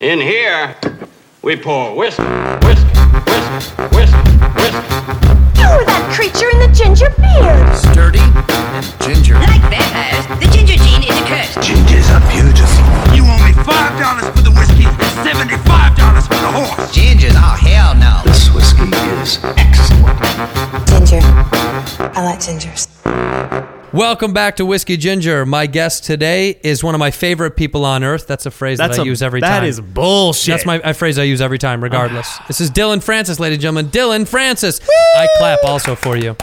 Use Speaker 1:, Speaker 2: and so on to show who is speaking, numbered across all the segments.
Speaker 1: In here, we pour whiskey, whiskey, whiskey, whiskey, whiskey.
Speaker 2: You were that creature in the ginger beard.
Speaker 3: sturdy and ginger.
Speaker 4: Like vampires, the ginger gene is a curse.
Speaker 5: Gingers are beautiful.
Speaker 6: You owe me five dollars for the whiskey and seventy-five dollars for the horse.
Speaker 3: Gingers, oh hell no.
Speaker 5: This whiskey is excellent.
Speaker 7: Ginger. I like gingers.
Speaker 8: Welcome back to Whiskey Ginger. My guest today is one of my favorite people on earth. That's a phrase that I
Speaker 9: a-
Speaker 8: use every time.
Speaker 9: That is bullshit. Oh.
Speaker 8: That's my a phrase I use every time, regardless. this is Dylan Francis, ladies and gentlemen. Dylan Francis. I clap also for you.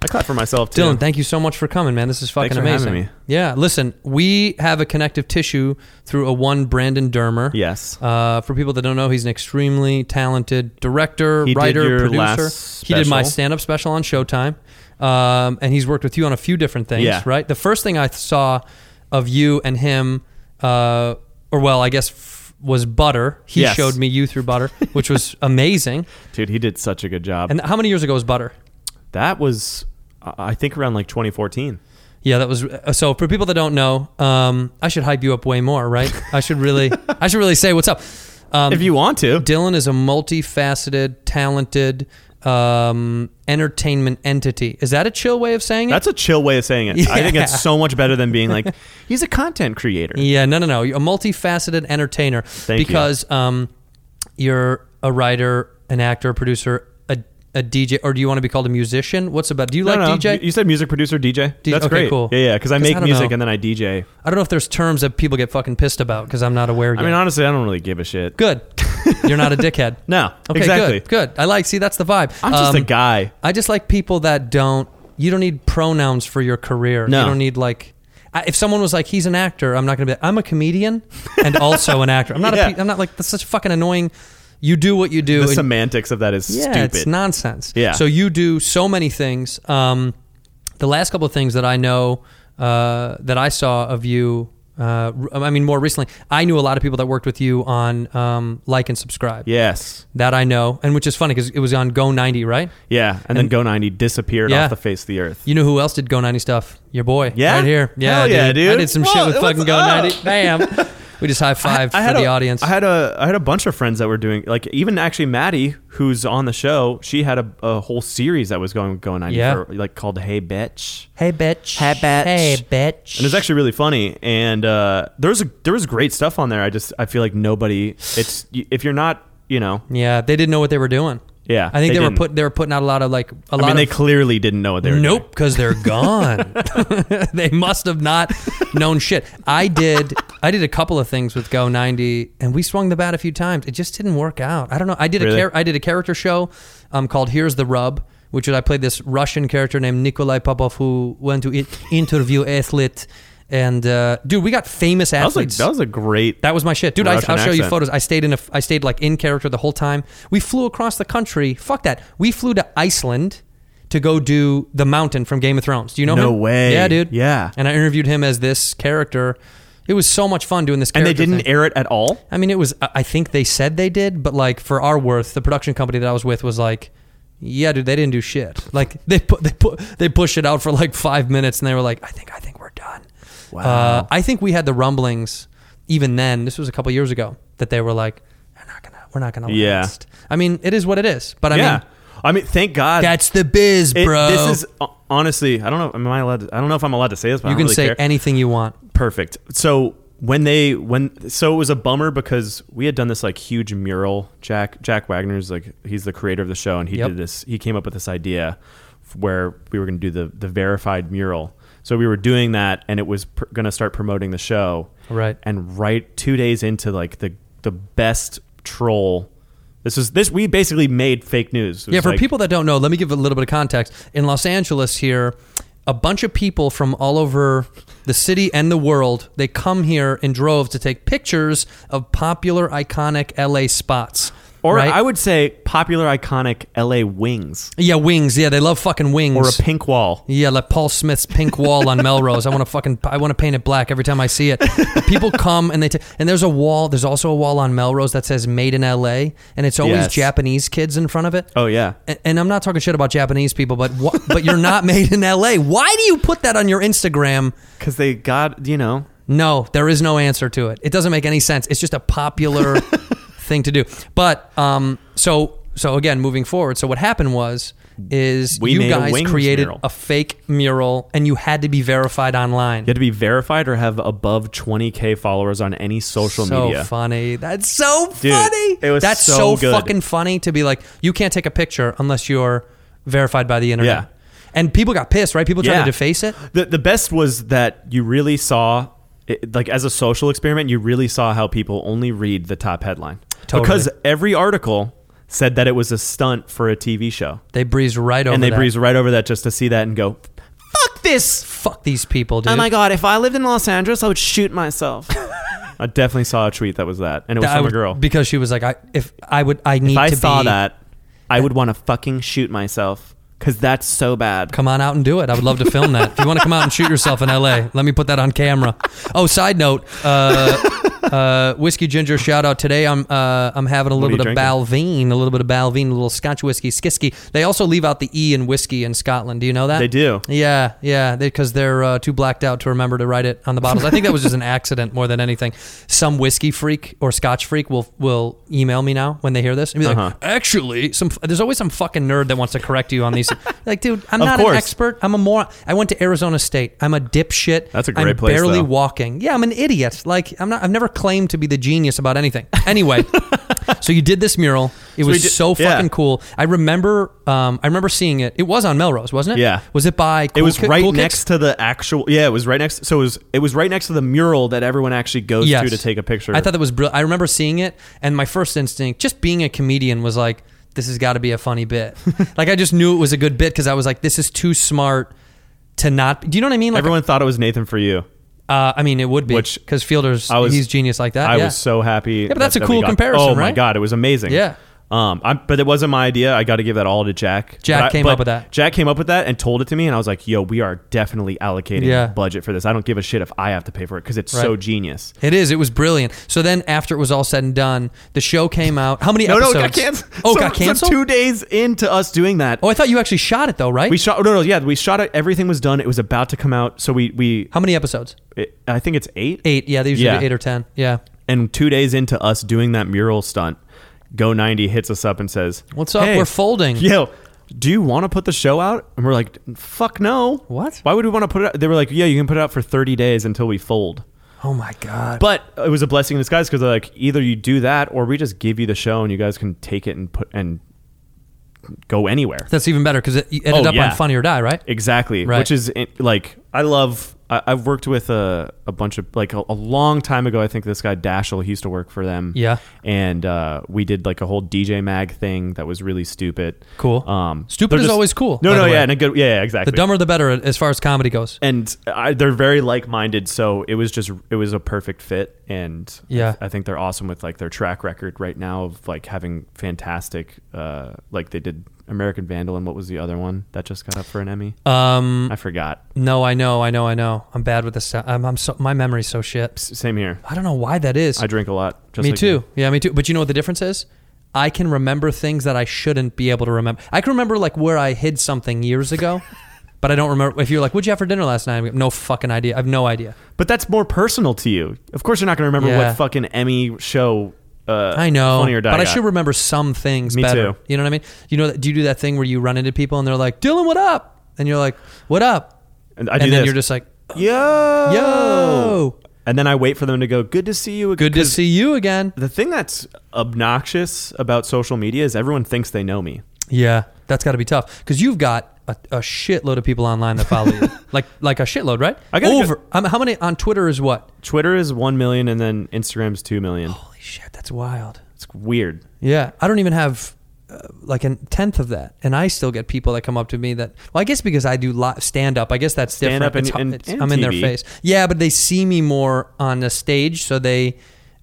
Speaker 9: I clap for myself too.
Speaker 8: Dylan, thank you so much for coming, man. This is fucking
Speaker 9: Thanks for having
Speaker 8: amazing.
Speaker 9: me.
Speaker 8: Yeah, listen, we have a connective tissue through a one Brandon Dermer.
Speaker 9: Yes.
Speaker 8: Uh, for people that don't know, he's an extremely talented director,
Speaker 9: He did
Speaker 8: writer,
Speaker 9: your
Speaker 8: producer.
Speaker 9: last
Speaker 8: He did my
Speaker 9: special.
Speaker 8: stand-up special on Showtime, um, and he's worked with you on a few different things.
Speaker 9: Yeah.
Speaker 8: Right. The first thing I saw of you and him, uh, or well, I guess. F- was butter? He
Speaker 9: Yes.
Speaker 8: showed me you through butter, which was amazing.
Speaker 9: Dude, he did such a good job.
Speaker 8: And how many years ago was butter?
Speaker 9: that was, I I think, around like 2014.
Speaker 8: Yeah, that was uh, so. For people that don't know, um, I should hype you up way more, right? I should really, I should really say what's up. Um,
Speaker 9: If you want to.
Speaker 8: Dylan is a multifaceted, talented um, entertainment entity. Is that a chill way of saying it?
Speaker 9: That's a chill way of saying it. I think
Speaker 8: Yeah.
Speaker 9: it's so much better than being like, he's a content creator.
Speaker 8: yeah, no, no, no. You're a multifaceted entertainer
Speaker 9: you.
Speaker 8: because Um, you're a writer, an actor, producer, a, a DJ, or do you want to be called a musician? What's about? Do you
Speaker 9: No,
Speaker 8: like
Speaker 9: no,
Speaker 8: DJ?
Speaker 9: You said music producer, DJ.
Speaker 8: D-
Speaker 9: That's
Speaker 8: okay,
Speaker 9: great.
Speaker 8: cool.
Speaker 9: Yeah, yeah. Because I
Speaker 8: 'Cause I
Speaker 9: make
Speaker 8: don't
Speaker 9: music
Speaker 8: know.
Speaker 9: and then I DJ.
Speaker 8: I don't know if there's terms that people get fucking pissed about because I'm not aware yet.
Speaker 9: I mean, honestly, I don't really give a shit.
Speaker 8: good. You're not a dickhead.
Speaker 9: No,
Speaker 8: Okay,
Speaker 9: exactly.
Speaker 8: good. Good. I like. See, that's the vibe.
Speaker 9: I'm just a
Speaker 8: Um,
Speaker 9: guy.
Speaker 8: I just like people that don't. You don't need pronouns for your career.
Speaker 9: No.
Speaker 8: You don't need like. I, if someone was like, he's an actor, I'm not gonna be. like, I'm a comedian and also an actor. I'm not.
Speaker 9: Yeah.
Speaker 8: A, pe- I'm not like. That's such fucking annoying. You do what you do.
Speaker 9: The
Speaker 8: and-
Speaker 9: semantics of that is
Speaker 8: yeah,
Speaker 9: stupid.
Speaker 8: it's nonsense.
Speaker 9: Yeah.
Speaker 8: So you do so many things. Um, the last couple of things that I know uh, that I saw of you, uh, r- I mean, more recently, I knew a lot of people that worked with you on um, like and subscribe.
Speaker 9: yes.
Speaker 8: That I know, and which is funny because it was on Go ninety, right?
Speaker 9: Yeah. And, then Go 90 disappeared
Speaker 8: Yeah.
Speaker 9: off the face of the earth.
Speaker 8: You know who else did Go 90 stuff? Your boy.
Speaker 9: Yeah?
Speaker 8: Right here. Yeah,
Speaker 9: Hell yeah, dude.
Speaker 8: I did some shit
Speaker 9: Whoa,
Speaker 8: with
Speaker 9: what's
Speaker 8: fucking Go
Speaker 9: up?
Speaker 8: 90. Bam. We just high five for the
Speaker 9: a,
Speaker 8: audience.
Speaker 9: I had a I had a bunch of friends that were doing like even actually Maddie, who's on the show, she had a, a whole series that was going going on
Speaker 8: Yeah.
Speaker 9: for, like called Hey Bitch.
Speaker 8: hey, bitch. Hey,
Speaker 9: bitch.
Speaker 8: Hey, bitch.
Speaker 9: And it's actually really funny, and uh, there was a, there was great stuff on there. I just I feel like nobody. It's if you're not you know
Speaker 8: yeah, they didn't know what they were doing.
Speaker 9: Yeah,
Speaker 8: I think
Speaker 9: they
Speaker 8: they, were
Speaker 9: didn't.
Speaker 8: put they were putting out a lot of like a
Speaker 9: I
Speaker 8: lot
Speaker 9: mean they
Speaker 8: of
Speaker 9: clearly didn't know what they were
Speaker 8: Nope, because they're gone. they must have not known shit. I did. I did a couple of things with Go ninety, and we swung the bat a few times. It just didn't work out. I don't know. I did a
Speaker 9: Really?
Speaker 8: char- I did a character show um, called Here's the Rub, which is I played this Russian character named Nikolai Popov who went to i- interview athlete, and uh, dude, we got famous
Speaker 9: That was, a,
Speaker 8: athletes.
Speaker 9: that was a great.
Speaker 8: That was my shit, dude. I, I'll
Speaker 9: Russian
Speaker 8: show you
Speaker 9: accent.
Speaker 8: photos. I stayed in a, I stayed like in character the whole time. We flew across the country. Fuck that. We flew to Iceland to go do the mountain from Game of Thrones. Do you know
Speaker 9: No
Speaker 8: him?
Speaker 9: way.
Speaker 8: Yeah, dude.
Speaker 9: Yeah.
Speaker 8: And I interviewed him as this character. It was so much fun doing this.
Speaker 9: and
Speaker 8: Character
Speaker 9: they didn't
Speaker 8: thing.
Speaker 9: air it at all.
Speaker 8: I mean, it was. I I think they said they did, but like for our worth, the production company that I was with was like, yeah, dude, they didn't do shit. Like they put they put they pushed it out for like five minutes, and they were like, I think I think we're done. Wow. Uh, I think we had the rumblings even then. This was a couple years ago that they were like, we're not gonna we're not gonna
Speaker 9: Yeah.
Speaker 8: last. I mean, it is what it is. But I
Speaker 9: yeah,
Speaker 8: mean,
Speaker 9: I mean thank God
Speaker 8: that's the biz,
Speaker 9: It-
Speaker 8: bro.
Speaker 9: This is uh, honestly, I don't know. Am I allowed? To, I don't know if I'm allowed to say this. But
Speaker 8: you
Speaker 9: I
Speaker 8: can
Speaker 9: don't really
Speaker 8: say
Speaker 9: care.
Speaker 8: anything you want.
Speaker 9: Perfect. So when they when so it was a bummer because we had done this like huge mural. Jack Jack Wagner's like he's the creator of the show and he
Speaker 8: Yep.
Speaker 9: did this. He came up with this idea f- where we were going to do the the verified mural. So we were doing that and it was pr- going to start promoting the show.
Speaker 8: Right.
Speaker 9: And right 2 days into like the the best troll this was this we basically made fake news. It
Speaker 8: Yeah,
Speaker 9: was
Speaker 8: for
Speaker 9: like-
Speaker 8: people that don't know, let me give a little bit of context. In Los Angeles, here, a bunch of people from all over the city and the world. They come here in droves to take pictures of popular, iconic LA spots.
Speaker 9: Or
Speaker 8: right?
Speaker 9: I would say popular iconic LA wings
Speaker 8: yeah, wings. Yeah, they love fucking wings.
Speaker 9: or a pink wall.
Speaker 8: Yeah, like Paul Smith's pink wall on Melrose. I want to fucking I want to paint it black every time I see it. But People come and they ta- and there's a wall. There's also a wall on Melrose that says "Made in L.A." and it's always
Speaker 9: Yes.
Speaker 8: Japanese kids in front of it.
Speaker 9: Oh yeah.
Speaker 8: And, and I'm not talking shit about Japanese people, but wha- but you're not made in L.A. Why do you put that on your Instagram?
Speaker 9: Cuz they got, you know,
Speaker 8: No, there is no answer to it. It doesn't make any sense. It's just a popular thing to do. But um, so so again, moving forward. So what happened was is
Speaker 9: We
Speaker 8: you
Speaker 9: made a
Speaker 8: guys
Speaker 9: Wings
Speaker 8: created
Speaker 9: mural.
Speaker 8: a fake mural and you had to be verified online.
Speaker 9: you had to be verified or have above 20k followers on any social
Speaker 8: so
Speaker 9: media.
Speaker 8: funny. That's so
Speaker 9: Dude,
Speaker 8: funny.
Speaker 9: it was
Speaker 8: That's so,
Speaker 9: so good.
Speaker 8: fucking funny to be like, you can't take a picture unless you're verified by the internet.
Speaker 9: Yeah.
Speaker 8: And people got pissed, right? People tried
Speaker 9: Yeah.
Speaker 8: to deface it.
Speaker 9: The the best was that you really saw it, like as a social experiment, you really saw how people only read the top headline.
Speaker 8: Totally.
Speaker 9: Because every article said that it was a stunt for a TV show.
Speaker 8: They breezed right over
Speaker 9: and they
Speaker 8: that.
Speaker 9: breeze right over that just to see that and go, "Fuck this."
Speaker 8: Fuck these people, dude.
Speaker 9: god, if I lived in Los Angeles, I would shoot myself. I definitely saw a tweet that was that, and it was
Speaker 8: I
Speaker 9: from a
Speaker 8: would-
Speaker 9: girl.
Speaker 8: because she was like, I if I would I need
Speaker 9: If I
Speaker 8: to
Speaker 9: saw
Speaker 8: be,
Speaker 9: that, I would want to fucking shoot myself because that's so bad.
Speaker 8: Come on out and do it. I would love to film that. if you want to come out and shoot yourself in L.A., let me put that on camera. Oh, side note, uh, uh, whiskey ginger shout out today. I'm uh, I'm having a little bit
Speaker 9: are you
Speaker 8: of Balvine, a little bit of Balvine, a little Scotch whiskey, skisky. They also leave out the e in whiskey in Scotland. Do you know that?
Speaker 9: They do.
Speaker 8: Yeah, yeah, because they, are uh, too blacked out to remember to write it on the bottles. I think that was just an accident more than anything. Some whiskey freak or Scotch freak will will email me now when they hear this and be like,
Speaker 9: Uh-huh.
Speaker 8: "Actually, some there's always some fucking nerd that wants to correct you on these." like, dude, I'm
Speaker 9: Of
Speaker 8: not
Speaker 9: course.
Speaker 8: an expert. I'm a moron. I went to Arizona State. I'm a dipshit.
Speaker 9: That's a
Speaker 8: I'm
Speaker 9: great place,
Speaker 8: Barely
Speaker 9: though.
Speaker 8: walking. Yeah, I'm an idiot. Like, I'm not. I've never claimed to be the genius about anything. Anyway, so you did this mural. It
Speaker 9: we
Speaker 8: was
Speaker 9: did-
Speaker 8: so
Speaker 9: yeah.
Speaker 8: fucking cool. I remember. Um, I remember seeing it. It was on Melrose, wasn't it?
Speaker 9: Yeah.
Speaker 8: Was it by?
Speaker 9: It
Speaker 8: Cool
Speaker 9: was
Speaker 8: Ki-
Speaker 9: right
Speaker 8: Cool Kicks?
Speaker 9: next to the actual. Yeah, it was right next. So it was it was right next to the mural that everyone actually goes
Speaker 8: Yes.
Speaker 9: to to take a picture.
Speaker 8: I thought that was brilliant. I remember seeing it, and my first instinct, just being a comedian, was like, this has got to be a funny bit. like, I just knew it was a good bit because I was like, this is too smart to not. Do you know what I mean? Like,
Speaker 9: everyone thought it was Nathan for you.
Speaker 8: uh, I mean, it would be.
Speaker 9: Which-
Speaker 8: Because Fielder's,
Speaker 9: I was-
Speaker 8: he's genius like that.
Speaker 9: I
Speaker 8: yeah.
Speaker 9: was so happy. Yeah,
Speaker 8: but that's a cool comparison,
Speaker 9: Oh my
Speaker 8: right?
Speaker 9: god, it was amazing.
Speaker 8: Yeah.
Speaker 9: Um, I, but it wasn't my idea. I got to give that all to Jack.
Speaker 8: Jack
Speaker 9: But I-
Speaker 8: came
Speaker 9: but
Speaker 8: up with that.
Speaker 9: Jack came up with that and told it to me, and I was like, "Yo, we are definitely allocating
Speaker 8: Yeah.
Speaker 9: budget for this. I don't give a shit if I have to pay for it because it's
Speaker 8: Right.
Speaker 9: so genius."
Speaker 8: It is. It was brilliant. So then, after it was all said and done, the show came out. How many
Speaker 9: No, no,
Speaker 8: episodes?
Speaker 9: it got canceled.
Speaker 8: Oh, it
Speaker 9: so,
Speaker 8: got
Speaker 9: so
Speaker 8: canceled.
Speaker 9: two days into us doing that,
Speaker 8: oh, I thought you actually shot it though, right?
Speaker 9: we shot. No, no, yeah, we shot it. Everything was done. It was about to come out, so we we.
Speaker 8: How many episodes?
Speaker 9: It, I think it's eight.
Speaker 8: Eight. Yeah, they usually
Speaker 9: Yeah.
Speaker 8: do eight or ten. Yeah.
Speaker 9: And two days into us doing that mural stunt, Go ninety hits us up and says,
Speaker 8: What's up?
Speaker 9: "Hey,
Speaker 8: We're folding."
Speaker 9: Yo, do you want to put the show out? And we're like, fuck no.
Speaker 8: What?
Speaker 9: Why would we want to put it out? They were like, yeah, you can put it out for 30 days until we fold.
Speaker 8: Oh my god.
Speaker 9: But it was a blessing in disguise because like either you do that or we just give you the show and you guys can take it and put and go anywhere.
Speaker 8: That's even better because it you ended
Speaker 9: Oh,
Speaker 8: up
Speaker 9: yeah.
Speaker 8: on Funny or Die, right?
Speaker 9: Exactly.
Speaker 8: Right.
Speaker 9: Which is eh, like I love. I, I've worked with a, a bunch of like a, a long time ago. I think this guy Dashel he used to work for them.
Speaker 8: Yeah.
Speaker 9: And uh, we did like a whole DJ Mag thing that was really stupid.
Speaker 8: Cool.
Speaker 9: Um,
Speaker 8: Stupid
Speaker 9: they're
Speaker 8: is always cool,
Speaker 9: No,
Speaker 8: by
Speaker 9: no,
Speaker 8: the way.
Speaker 9: yeah, and a good, yeah, yeah, exactly.
Speaker 8: The dumber the better as far as comedy goes.
Speaker 9: and I, they're very like minded, so it was just it was a perfect fit. And
Speaker 8: Yeah.
Speaker 9: I think they're awesome with like their track record right now of like having fantastic. Uh, like they did American Vandal and what was the other one that just got up for an Emmy? Um, I forgot.
Speaker 8: No, I know, I know, I know. I'm bad with this. I'm, I'm so my memory's so shit.
Speaker 9: Same here.
Speaker 8: I don't know why that is.
Speaker 9: I drink a lot. Just
Speaker 8: me
Speaker 9: like
Speaker 8: too.
Speaker 9: you.
Speaker 8: Yeah, me too. But you know what the difference is? I can remember things that I shouldn't be able to remember. I can remember like where I hid something years ago, but I don't remember. If you're like, "What'd you have for dinner last night?" I'm like, no fucking idea. I have no idea.
Speaker 9: But that's more personal to you. Of course, you're not going to remember
Speaker 8: Yeah.
Speaker 9: what fucking Emmy show. Uh,
Speaker 8: I know,
Speaker 9: Funny or Die
Speaker 8: but I
Speaker 9: got.
Speaker 8: should remember some things
Speaker 9: Me
Speaker 8: better.
Speaker 9: too.
Speaker 8: You know what I mean? You know, that- do you do that thing where you run into people and they're like, "Dylan, what up?" And you're like, "What up?"
Speaker 9: And I do
Speaker 8: and then
Speaker 9: this.
Speaker 8: you're just like,
Speaker 9: yo,
Speaker 8: Yo!
Speaker 9: And then I wait for them to go. Good to see you.
Speaker 8: "Good to
Speaker 9: 'Cause
Speaker 8: see you again."
Speaker 9: The thing that's obnoxious about social media is everyone thinks they know me.
Speaker 8: Yeah, that's got to be tough because you've got a, a shitload of people online that follow you, like like a shitload, right?
Speaker 9: I gotta
Speaker 8: over.
Speaker 9: go-
Speaker 8: um, how many on Twitter is what?
Speaker 9: Twitter is one million, and then Instagram's two million.
Speaker 8: Holy shit, that's wild.
Speaker 9: It's weird.
Speaker 8: Yeah, I don't even have uh, like a tenth of that, and I still get people that come up to me that. Well, I guess because I do li- stand up, I guess that's
Speaker 9: Stand
Speaker 8: different.
Speaker 9: up
Speaker 8: It's-
Speaker 9: and- and-
Speaker 8: it's-
Speaker 9: and
Speaker 8: I'm in their
Speaker 9: TV.
Speaker 8: face. Yeah, but they see me more on the stage, so they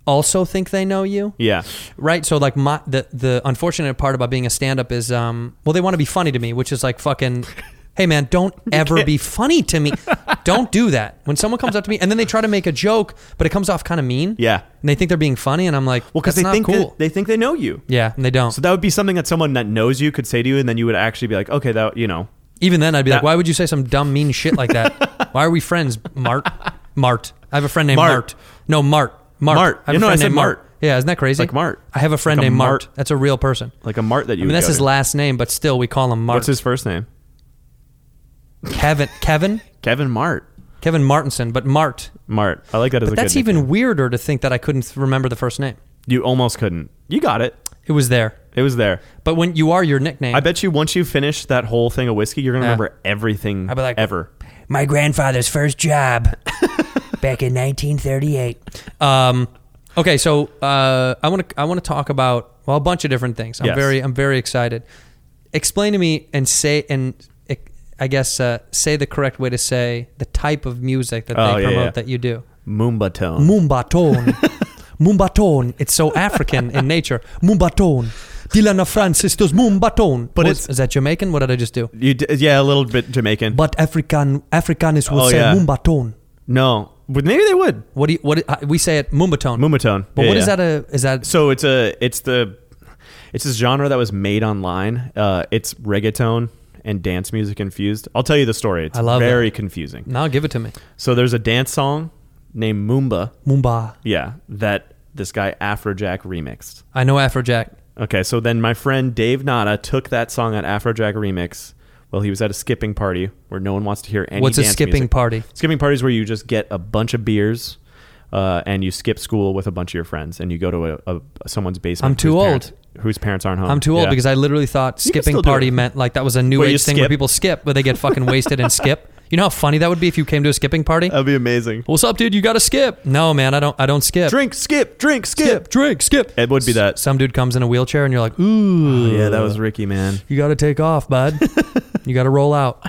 Speaker 8: also think they know you.
Speaker 9: Yeah.
Speaker 8: Right. So like my the the unfortunate part about being a stand up is um well they want to be funny to me, which is like fucking Hey man, don't ever be funny to me. Don't do that. When someone comes up to me and then they try to make a joke, but it comes off kind of mean.
Speaker 9: Yeah.
Speaker 8: And they think they're being funny, and I'm like,
Speaker 9: Well, because
Speaker 8: that's
Speaker 9: they
Speaker 8: not
Speaker 9: think
Speaker 8: cool.
Speaker 9: that- they think they know you.
Speaker 8: yeah, and they don't.
Speaker 9: So that would be something that someone that knows you could say to you, and then you would actually be like, okay, that you know,
Speaker 8: Even then, I'd be like,
Speaker 9: that-
Speaker 8: why would you say some dumb mean shit like that? Why are we friends, Mart? Mart. I have a friend named Mart.
Speaker 9: Mart.
Speaker 8: No, Mart. Mart.
Speaker 9: Mart.
Speaker 8: I have
Speaker 9: You
Speaker 8: a
Speaker 9: know, I
Speaker 8: friend
Speaker 9: said
Speaker 8: named Mart.
Speaker 9: Mart.
Speaker 8: Yeah, isn't that crazy?
Speaker 9: Like Mart.
Speaker 8: I have a friend
Speaker 9: Like a
Speaker 8: named Mart.
Speaker 9: Mart.
Speaker 8: That's a real person.
Speaker 9: like a mart that you.
Speaker 8: I mean,
Speaker 9: would
Speaker 8: that's
Speaker 9: go
Speaker 8: his
Speaker 9: to.
Speaker 8: last name, but still, we call him Mart.
Speaker 9: What's his first name?
Speaker 8: Kevin? Kevin?
Speaker 9: Kevin Mart.
Speaker 8: Kevin Martinson, but Mart.
Speaker 9: Mart. I like that as a.
Speaker 8: But that's
Speaker 9: good
Speaker 8: even
Speaker 9: nickname.
Speaker 8: weirder to think that I couldn't th- remember the first name.
Speaker 9: You almost couldn't. You got it.
Speaker 8: It was there.
Speaker 9: It was there.
Speaker 8: But when you are your nickname,
Speaker 9: I bet you once you finish that whole thing of whiskey, you're gonna
Speaker 8: Yeah.
Speaker 9: remember everything.
Speaker 8: I'd be like-
Speaker 9: ever.
Speaker 8: my grandfather's first job back in 1938. Um, okay, so uh, I want to I want to talk about well a bunch of different things. I'm
Speaker 9: Yes.
Speaker 8: very I'm very excited. Explain to me and say and ec- I guess uh, say the correct way to say the type of music that
Speaker 9: Oh,
Speaker 8: they
Speaker 9: yeah,
Speaker 8: promote
Speaker 9: yeah.
Speaker 8: that you do.
Speaker 9: Moomba tone.
Speaker 8: Mumbaton. Mumbaton. It's so African in nature. Mumbaton. Dylan Francis does Mumbaton.
Speaker 9: But
Speaker 8: What-
Speaker 9: it's-
Speaker 8: is that Jamaican? What did I just do?
Speaker 9: you d- yeah, a little bit Jamaican.
Speaker 8: But African Africaners would
Speaker 9: Oh,
Speaker 8: say
Speaker 9: yeah.
Speaker 8: Mumbaton.
Speaker 9: no, but maybe they would.
Speaker 8: What do you, what uh, we say it Mumbatone.
Speaker 9: Mumbatone.
Speaker 8: But
Speaker 9: Yeah,
Speaker 8: what is
Speaker 9: yeah.
Speaker 8: that a is that
Speaker 9: So it's a it's the it's this genre that was made online. Uh, it's reggaeton and dance music infused. I'll tell you the story. It's
Speaker 8: I love
Speaker 9: very
Speaker 8: that.
Speaker 9: confusing.
Speaker 8: now give it to me.
Speaker 9: So there's a dance song named Moomba.
Speaker 8: Mumba.
Speaker 9: Yeah, that this guy Afrojack remixed.
Speaker 8: I know Afrojack.
Speaker 9: Okay, so then my friend Dave Nada took that song at Afrojack Remix. Well, he was at a skipping party where no one wants to hear any.
Speaker 8: What's a
Speaker 9: dance
Speaker 8: skipping
Speaker 9: music.
Speaker 8: party?
Speaker 9: Skipping parties where you just get a bunch of beers, uh, and you skip school with a bunch of your friends, and you go to a, a someone's basement.
Speaker 8: I'm too
Speaker 9: whose
Speaker 8: old.
Speaker 9: parents- whose parents aren't home.
Speaker 8: I'm too old
Speaker 9: Um, Yeah.
Speaker 8: because I literally thought
Speaker 9: You can
Speaker 8: skipping
Speaker 9: still do
Speaker 8: party
Speaker 9: it.
Speaker 8: meant like that was a new
Speaker 9: Where you
Speaker 8: age thing where
Speaker 9: skip.
Speaker 8: people skip, where they get fucking wasted and skip. You know how funny that would be if you came to a skipping party?
Speaker 9: that'd be amazing.
Speaker 8: What's up, dude? You gotta skip. No, man, I don't I don't skip.
Speaker 9: Drink, skip, drink, skip.
Speaker 8: skip, drink, skip.
Speaker 9: It would be that.
Speaker 8: Some dude comes in a wheelchair and you're like, ooh,
Speaker 9: Oh, Yeah, that was Ricky, man.
Speaker 8: you gotta take off, bud. you gotta roll out.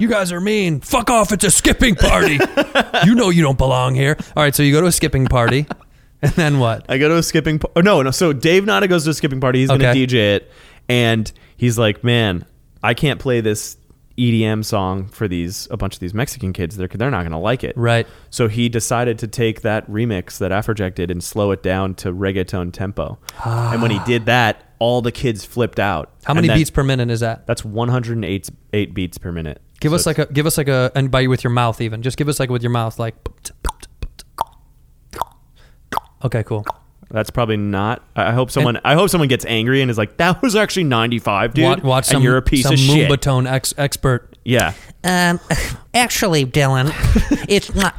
Speaker 8: You guys are mean. Fuck off. It's a skipping party. you know you don't belong here. All right, so you go to a skipping party, and then what?
Speaker 9: I go to a skipping. Par- oh, no, no. So Dave Nada goes to a skipping party. He's
Speaker 8: Okay.
Speaker 9: going to DJ it, and he's like, "Man, I can't play this EDM song for these a bunch of these Mexican kids. They're they're not going to like it."
Speaker 8: Right.
Speaker 9: So he decided to take that remix that Afrojack did and slow it down to reggaeton tempo. And when he did that, all the kids flipped out.
Speaker 8: Ah. How
Speaker 9: And
Speaker 8: many
Speaker 9: then-
Speaker 8: beats per minute is that?
Speaker 9: That's 108 eight beats per minute.
Speaker 8: Give
Speaker 9: So
Speaker 8: us like a give us like a and by with your mouth even. Just give us like with your mouth like. Okay, cool.
Speaker 9: That's probably not. I I hope someone. I hope someone gets angry and is like, "That was actually 95, dude."
Speaker 8: Wa- watch, some
Speaker 9: and you're a piece
Speaker 8: some
Speaker 9: of shit.
Speaker 8: Moombatone ex- expert.
Speaker 9: Yeah.
Speaker 10: Um, actually, Dylan, it's not.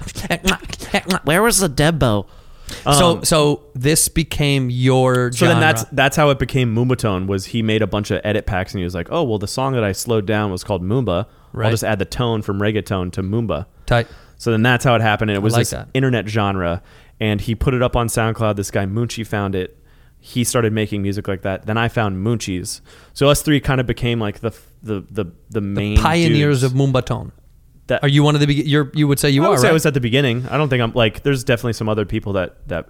Speaker 10: Where was the Debo?
Speaker 8: so so this became your
Speaker 9: Um, So then that's
Speaker 8: Um, genre.
Speaker 9: that's how it became Moombatone. Was he made a bunch of edit packs and he was like, "Oh well, the song that I slowed down was called Moomba.
Speaker 8: Right.
Speaker 9: I'll just add the tone from reggaeton to Moomba."
Speaker 8: tight.
Speaker 9: So then that's how it happened, and it was
Speaker 8: like
Speaker 9: this
Speaker 8: that.
Speaker 9: internet genre. And he put it up on SoundCloud. This guy Munchie found it. He started making music like that. Then I found Munchies. So us three kind of became like the the the the main
Speaker 8: Pioneers
Speaker 9: dudes
Speaker 8: of Moombatone.
Speaker 9: that
Speaker 8: Are you one of the? Be- you're, you would say you
Speaker 9: I
Speaker 8: are.
Speaker 9: would say
Speaker 8: right?
Speaker 9: I was at the beginning. I don't think I'm like. There's definitely some other people that that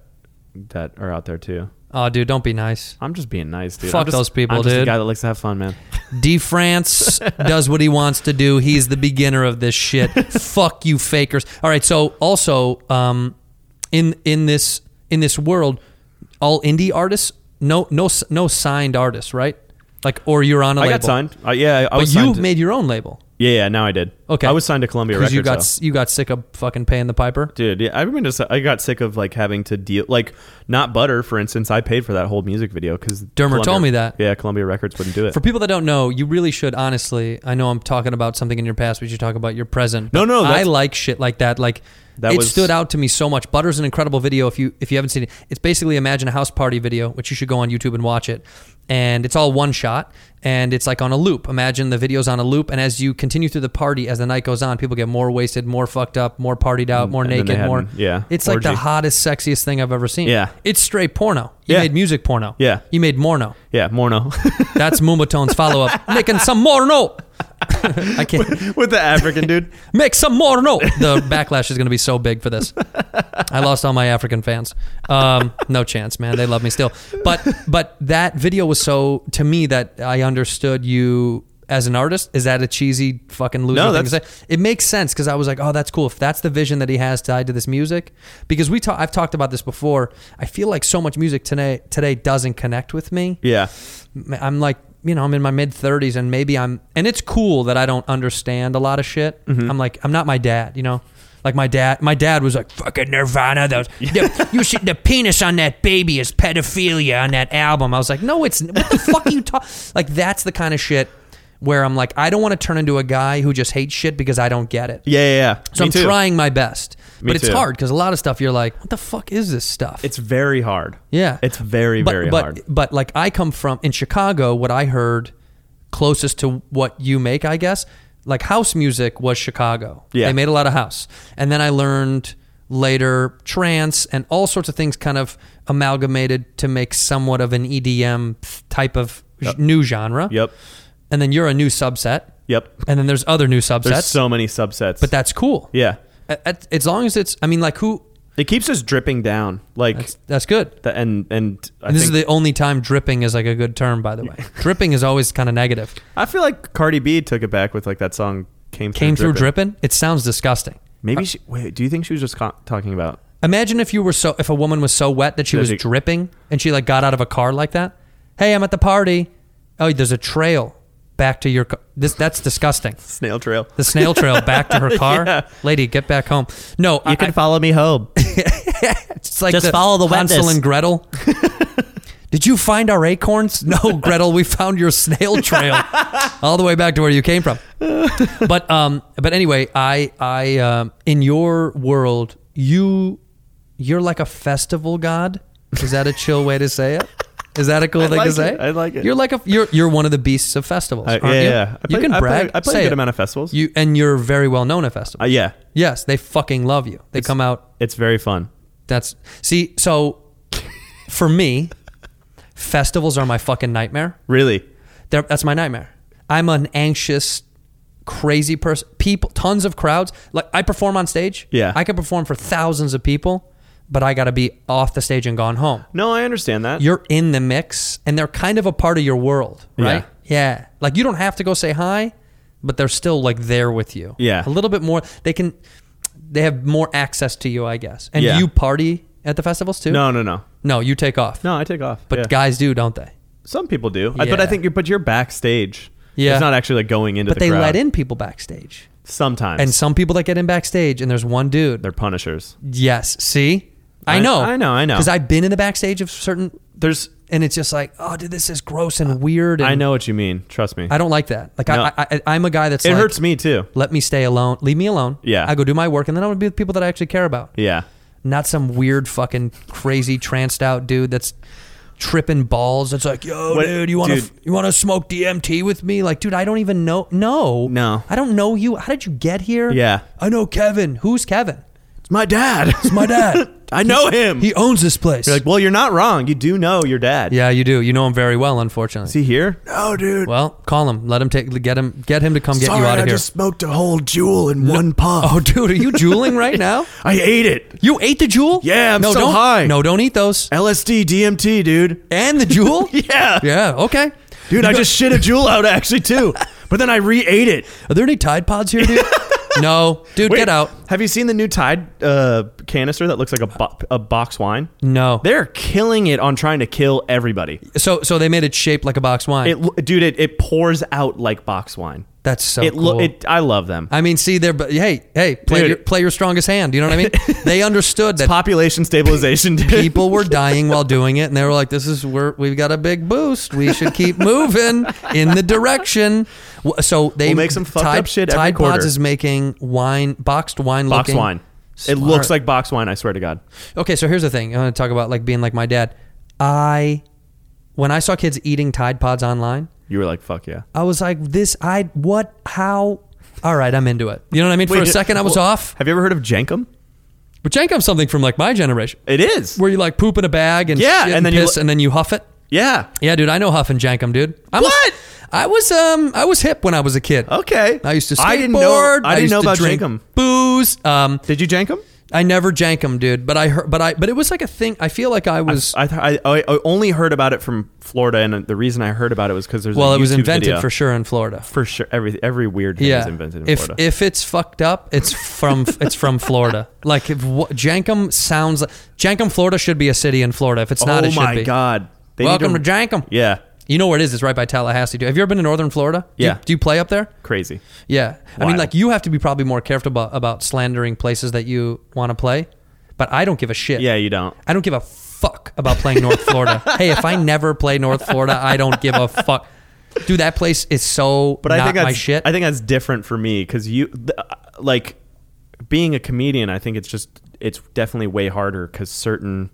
Speaker 9: that are out there too.
Speaker 8: Oh, dude, don't be nice.
Speaker 9: I'm just being nice, dude.
Speaker 8: Fuck
Speaker 9: I'm just-
Speaker 8: those people,
Speaker 9: I'm just
Speaker 8: dude.
Speaker 9: A guy that likes to have fun, man.
Speaker 8: D France does what he wants to do. He's the beginner of this shit. Fuck you, fakers. All right. So also, um, in in this in this world, all indie artists, no no s- no signed artists, right? Like, or you're on a
Speaker 9: I
Speaker 8: label.
Speaker 9: got signed. Uh, yeah, I, I
Speaker 8: but
Speaker 9: was
Speaker 8: you
Speaker 9: signed. to-
Speaker 8: made your own label
Speaker 9: yeah, yeah. Now I did.
Speaker 8: Okay.
Speaker 9: I was signed to Columbia
Speaker 8: because
Speaker 9: Records.
Speaker 8: you got
Speaker 9: though.
Speaker 8: s- you got sick of fucking paying the piper.
Speaker 9: dude. Yeah, I remember. Just, I got sick of like having to deal. Like, not butter, for instance. I paid for that whole music video because
Speaker 8: Dermer told me that.
Speaker 9: Yeah, Columbia Records wouldn't do it.
Speaker 8: For people that don't know, you really should honestly. I know I'm talking about something in your past, but you should talk about your present.
Speaker 9: No,
Speaker 8: But
Speaker 9: no,
Speaker 8: I
Speaker 9: that's-
Speaker 8: like shit like that. Like
Speaker 9: That
Speaker 8: it
Speaker 9: was-
Speaker 8: stood out to me so much. Butter's an incredible video. If you if you haven't seen it, it's basically imagine a house party video, which you should go on YouTube and watch it. And it's all one shot, and it's like on a loop. Imagine the videos on a loop, and as you continue through the party, as the night goes on, people get more wasted, more fucked up, more partied out, more
Speaker 9: Mm, And then they
Speaker 8: naked,
Speaker 9: had
Speaker 8: more
Speaker 9: an- yeah,
Speaker 8: It's like the
Speaker 9: orgy.
Speaker 8: hottest, sexiest thing I've ever seen.
Speaker 9: Yeah.
Speaker 8: it's straight porno. You
Speaker 9: Yeah.
Speaker 8: made music porno.
Speaker 9: Yeah.
Speaker 8: you made morno.
Speaker 9: Yeah, Morno.
Speaker 8: That's Mumatone's follow up. Making some morno. I can't.
Speaker 9: With the African dude.
Speaker 8: Make some more no. The backlash is going to be so big for this. I lost all my African fans. Um, no chance, man. They love me still. But but that video was so to me that I understood you as an artist. Is that a cheesy fucking loser
Speaker 9: No,
Speaker 8: thing to say?
Speaker 9: that's-
Speaker 8: It makes sense because I was like, oh, that's cool. If that's the vision that he has tied to this music, because we talk, I've talked about this before. I feel like so much music today today doesn't connect with me.
Speaker 9: Yeah.
Speaker 8: I'm like, you know, I'm in my mid 30s and maybe I'm, and it's cool that I don't understand a lot of shit.
Speaker 9: Mm-hmm.
Speaker 8: I'm like, I'm not my dad, you know? Like my dad, my dad was like, fucking Nirvana. Those, the, you should, the penis on that baby is pedophilia on that album. I was like, no, it's, what the fuck are you talking? Like, that's the kind of shit where I'm like, I don't want to turn into a guy who just hates shit because I don't get it.
Speaker 9: Yeah, yeah, yeah.
Speaker 8: So
Speaker 9: Me
Speaker 8: I'm
Speaker 9: too.
Speaker 8: trying my best.
Speaker 9: Me
Speaker 8: but it's
Speaker 9: too.
Speaker 8: hard because a lot of stuff you're like, what the fuck is this stuff?
Speaker 9: It's very hard.
Speaker 8: Yeah.
Speaker 9: It's very,
Speaker 8: but,
Speaker 9: very
Speaker 8: but,
Speaker 9: hard.
Speaker 8: But like I come from in Chicago, what I heard closest to what you make, I guess, like house music was Chicago.
Speaker 9: Yeah.
Speaker 8: They made a lot of house. And then I learned later trance and all sorts of things kind of amalgamated to make somewhat of an EDM type of j- new genre.
Speaker 9: Yep.
Speaker 8: And then you're a new subset.
Speaker 9: Yep.
Speaker 8: And then there's other new subsets.
Speaker 9: There's so many subsets.
Speaker 8: but that's cool.
Speaker 9: Yeah.
Speaker 8: A- at- As long as it's, I mean, like who,
Speaker 9: It keeps us dripping down. Like
Speaker 8: that's good.
Speaker 9: the, and and I
Speaker 8: And this
Speaker 9: think,
Speaker 8: is the only time dripping is like a good term, by the way. dripping is always kind of negative.
Speaker 9: I feel like Cardi B took it back with like that song came through
Speaker 8: Came through Uh,
Speaker 9: dripping.
Speaker 8: dripping. It sounds disgusting.
Speaker 9: Maybe she wait, do you think she was just co- talking about
Speaker 8: Imagine if you were so if a woman was so wet that she was
Speaker 9: Does it-
Speaker 8: dripping and she like got out of a car like that. Hey, I'm at the party. Oh, there's a trail back to your car. This that's disgusting.
Speaker 9: snail trail?
Speaker 8: The snail trail back to her car. Lady, get back home. No, I, I-
Speaker 10: follow me home.
Speaker 9: Uh,
Speaker 8: it's like
Speaker 10: just follow the
Speaker 8: Hansel
Speaker 10: wetness.
Speaker 8: and Gretel. Did you find our acorns? No, Gretel, we found your snail trail all the way back to where you came from. But um, but anyway, I I um, in your world, you you're like a festival god. Is that a chill way to say it? Is that a cool thing
Speaker 9: like
Speaker 8: to
Speaker 9: it.
Speaker 8: say?
Speaker 9: I like it.
Speaker 8: You're like a you're you're one of the beasts of festivals.
Speaker 9: I-
Speaker 8: aren't
Speaker 9: yeah,
Speaker 8: you?
Speaker 9: yeah. I
Speaker 8: you
Speaker 9: play-
Speaker 8: can
Speaker 9: I play-
Speaker 8: brag.
Speaker 9: I play a
Speaker 8: Say
Speaker 9: good
Speaker 8: it.
Speaker 9: amount of festivals.
Speaker 8: You and you're very well known at festivals.
Speaker 9: Uh, yeah,
Speaker 8: Yes, they fucking love you. They come out
Speaker 9: it's very fun.
Speaker 8: that's see. So for me, festivals are my fucking nightmare.
Speaker 9: Really,
Speaker 8: They're, that's my nightmare. I'm an anxious, crazy person. People, tons of crowds. Like I perform on stage.
Speaker 9: Yeah.
Speaker 8: I can perform for thousands of people, but I got to be off the stage and gone home.
Speaker 9: no, I understand that.
Speaker 8: You're in the mix, and they're kind of a part of your world, right? Yeah. Like you don't have to go say hi, but they're still like there with you.
Speaker 9: Yeah.
Speaker 8: A little bit more. They can. They have more access to you, I guess. And
Speaker 9: Yeah.
Speaker 8: do you party at the festivals too?
Speaker 9: no, no, no,
Speaker 8: No, you take off.
Speaker 9: no. I take off,
Speaker 8: but
Speaker 9: yeah.
Speaker 8: guys do, don't they?
Speaker 9: some people do. I- but I
Speaker 8: Yeah.
Speaker 9: think, you're, but you're backstage.
Speaker 8: Yeah.
Speaker 9: it's not actually like going into.
Speaker 8: But
Speaker 9: the
Speaker 8: they
Speaker 9: crowd.
Speaker 8: let in people backstage,
Speaker 9: sometimes,
Speaker 8: and some people that get in backstage, and there's one dude.
Speaker 9: they're punishers.
Speaker 8: yes, see, I,
Speaker 9: I-
Speaker 8: know,
Speaker 9: I know, I know.
Speaker 8: because I've been in the backstage of certain,
Speaker 9: There's,
Speaker 8: and it's just like, oh, dude, this is gross and weird. And
Speaker 9: I know what you mean. Trust me,
Speaker 8: I don't like that. Like
Speaker 9: No.
Speaker 8: I, I, I, I'm a guy that's
Speaker 9: It
Speaker 8: like,
Speaker 9: hurts me too.
Speaker 8: Let me stay alone. Leave me alone.
Speaker 9: Yeah.
Speaker 8: I go do my work, and then I'm gonna be with people that I actually care about.
Speaker 9: Yeah,
Speaker 8: Not some weird fucking crazy tranced out dude that's tripping balls. It's like, yo,
Speaker 9: What-
Speaker 8: dude, you want
Speaker 9: dude.
Speaker 8: to you want to smoke DMT with me? Like, dude, I don't even know. No,
Speaker 9: No.
Speaker 8: I don't know you. How did you get here?
Speaker 9: Yeah.
Speaker 8: I know Kevin. Who's Kevin?
Speaker 9: it's my dad.
Speaker 8: It's my dad.
Speaker 9: I know him.
Speaker 8: he owns this place.
Speaker 9: you're like, well, you're not wrong. You do know your dad.
Speaker 8: yeah, you do. You know him very well, unfortunately.
Speaker 9: See here? No, dude.
Speaker 8: well, call him. Let him take. Get him. Get him to come get you out of here.
Speaker 9: smoked a whole jewel in one puff.
Speaker 8: oh, dude, are you jeweling right now?
Speaker 9: I ate it.
Speaker 8: You ate the jewel?
Speaker 9: Yeah, I'm
Speaker 8: no,
Speaker 9: so
Speaker 8: don't,
Speaker 9: high.
Speaker 8: No, don't eat those.
Speaker 9: LSD, DMT, dude.
Speaker 8: And the jewel?
Speaker 9: Yeah.
Speaker 8: Yeah. Okay.
Speaker 9: Dude, I just shit a jewel out actually too. But then I re-ate it.
Speaker 8: Are there any Tide Pods here, dude? no, dude,
Speaker 9: Wait,
Speaker 8: get out.
Speaker 9: Have you seen the new Tide uh, canister that looks like a, bo- a box wine?
Speaker 8: No.
Speaker 9: They're killing it on trying to kill everybody.
Speaker 8: So, so they made it shaped like a box wine.
Speaker 9: It, lo- dude, it, it pours out like box wine.
Speaker 8: That's so
Speaker 9: it,
Speaker 8: cool.
Speaker 9: lo- it I love them.
Speaker 8: I mean, see, there, but hey, hey, play
Speaker 9: Dude.
Speaker 8: your play your strongest hand. You know what I mean? they understood that
Speaker 9: Population stabilization, dude.
Speaker 8: people were dying while doing it, and they were like, "This is where we've got a big boost. We should keep moving in the direction." W- So they
Speaker 9: We'll make some fucked
Speaker 8: Tide,
Speaker 9: up shit every
Speaker 8: Tide
Speaker 9: quarter.
Speaker 8: Pods is making wine, boxed wine,
Speaker 9: Boxed
Speaker 8: looking
Speaker 9: wine. It looks like box wine. I swear to God.
Speaker 8: Okay, so here's the thing. I want to talk about like being like my dad. I when I saw kids eating Tide Pods online,
Speaker 9: You were like, fuck yeah.
Speaker 8: I was like, this I what how all right, I'm into it. You know what I mean? For a
Speaker 9: Wait,
Speaker 8: second I was
Speaker 9: well,
Speaker 8: off.
Speaker 9: Have you ever heard of Jankum?
Speaker 8: But Jenkum's something from like my generation.
Speaker 9: It is.
Speaker 8: Where you like poop in a bag and
Speaker 9: Yeah,
Speaker 8: shit
Speaker 9: and
Speaker 8: and,
Speaker 9: then you
Speaker 8: piss
Speaker 9: li-
Speaker 8: and then you huff it.
Speaker 9: yeah.
Speaker 8: Yeah, dude, I know huff and jankum, dude. I'm
Speaker 9: What?
Speaker 8: A, I was um I was hip when I was a kid.
Speaker 9: Okay.
Speaker 8: I used to skateboard.
Speaker 9: I didn't know. I didn't
Speaker 8: used
Speaker 9: know
Speaker 8: to
Speaker 9: about
Speaker 8: drink
Speaker 9: Jankum.
Speaker 8: Booze. Um,
Speaker 9: Did you Jankum?
Speaker 8: I never jankum, dude. But I heard, but I, but it was like a thing. I feel like I was.
Speaker 9: I, th- I, I I only heard about it from Florida, and uh, the reason I heard about it was because there's
Speaker 8: well,
Speaker 9: a
Speaker 8: it was
Speaker 9: YouTube
Speaker 8: invented
Speaker 9: video.
Speaker 8: for sure in Florida.
Speaker 9: For sure, every every weird thing
Speaker 8: yeah,
Speaker 9: was invented in
Speaker 8: if
Speaker 9: Florida.
Speaker 8: if it's fucked up, it's from it's from Florida. Like if wha- jankum sounds, like, jankum, Florida should be a city in Florida. If it's not,
Speaker 9: oh
Speaker 8: it should
Speaker 9: my
Speaker 8: be.
Speaker 9: god! They need
Speaker 8: Welcome to Jankum.
Speaker 9: Yeah,
Speaker 8: You know where it is? It's right by Tallahassee. Dude. Have you ever been to Northern Florida? Do you-
Speaker 9: Yeah.
Speaker 8: do you play up there?
Speaker 9: crazy.
Speaker 8: Yeah. I mean,
Speaker 9: Wild.
Speaker 8: like, you have to be probably more careful about, about slandering places that you want to play, but I don't give a shit.
Speaker 9: Yeah, you don't.
Speaker 8: I don't give a fuck about playing North Florida. hey, if I never play North Florida, I don't give a fuck. Dude, that place is so
Speaker 9: But
Speaker 8: not
Speaker 9: I think that's
Speaker 8: my shit.
Speaker 9: I think that's different for me because you th- uh, like being a comedian. I think it's just it's definitely way harder because certain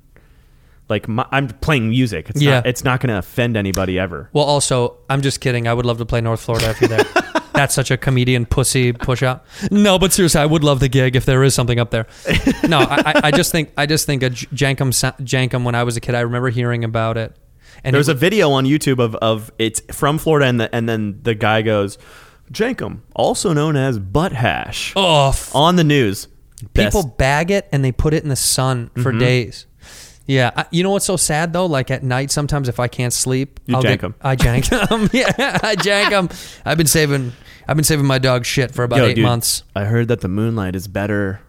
Speaker 9: like my, I'm playing music. It's
Speaker 8: Yeah.
Speaker 9: not, it's not going to offend anybody ever.
Speaker 8: well, also, I'm just kidding. I would love to play North Florida if you're there. That's such a comedian pussy push out. No, but seriously, I would love the gig if there is something up there. No, I, I, I just think I just think a J- Jankum sa- Jankum when I was a kid, I remember hearing about it. And it
Speaker 9: There's a video on YouTube of, of it's from Florida and the, and then the guy goes Jankum, also known as butt hash,
Speaker 8: Oh, f-
Speaker 9: on the news. Best-
Speaker 8: people bag it and they put it in the sun for days. Yeah, I, you know what's so sad though? Like at night, sometimes if I can't sleep,
Speaker 9: You
Speaker 8: I'll
Speaker 9: jank
Speaker 8: get-
Speaker 9: 'em.
Speaker 8: I jank them. yeah, I jank them. I've been saving. I've been saving my dog shit for about
Speaker 9: Yo,
Speaker 8: eight
Speaker 9: dude,
Speaker 8: months.
Speaker 9: I heard that the moonlight is better.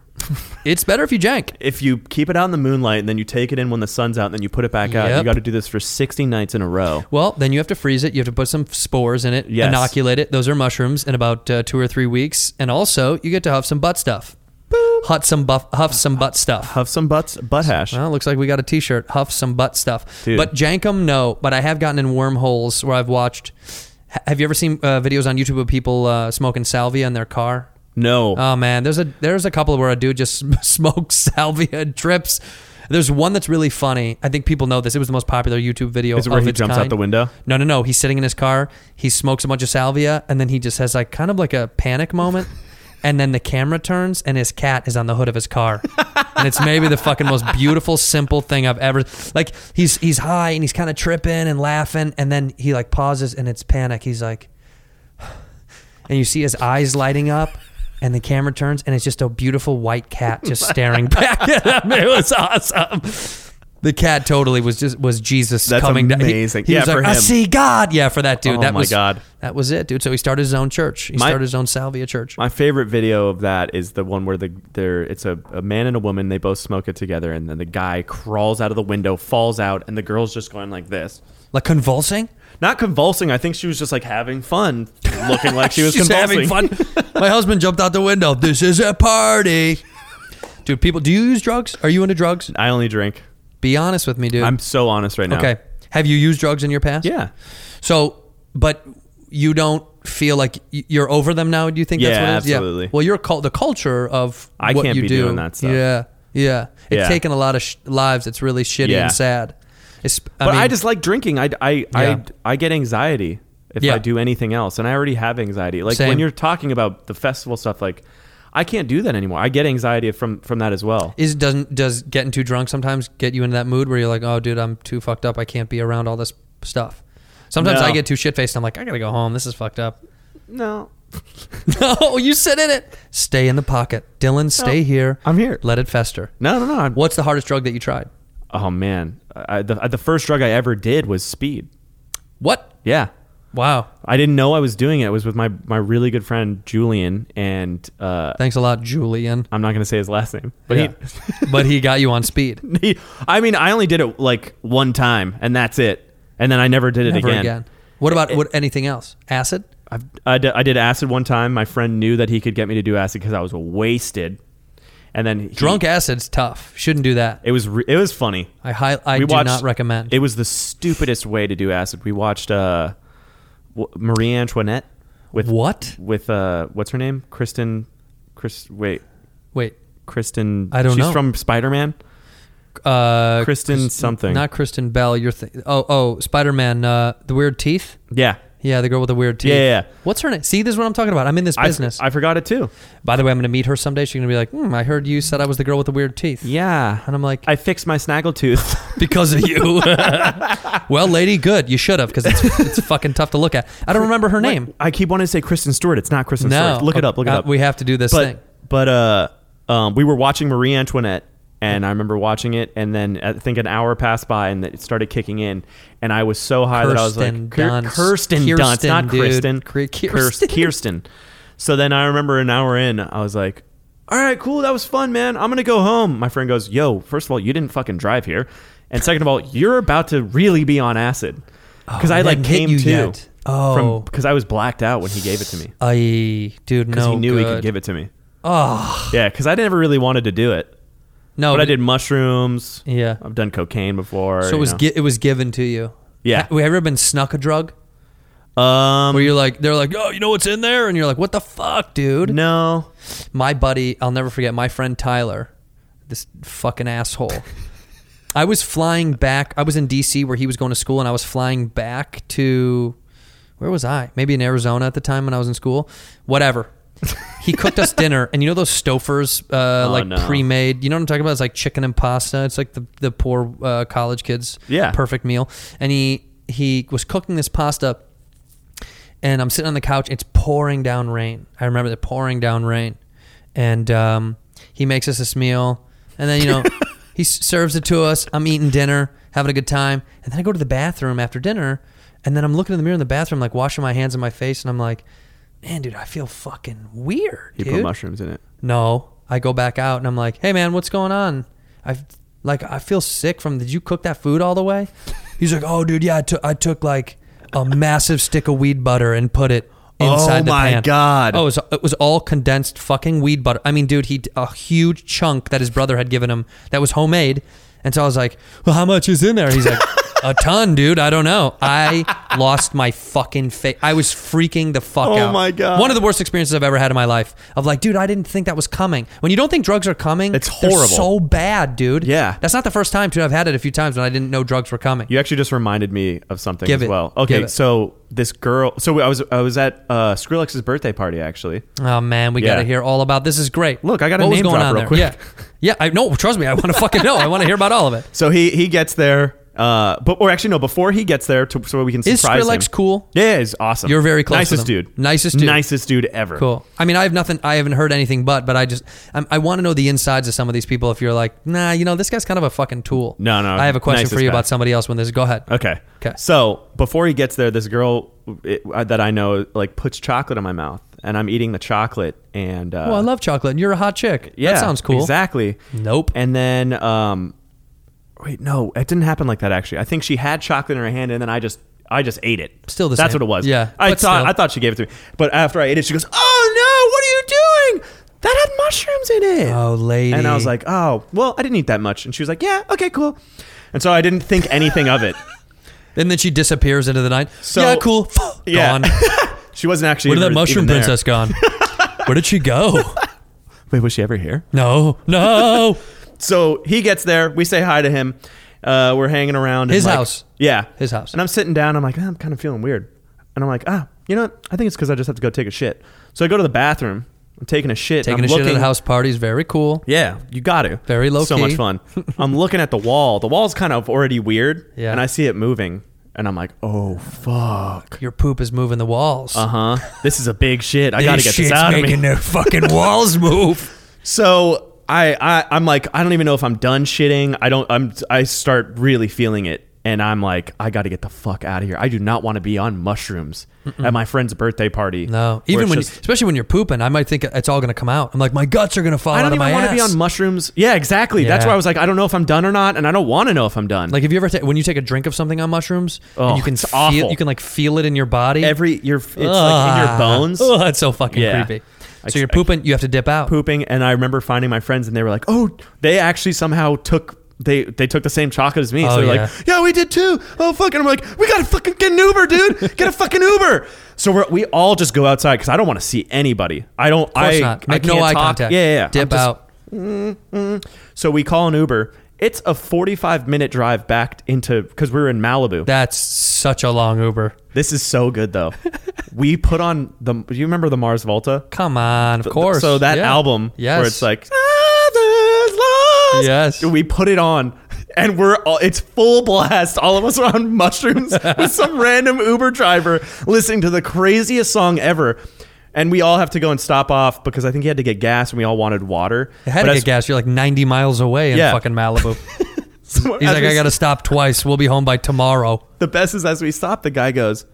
Speaker 8: It's better if you jank.
Speaker 9: If you keep it out in the moonlight and then you take it in when the sun's out and then you put it back out, you
Speaker 8: Yep.
Speaker 9: got to do this for 60 nights in a row.
Speaker 8: Well, then you have to freeze it. You have to put some spores in it,
Speaker 9: Yes.
Speaker 8: inoculate it. Those are mushrooms in about uh, two or three weeks, and also you get to huff some butt stuff. Huff some buff, huff some butt stuff.
Speaker 9: Have some butts, butt hash.
Speaker 8: Well, it looks like we got a T-shirt. Huff some butt stuff.
Speaker 9: Dude.
Speaker 8: But Jankum, no. But I have gotten in wormholes where I've watched. Ha- Have you ever seen uh, videos on YouTube of people uh, smoking salvia in their car?
Speaker 9: no.
Speaker 8: Oh man, there's a there's a couple where a dude just smokes salvia and trips. There's one that's really funny. I think people know this. It was the most popular YouTube video.
Speaker 9: Is it where
Speaker 8: of
Speaker 9: he
Speaker 8: its
Speaker 9: jumps out
Speaker 8: kind.
Speaker 9: the window?
Speaker 8: No, no, no. He's sitting in his car. He smokes a bunch of salvia, and then he just has like kind of like a panic moment. And then the camera turns, and his cat is on the hood of his car, and it's maybe the fucking most beautiful, simple thing I've ever. Like he's he's high and he's kind of tripping and laughing, and then he like pauses, and it's panic. He's like, and you see his eyes lighting up, and the camera turns, and it's just a beautiful white cat just staring back at him. It was awesome. The cat totally was just was Jesus
Speaker 9: That's
Speaker 8: coming down. He-
Speaker 9: amazing.
Speaker 8: He,
Speaker 9: Yeah,
Speaker 8: was
Speaker 9: for
Speaker 8: like, I
Speaker 9: him.
Speaker 8: see God. Yeah, for that dude.
Speaker 9: Oh
Speaker 8: that
Speaker 9: my
Speaker 8: was
Speaker 9: God.
Speaker 8: That was it, dude. So he started his own church. He
Speaker 9: My-
Speaker 8: started his own Salvia church.
Speaker 9: My favorite video of that is the one where the there it's a, a man and a woman they both smoke it together and then the guy crawls out of the window falls out and the girl's just going like this
Speaker 8: like convulsing.
Speaker 9: not convulsing I think she was just like having fun looking like she was
Speaker 8: She's
Speaker 9: convulsing
Speaker 8: having fun. my husband jumped out the window. This is a party. Dude, people, do you use drugs? Are you into drugs?
Speaker 9: I only drink
Speaker 8: Be honest with me, dude.
Speaker 9: I'm so honest right now
Speaker 8: okay. Have you used drugs in your past?
Speaker 9: yeah
Speaker 8: So, but you don't feel like y- you're over them now. Do you think that's
Speaker 9: Yeah,
Speaker 8: what it is?
Speaker 9: absolutely.
Speaker 8: Well, you're called the culture of
Speaker 9: I
Speaker 8: what
Speaker 9: can't
Speaker 8: you
Speaker 9: be
Speaker 8: do.
Speaker 9: doing that stuff.
Speaker 8: Yeah, yeah. It's
Speaker 9: Yeah.
Speaker 8: taken a lot of sh- lives. It's really shitty
Speaker 9: Yeah.
Speaker 8: and sad. It's,
Speaker 9: but I
Speaker 8: mean,
Speaker 9: just like drinking I I
Speaker 8: Yeah.
Speaker 9: I, I get anxiety if
Speaker 8: Yeah.
Speaker 9: I do anything else and I already have anxiety like
Speaker 8: Same.
Speaker 9: when you're talking about the festival stuff like I can't do that anymore I get anxiety from from that as well
Speaker 8: is doesn't does getting too drunk sometimes get you into that mood where you're like, oh, dude, I'm too fucked up. I can't be around all this stuff. Sometimes
Speaker 9: No.
Speaker 8: I get too shit faced. I'm like, I gotta go home. This is fucked up.
Speaker 9: no
Speaker 8: no, you sit in it. Stay in the pocket, Dylan. Stay here.
Speaker 9: I'm here.
Speaker 8: Let it fester.
Speaker 9: no no no I'm,
Speaker 8: What's the hardest drug that you tried?
Speaker 9: Oh man, I, the the first drug I ever did was speed.
Speaker 8: What?
Speaker 9: Yeah,
Speaker 8: Wow.
Speaker 9: I didn't know I was doing it. It was with my my really good friend Julian, and uh,
Speaker 8: Thanks a lot, Julian.
Speaker 9: I'm not gonna say his last name, but
Speaker 8: Yeah. but he got you on speed.
Speaker 9: he, he, I mean, I only did it like one time, and that's it. And then I never did it
Speaker 8: Never again.
Speaker 9: again.
Speaker 8: What about what, anything else? Acid?
Speaker 9: I've, I, did, I did acid one time. My friend knew that he could get me to do acid because I was wasted, and then he-
Speaker 8: Drunk acid's tough. Shouldn't do that.
Speaker 9: It was re- it was funny.
Speaker 8: I hi- I do not recommend.
Speaker 9: It was the stupidest way to do acid. We watched uh, w- Marie Antoinette with
Speaker 8: What?
Speaker 9: with uh, what's her name? Kristen. Chris. Wait.
Speaker 8: Wait.
Speaker 9: Kristen.
Speaker 8: I don't
Speaker 9: she's
Speaker 8: know.
Speaker 9: from Spider Man.
Speaker 8: Uh,
Speaker 9: Kristen something.
Speaker 8: Not Kristen Bell. You're th- oh oh Spider Man. Uh, the weird teeth.
Speaker 9: Yeah.
Speaker 8: Yeah, the girl with the weird teeth.
Speaker 9: Yeah, yeah, yeah.
Speaker 8: What's her name? See, this is what I'm talking about. I'm in this
Speaker 9: I-
Speaker 8: business.
Speaker 9: I, forgot it too.
Speaker 8: By the way, I'm going to meet her someday. She's going to be like, hmm, I heard you said I was the girl with the weird teeth.
Speaker 9: Yeah.
Speaker 8: And I'm like,
Speaker 9: I fixed my snaggletooth.
Speaker 8: because of you. well, lady, good. You should have because it's, it's fucking tough to look at. I don't remember her name.
Speaker 9: I keep wanting to say Kristen Stewart. It's not Kristen
Speaker 8: No.
Speaker 9: Stewart. Look it up. Look it
Speaker 8: Uh,
Speaker 9: up.
Speaker 8: we have to do this
Speaker 9: but,
Speaker 8: thing.
Speaker 9: But uh, um, we were watching Marie Antoinette, and I remember watching it, and then I think an hour passed by, and it started kicking in, and I was so high that I was
Speaker 8: Kirsten
Speaker 9: like, "Kir-
Speaker 8: Dunst.
Speaker 9: Kirsten Dunst,
Speaker 8: Kirsten,
Speaker 9: not
Speaker 8: dude.
Speaker 9: Kristen,
Speaker 8: Cri-
Speaker 9: Kirst-
Speaker 8: Kirsten.
Speaker 9: Kirsten." So then I remember an hour in, I was like. All right, cool. That was fun, man. I'm gonna go home. My friend goes, "Yo, first of all, you didn't fucking drive here, and second of all, you're about to really be on acid." Because
Speaker 8: Oh, it
Speaker 9: I like
Speaker 8: hadn't hit
Speaker 9: came
Speaker 8: you
Speaker 9: to
Speaker 8: yet. Oh.
Speaker 9: because I was blacked out when he gave it to me
Speaker 8: I dude,
Speaker 9: because
Speaker 8: no.
Speaker 9: he knew he
Speaker 8: good.
Speaker 9: could give it to me. Oh, yeah, because I never really wanted to do it,
Speaker 8: No,
Speaker 9: but I did mushrooms.
Speaker 8: Oh, Yeah.
Speaker 9: I've done cocaine before.
Speaker 8: So it
Speaker 9: you
Speaker 8: was
Speaker 9: know.
Speaker 8: gi- it was given to you.
Speaker 9: Yeah.
Speaker 8: Ha- Have you ever been snuck a drug?
Speaker 9: um.
Speaker 8: Where you're like, they're like, oh, you know what's in there, and you're like, what the fuck, dude?
Speaker 9: no,
Speaker 8: my buddy, I'll never forget my friend Tyler, this fucking asshole. I was flying back. I was in DC where he was going to school, and I was flying back to where was I? Maybe in Arizona at the time when I was in school. Whatever. he cooked us dinner, and you know those Stouffer's, uh,
Speaker 9: Oh,
Speaker 8: like
Speaker 9: no.
Speaker 8: pre-made. You know what I'm talking about? It's like chicken and pasta. It's like the the poor uh, college kids'
Speaker 9: Yeah.
Speaker 8: perfect meal. And he he was cooking this pasta and I'm sitting on the couch. It's pouring down rain. I remember the pouring down rain, and um, he makes us this meal, and then you know he s- serves it to us. I'm eating dinner, having a good time, and then I go to the bathroom after dinner, and then I'm looking in the mirror in the bathroom, like washing my hands and my face, and I'm like, man, dude, I feel fucking weird.
Speaker 9: he
Speaker 8: dude.
Speaker 9: put mushrooms in it.
Speaker 8: No, I go back out and I'm like, "Hey man, what's going on? I like I feel sick from did you cook that food all the way?" He's like, "Oh dude, yeah, I took I took like a massive stick of weed butter and put it inside
Speaker 9: Oh,
Speaker 8: the
Speaker 9: my
Speaker 8: pan."
Speaker 9: God.
Speaker 8: Oh, it was, it was all condensed fucking weed butter. I mean, dude, he a huge chunk that his brother had given him that was homemade. And so I was like, "Well, how much is in there?" He's like, "A ton, dude. I don't know. I lost my fucking face. I was freaking the fuck
Speaker 9: Oh
Speaker 8: out.
Speaker 9: my God.
Speaker 8: One of the worst experiences I've ever had in my life. Of like, dude, I didn't think that was coming. When you don't think drugs are coming,
Speaker 9: It's
Speaker 8: they're
Speaker 9: horrible.
Speaker 8: so bad, dude.
Speaker 9: Yeah.
Speaker 8: that's not the first time, dude. I've had it a few times when I didn't know drugs were coming.
Speaker 9: You actually just reminded me of something
Speaker 8: Give
Speaker 9: as
Speaker 8: it.
Speaker 9: well. Okay,
Speaker 8: Give it.
Speaker 9: so this girl. So I was I was at uh, Skrillex's birthday party actually.
Speaker 8: Oh man, we got
Speaker 9: Yeah.
Speaker 8: to hear all about this. Is great.
Speaker 9: Look, I gotta
Speaker 8: What was
Speaker 9: name
Speaker 8: going
Speaker 9: drop
Speaker 8: on
Speaker 9: real
Speaker 8: there?
Speaker 9: quick.
Speaker 8: Yeah, yeah. I no, trust me, I want to fucking know. I want to hear about all of it.
Speaker 9: So he he gets there. Uh, but or actually no, before he gets there, to, so we can
Speaker 8: Is
Speaker 9: surprise
Speaker 8: Skrillex
Speaker 9: him.
Speaker 8: cool?
Speaker 9: Yeah, he's awesome.
Speaker 8: You're very close to
Speaker 9: Nicest
Speaker 8: them.
Speaker 9: dude.
Speaker 8: Nicest dude.
Speaker 9: Nicest dude ever.
Speaker 8: Cool. I mean, I have nothing. I haven't heard anything but, but I just I'm, I want to know the insides of some of these people. If you're like, nah, you know, this guy's kind of a fucking tool.
Speaker 9: No, no,
Speaker 8: I have a question
Speaker 9: nicest
Speaker 8: for you
Speaker 9: guy.
Speaker 8: about somebody else. When this, go ahead.
Speaker 9: Okay.
Speaker 8: 'Kay.
Speaker 9: So before he gets there, this girl it, uh, that I know like puts chocolate in my mouth, and I'm eating the chocolate, and uh,
Speaker 8: Well, Oh, I love chocolate. and You're a hot chick.
Speaker 9: yeah,
Speaker 8: that sounds cool.
Speaker 9: Exactly.
Speaker 8: Nope.
Speaker 9: And then, um, wait, no, it didn't happen like that. Actually, I think she had chocolate in her hand, and then I just. I just ate it.
Speaker 8: Still the
Speaker 9: That's
Speaker 8: same.
Speaker 9: what it was.
Speaker 8: Yeah,
Speaker 9: I
Speaker 8: but
Speaker 9: thought
Speaker 8: still.
Speaker 9: I thought she gave it to me, but after I ate it, she goes, "Oh no, what are you doing? That had mushrooms in it."
Speaker 8: Oh, lady.
Speaker 9: And I was like, "Oh, well, I didn't eat that much." And she was like, "Yeah, okay, cool." And so I didn't think anything of it.
Speaker 8: And then she disappears into the night.
Speaker 9: So-
Speaker 8: yeah, cool.
Speaker 9: Yeah.
Speaker 8: Gone.
Speaker 9: She wasn't actually.
Speaker 8: Where did that
Speaker 9: ever-
Speaker 8: mushroom
Speaker 9: even there.
Speaker 8: princess gone? Where did she go?
Speaker 9: Wait, was she ever here?
Speaker 8: No, no.
Speaker 9: So he gets there. We say hi to him. Uh, we're hanging around. and
Speaker 8: His
Speaker 9: like-
Speaker 8: house.
Speaker 9: Yeah.
Speaker 8: His house.
Speaker 9: And I'm sitting down. I'm like, "Ah, I'm kind of feeling weird. And I'm like, ah, you know what? I think it's because I just have to go take a shit. So I go to the bathroom. I'm taking a shit. and
Speaker 8: Taking
Speaker 9: I'm
Speaker 8: a shit at
Speaker 9: looking-
Speaker 8: a house party is very cool.
Speaker 9: Yeah, you got to.
Speaker 8: Very low
Speaker 9: So
Speaker 8: key.
Speaker 9: much fun. I'm looking at the wall. The wall's kind of already weird.
Speaker 8: Yeah.
Speaker 9: And I see it moving. And I'm like, oh, fuck.
Speaker 8: Your poop is moving the walls.
Speaker 9: Uh huh. This is a big shit. I got to get this
Speaker 8: shit's
Speaker 9: out of me.
Speaker 8: making their fucking walls move.
Speaker 9: So I, I I'm like I don't even know if I'm done shitting. I don't I'm I start really feeling it and I'm like I got to get the fuck out of here. I do not want to be on mushrooms at my friend's birthday party.
Speaker 8: No,
Speaker 9: where
Speaker 8: even
Speaker 9: it's
Speaker 8: when,
Speaker 9: just-
Speaker 8: you, especially when you're pooping, I might think it's all gonna come out. I'm like, my guts are gonna fall
Speaker 9: I
Speaker 8: out
Speaker 9: don't
Speaker 8: of my
Speaker 9: even want to be
Speaker 8: ass.
Speaker 9: on mushrooms. Yeah, exactly. That's
Speaker 8: Yeah.
Speaker 9: why I was like I don't know if I'm done or not and I don't want to know if I'm done.
Speaker 8: like, have you ever ta- when you take a drink of something on mushrooms,
Speaker 9: Oh,
Speaker 8: and you can
Speaker 9: it's
Speaker 8: feel,
Speaker 9: awful.
Speaker 8: you can like feel it in your body.
Speaker 9: every your it's like in your
Speaker 8: Ah.
Speaker 9: bones.
Speaker 8: Oh, that's so fucking
Speaker 9: Yeah.
Speaker 8: creepy.
Speaker 9: I-
Speaker 8: So you're
Speaker 9: I-
Speaker 8: pooping, you have to dip out.
Speaker 9: pooping and I remember finding my friends and they were like, "Oh, they actually somehow took they they took the same chocolate as me."
Speaker 8: Oh,
Speaker 9: so they're
Speaker 8: yeah.
Speaker 9: like, "Yeah, we did too." Oh fuck. And I'm like, "We got to fucking get an Uber, dude. Get a fucking Uber." So we are we all just go outside cuz I don't want to see anybody. I don't
Speaker 8: Of course
Speaker 9: I
Speaker 8: not.
Speaker 9: I
Speaker 8: Make
Speaker 9: can't
Speaker 8: no eye
Speaker 9: talk.
Speaker 8: contact.
Speaker 9: Yeah, yeah. yeah.
Speaker 8: Dip
Speaker 9: I'm just-
Speaker 8: out.
Speaker 9: mm, mm. so we call an Uber. It's a 45 minute drive back into because we were in Malibu.
Speaker 8: That's such a long Uber.
Speaker 9: This is so good though. we put on the. Do you remember the Mars Volta?
Speaker 8: Come on, of course.
Speaker 9: So that
Speaker 8: Yeah.
Speaker 9: album
Speaker 8: yes.
Speaker 9: where it's like "Ah, there's lost."
Speaker 8: Yes.
Speaker 9: We put it on and we're all it's full blast. All of us are on mushrooms with some random Uber driver listening to the craziest song ever. And we all have to go and stop off because I think he had to get gas and we all wanted water.
Speaker 8: It had
Speaker 9: But
Speaker 8: to
Speaker 9: as-
Speaker 8: get gas. You're like 90 miles away in
Speaker 9: Yeah.
Speaker 8: fucking Malibu.
Speaker 9: so
Speaker 8: He's
Speaker 9: as
Speaker 8: like,
Speaker 9: we-
Speaker 8: I gotta stop twice. We'll be home by tomorrow.
Speaker 9: The best is as we stop, the guy goes,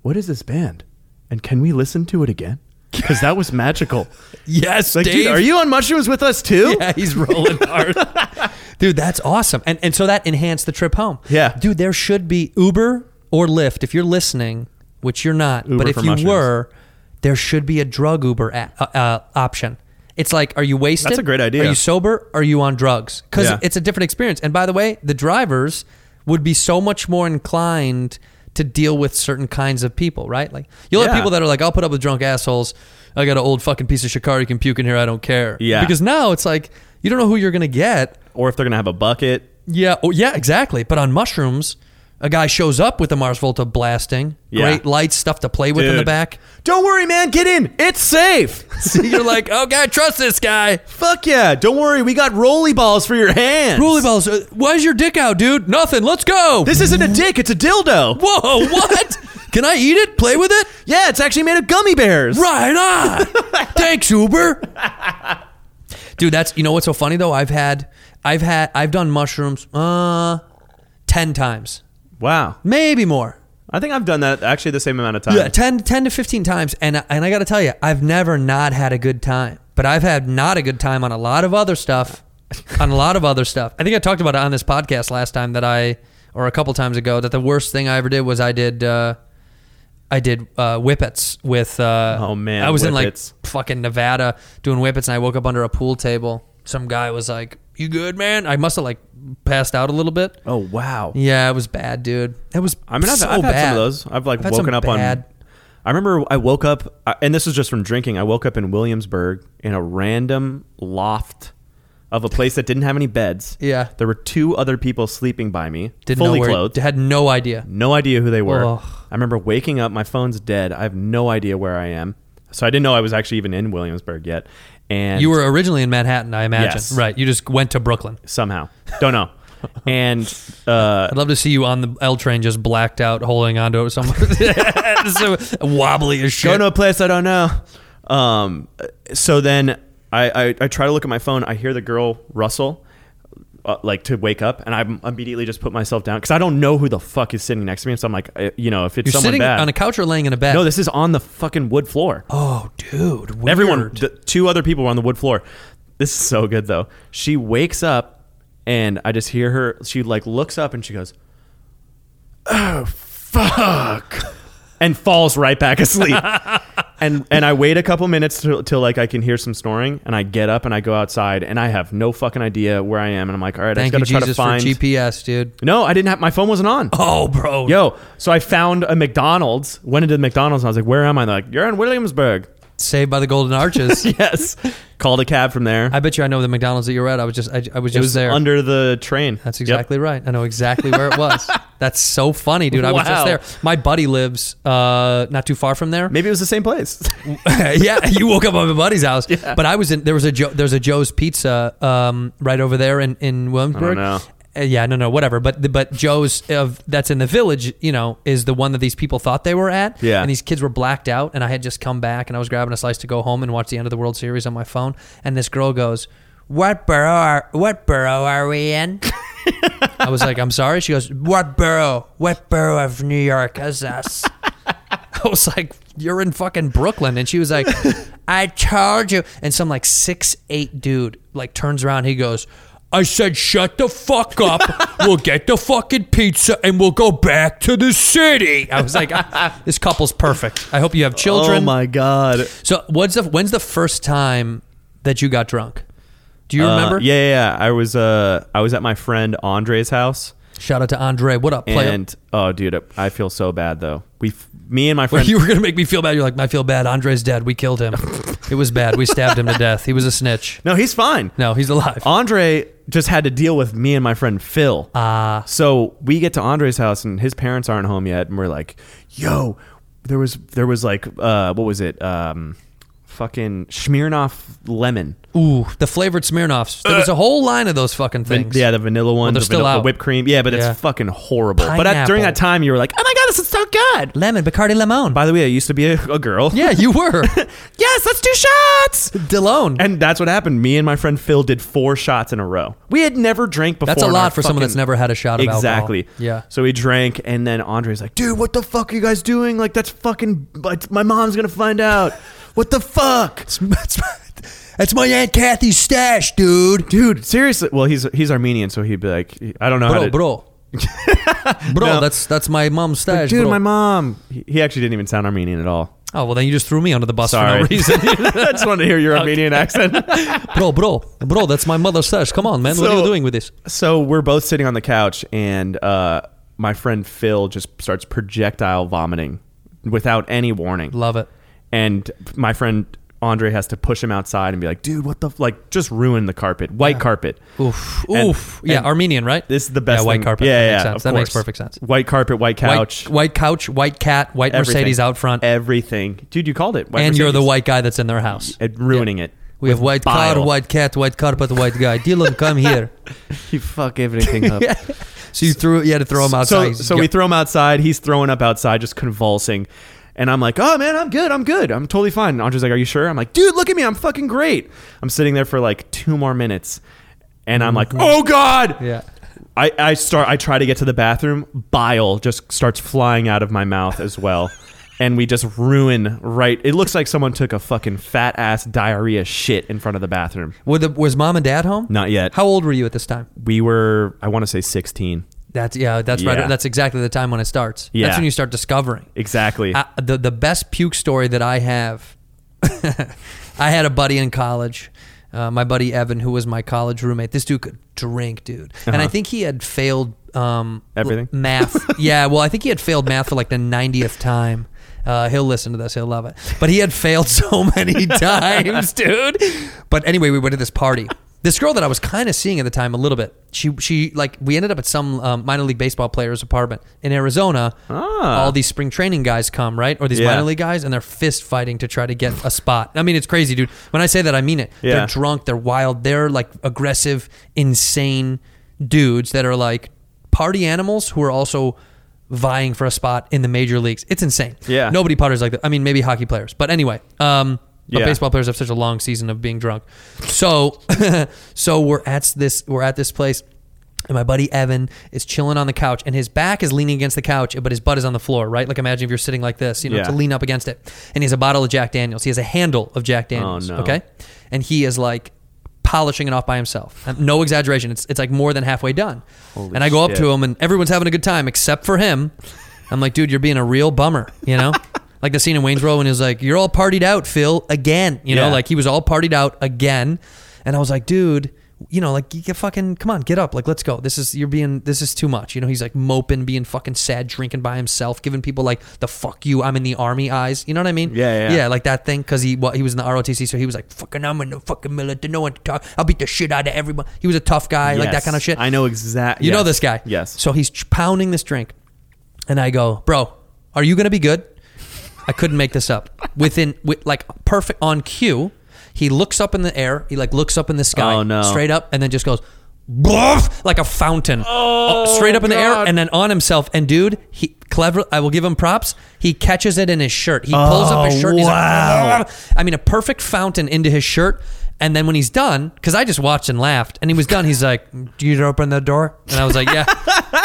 Speaker 9: "What is this band? And can we listen to it again? Because that was magical."
Speaker 8: Yes,
Speaker 9: Like, dude,
Speaker 8: Dave.
Speaker 9: are you on mushrooms with us too?
Speaker 8: Yeah, he's rolling hard. Dude, that's awesome. And and so that enhanced the trip home.
Speaker 9: Yeah.
Speaker 8: Dude, there should be Uber or Lyft if you're listening, which you're not,
Speaker 9: Uber
Speaker 8: but if
Speaker 9: for
Speaker 8: you
Speaker 9: mushrooms.
Speaker 8: were, there should be a drug Uber a- uh, uh, option. It's like, are you wasted?
Speaker 9: That's a great idea.
Speaker 8: Are you sober? Are you on drugs? Because
Speaker 9: Yeah.
Speaker 8: it's a different experience. And by the way, the drivers would be so much more inclined to deal with certain kinds of people, right? Like you'll have
Speaker 9: Yeah.
Speaker 8: people that are like, I'll put up with drunk assholes. I got an old fucking piece of shikari can puke in here. I don't care.
Speaker 9: Yeah.
Speaker 8: Because now it's like you don't know who you're gonna get.
Speaker 9: Or if they're gonna have a bucket,
Speaker 8: Yeah. Oh, yeah. Exactly. But on mushrooms, a guy shows up with the Mars Volta blasting.
Speaker 9: Yeah.
Speaker 8: Great lights, stuff to play with in the
Speaker 9: Dude.
Speaker 8: back.
Speaker 9: Don't worry, man. Get in. It's safe.
Speaker 8: You're like, oh god, trust this guy.
Speaker 9: Fuck yeah. Don't worry. We got rolly balls for your hands.
Speaker 8: Rolly balls. uh, Why's your dick out, dude? Nothing. Let's go.
Speaker 9: This isn't a dick. It's a dildo.
Speaker 8: Whoa. What? Can I eat it? Play with it?
Speaker 9: Yeah, it's actually made of gummy bears.
Speaker 8: Right on. Thanks, Uber. Dude, that's you know what's so funny though. I've had, I've had, I've done mushrooms uh, ten times,
Speaker 9: Wow.
Speaker 8: maybe more.
Speaker 9: I think I've done that actually the same amount of time.
Speaker 8: Yeah, 10, 10 to fifteen times, and I- and I got to tell you, I've never not had a good time. But I've had not a good time on a lot of other stuff. on a lot of other stuff. I think I talked about it on this podcast last time that I, or a couple times ago, that the worst thing I ever did was I did, uh, I did uh, whippets with. Uh,
Speaker 9: Oh, man,
Speaker 8: I was
Speaker 9: whippets.
Speaker 8: in like fucking Nevada doing whippets, and I woke up under a pool table. Some guy was like, "You good, man?" I must have like passed out a little bit.
Speaker 9: Oh, wow.
Speaker 8: Yeah, it was bad, dude. It was.
Speaker 9: I mean, I've,
Speaker 8: so
Speaker 9: I've had
Speaker 8: bad.
Speaker 9: some of those. I've like
Speaker 8: had some
Speaker 9: woken up
Speaker 8: bad-
Speaker 9: on. I remember I woke up, I- and this was just from drinking. I woke up in Williamsburg in a random loft of a place that didn't have any beds.
Speaker 8: Yeah.
Speaker 9: There were two other people sleeping by me,
Speaker 8: Didn't
Speaker 9: fully
Speaker 8: know where.
Speaker 9: clothed.
Speaker 8: Had no idea.
Speaker 9: No idea who they were.
Speaker 8: Ugh.
Speaker 9: I remember waking up, my phone's dead. I have no idea where I am. So I didn't know I was actually even in Williamsburg yet. And
Speaker 8: You were originally in Manhattan, I imagine.
Speaker 9: Yes.
Speaker 8: Right. You just went to Brooklyn.
Speaker 9: somehow. Don't know. and uh,
Speaker 8: I'd love to see you on the L train, just blacked out, holding onto someone, so wobbly as shit.
Speaker 9: go to a place I don't know. Um, so then I, I, I try to look at my phone. I hear the girl rustle, uh, like to wake up, and I immediately just put myself down because I don't know who the fuck is sitting next to me. So I'm like, I, you know, if it's
Speaker 8: You're
Speaker 9: someone
Speaker 8: sitting
Speaker 9: bad.
Speaker 8: on a couch or laying in a bed.
Speaker 9: no, this is on the fucking wood floor.
Speaker 8: Oh, dude. Weird.
Speaker 9: Everyone, the two other people were on the wood floor. This is so good though. She wakes up, and I just hear her. She like looks up and she goes, "Oh fuck," and falls right back asleep. and and I wait a couple minutes till, till like I can hear some snoring, and I get up and I go outside, and I have no fucking idea where I am, and I'm like, all right,
Speaker 8: Thank
Speaker 9: I
Speaker 8: you,
Speaker 9: just got to
Speaker 8: Jesus, for
Speaker 9: try to find.
Speaker 8: GPS, dude.
Speaker 9: no, I didn't have my phone wasn't on.
Speaker 8: Oh, bro.
Speaker 9: Yo, so I found a McDonald's. Went into the McDonald's and I was like, "Where am I?" And they're like, "You're in Williamsburg."
Speaker 8: Saved by the Golden Arches.
Speaker 9: yes. Called a cab from there.
Speaker 8: I bet you I know the McDonald's that you're at. I was just, I, I was just there.
Speaker 9: under the train.
Speaker 8: That's exactly right. I know exactly where it was. That's so funny, dude. I was just
Speaker 9: Wow.
Speaker 8: there. My buddy lives uh, not too far from there.
Speaker 9: Maybe it was the same place.
Speaker 8: yeah, you woke up at my buddy's house. But I was in there was a Joe, there's a Joe's Pizza um, right over there in in Williamsburg.
Speaker 9: know.
Speaker 8: Uh, yeah, no, no, whatever. But the, but Joe's of that's in the village, you know, is the one that these people thought they were at.
Speaker 9: Yeah.
Speaker 8: and these kids were blacked out, and I had just come back, and I was grabbing a slice to go home and watch the end of the World Series on my phone, and this girl goes, "What borough? Are, what borough are we in?" I was like, "I'm sorry." She goes, "What borough? What borough of New York is this?" I was like, "You're in fucking Brooklyn," and she was like, "I told you." And some like six eight dude like turns around, he goes, "I said shut the fuck up. we'll get the fucking pizza and we'll go back to the city." I was like, "Ah, "This couple's perfect. I hope you
Speaker 9: Oh
Speaker 8: have children."
Speaker 9: god.
Speaker 8: So what's the when's the first time that you got drunk? Do you remember?
Speaker 9: Uh, yeah, yeah, yeah. I was uh I was at my friend Andre's house
Speaker 8: Shout out to Andre. What up, player?
Speaker 9: and oh dude, I feel so bad though. We me and my friend
Speaker 8: you were gonna make me feel bad. You're like, I feel bad. Andre's dead. We killed him. It was bad. We stabbed him to death. He was a snitch.
Speaker 9: No, he's fine.
Speaker 8: No, he's alive.
Speaker 9: Andre just had to deal with me and my friend Phil. Ah. so we get to Andre's house and his parents aren't home yet, and we're like, "Yo, there was there was like uh, what was it? Um, fucking Smirnoff lemon.
Speaker 8: Ooh, the flavored Smirnoffs. There was a whole line of those fucking things.
Speaker 9: Uh, Yeah, the vanilla one,
Speaker 8: they're
Speaker 9: the,
Speaker 8: still
Speaker 9: vanilla- the
Speaker 8: out.
Speaker 9: whipped cream. Yeah, but
Speaker 8: Yeah.
Speaker 9: it's fucking horrible. But at, during
Speaker 8: Pineapple.
Speaker 9: that time, you were like, "Oh my god, this is so good."
Speaker 8: lemon Bacardi Lemon.
Speaker 9: By the way, I used to be a, a girl.
Speaker 8: yeah, you were
Speaker 9: Yes, let's do shots.
Speaker 8: Delone.
Speaker 9: And that's what happened. Me and my friend Phil did four shots in a row. We had never drank before.
Speaker 8: That's a
Speaker 9: in our
Speaker 8: lot for someone
Speaker 9: fucking-
Speaker 8: that's never had a shot of alcohol.
Speaker 9: exactly.
Speaker 8: Yeah.
Speaker 9: So we drank, and then Andre's like, "Dude, what the fuck are you guys doing? Like, that's fucking. But my mom's gonna find out. What the fuck,
Speaker 8: That's my aunt Kathy's stash, dude.
Speaker 9: dude? Seriously? Well, he's he's Armenian, so he'd be like, I don't know how
Speaker 8: Bro,
Speaker 9: to.
Speaker 8: bro. bro,
Speaker 9: No.
Speaker 8: that's that's my mom's
Speaker 9: Like,
Speaker 8: stash,
Speaker 9: dude,
Speaker 8: bro.
Speaker 9: my mom. He, he actually didn't even sound Armenian at all.
Speaker 8: oh well, then you just threw me under the bus
Speaker 9: Sorry.
Speaker 8: for no reason,
Speaker 9: I just wanted to hear your Armenian accent.
Speaker 8: bro, bro, bro. That's my mother's stash. Come on, man. what are you
Speaker 9: So-
Speaker 8: doing with this?
Speaker 9: So we're both sitting on the couch, and uh, my friend Phil just starts projectile vomiting without any warning.
Speaker 8: Love it.
Speaker 9: And my friend Andre has to push him outside and be like, "Dude, what the f-? like? Just ruin the carpet, white carpet."
Speaker 8: Oof,
Speaker 9: And-
Speaker 8: oof. yeah,
Speaker 9: and
Speaker 8: Armenian, right?
Speaker 9: This is the best.
Speaker 8: Yeah, white
Speaker 9: thing-
Speaker 8: carpet.
Speaker 9: Yeah,
Speaker 8: that
Speaker 9: yeah.
Speaker 8: makes
Speaker 9: of
Speaker 8: sense. That makes
Speaker 9: course.
Speaker 8: perfect sense.
Speaker 9: White carpet, white couch,
Speaker 8: White, white couch, white cat, white
Speaker 9: everything.
Speaker 8: Mercedes out front,
Speaker 9: everything. Dude, you called it. White
Speaker 8: and you're the
Speaker 9: Mercedes.
Speaker 8: white guy that's in their house.
Speaker 9: And ruining it.
Speaker 8: We have white car,
Speaker 9: bile.
Speaker 8: white cat, white carpet, white guy. Dylan, come here.
Speaker 9: You fuck everything up.
Speaker 8: So you threw, you had to throw him outside.
Speaker 9: So, so we throw him outside. He's throwing up outside, just convulsing. And I'm like, oh man, I'm good. I'm good. I'm totally fine. And Andre's like, are you sure? I'm like, dude, look at me. I'm fucking great. I'm sitting there for like two more minutes. And I'm like, oh God.
Speaker 8: Mm-hmm. Yeah.
Speaker 9: I, I start, I try to get to the bathroom. Bile just starts flying out of my mouth as well. And we just ruin right. It looks like someone took a fucking fat ass diarrhea shit in front of the bathroom.
Speaker 8: Were the, was mom and dad home?
Speaker 9: Not yet.
Speaker 8: How old were you at this time?
Speaker 9: We were, I want to say 16.
Speaker 8: That's yeah. That's
Speaker 9: Yeah.
Speaker 8: right. That's exactly the time when it starts.
Speaker 9: Yeah.
Speaker 8: That's when you start discovering.
Speaker 9: Exactly.
Speaker 8: I, the the best puke story that I have. I had a buddy in college, uh, my buddy Evan, who was my college roommate. This dude could drink, dude, and I think he had failed um,
Speaker 9: Uh-huh. Everything?
Speaker 8: l- math. yeah, well, I think he had failed math for like the ninetieth time. Uh, he'll listen to this. He'll love it. But he had failed so many times, dude. But anyway, we went to this party. This girl that I was kind of seeing at the time a little bit. She she like we ended up at some um, minor league baseball player's apartment in Arizona. All these spring training guys come right, or these
Speaker 9: Yeah.
Speaker 8: minor league guys, and they're fist fighting to try to get a spot. I mean, it's crazy, dude. When I say that, I mean it.
Speaker 9: Yeah.
Speaker 8: They're drunk. They're wild. They're like aggressive, insane dudes that are like party animals who are also vying for a spot in the major leagues. It's insane.
Speaker 9: Yeah.
Speaker 8: Nobody putters like that. I mean, maybe hockey players, but anyway. Um, but
Speaker 9: Yeah.
Speaker 8: baseball players have such a long season of being drunk. So, so we're at this we're at this place. And my buddy Evan is chilling on the couch, and his back is leaning against the couch, but his butt is on the floor, right? Like imagine if you're sitting like this, you know,
Speaker 9: Yeah.
Speaker 8: to lean up against it. And he has a bottle of Jack Daniels. He has a handle of Jack Daniels.
Speaker 9: Oh, no.
Speaker 8: Okay, and he is like polishing it off by himself. And No exaggeration. It's it's like more than halfway done. and I go up
Speaker 9: shit.
Speaker 8: to him, and everyone's having a good time except for him. I'm like, dude, you're being a real bummer, you know. Like the scene in Wayne's World when he was like, "You're all partied out, Phil, again." You know,
Speaker 9: Yeah.
Speaker 8: like he was all partied out again, and I was like, "Dude, you know, like you get fucking come on, get up, like let's go. This is you're being this is too much." You know, he's like moping, being fucking sad, drinking by himself, giving people like the "fuck you, I'm in the army" eyes. You know what I mean?
Speaker 9: Yeah, yeah, yeah.
Speaker 8: yeah, like that thing because he what he was in the ROTC, so he was like, "Fucking, I'm in the fucking military. No one to talk. I'll beat the shit out of everyone." He was a tough guy, like that
Speaker 9: Yes.
Speaker 8: kind of shit.
Speaker 9: I know exactly.
Speaker 8: You know this guy.
Speaker 9: Yes.
Speaker 8: So he's ch- pounding this drink. And I go, bro, are you going to be good? I couldn't make this up. Within, with, like, perfect on cue, he looks up in the air. He, like, looks up in the sky.
Speaker 9: Oh, no.
Speaker 8: Straight up and then just goes, "Boof," like a fountain. Oh, straight up in the air
Speaker 9: God.
Speaker 8: and then on himself. And, dude, he clever. I will give him props. He catches it in his shirt. He pulls up his shirt. and he's like,
Speaker 9: Oh, wow.
Speaker 8: "Boof." I mean, a perfect fountain into his shirt. And then when he's done, because I just watched and laughed, and he was done, he's like, "Do you open the door?" And I was like, "Yeah."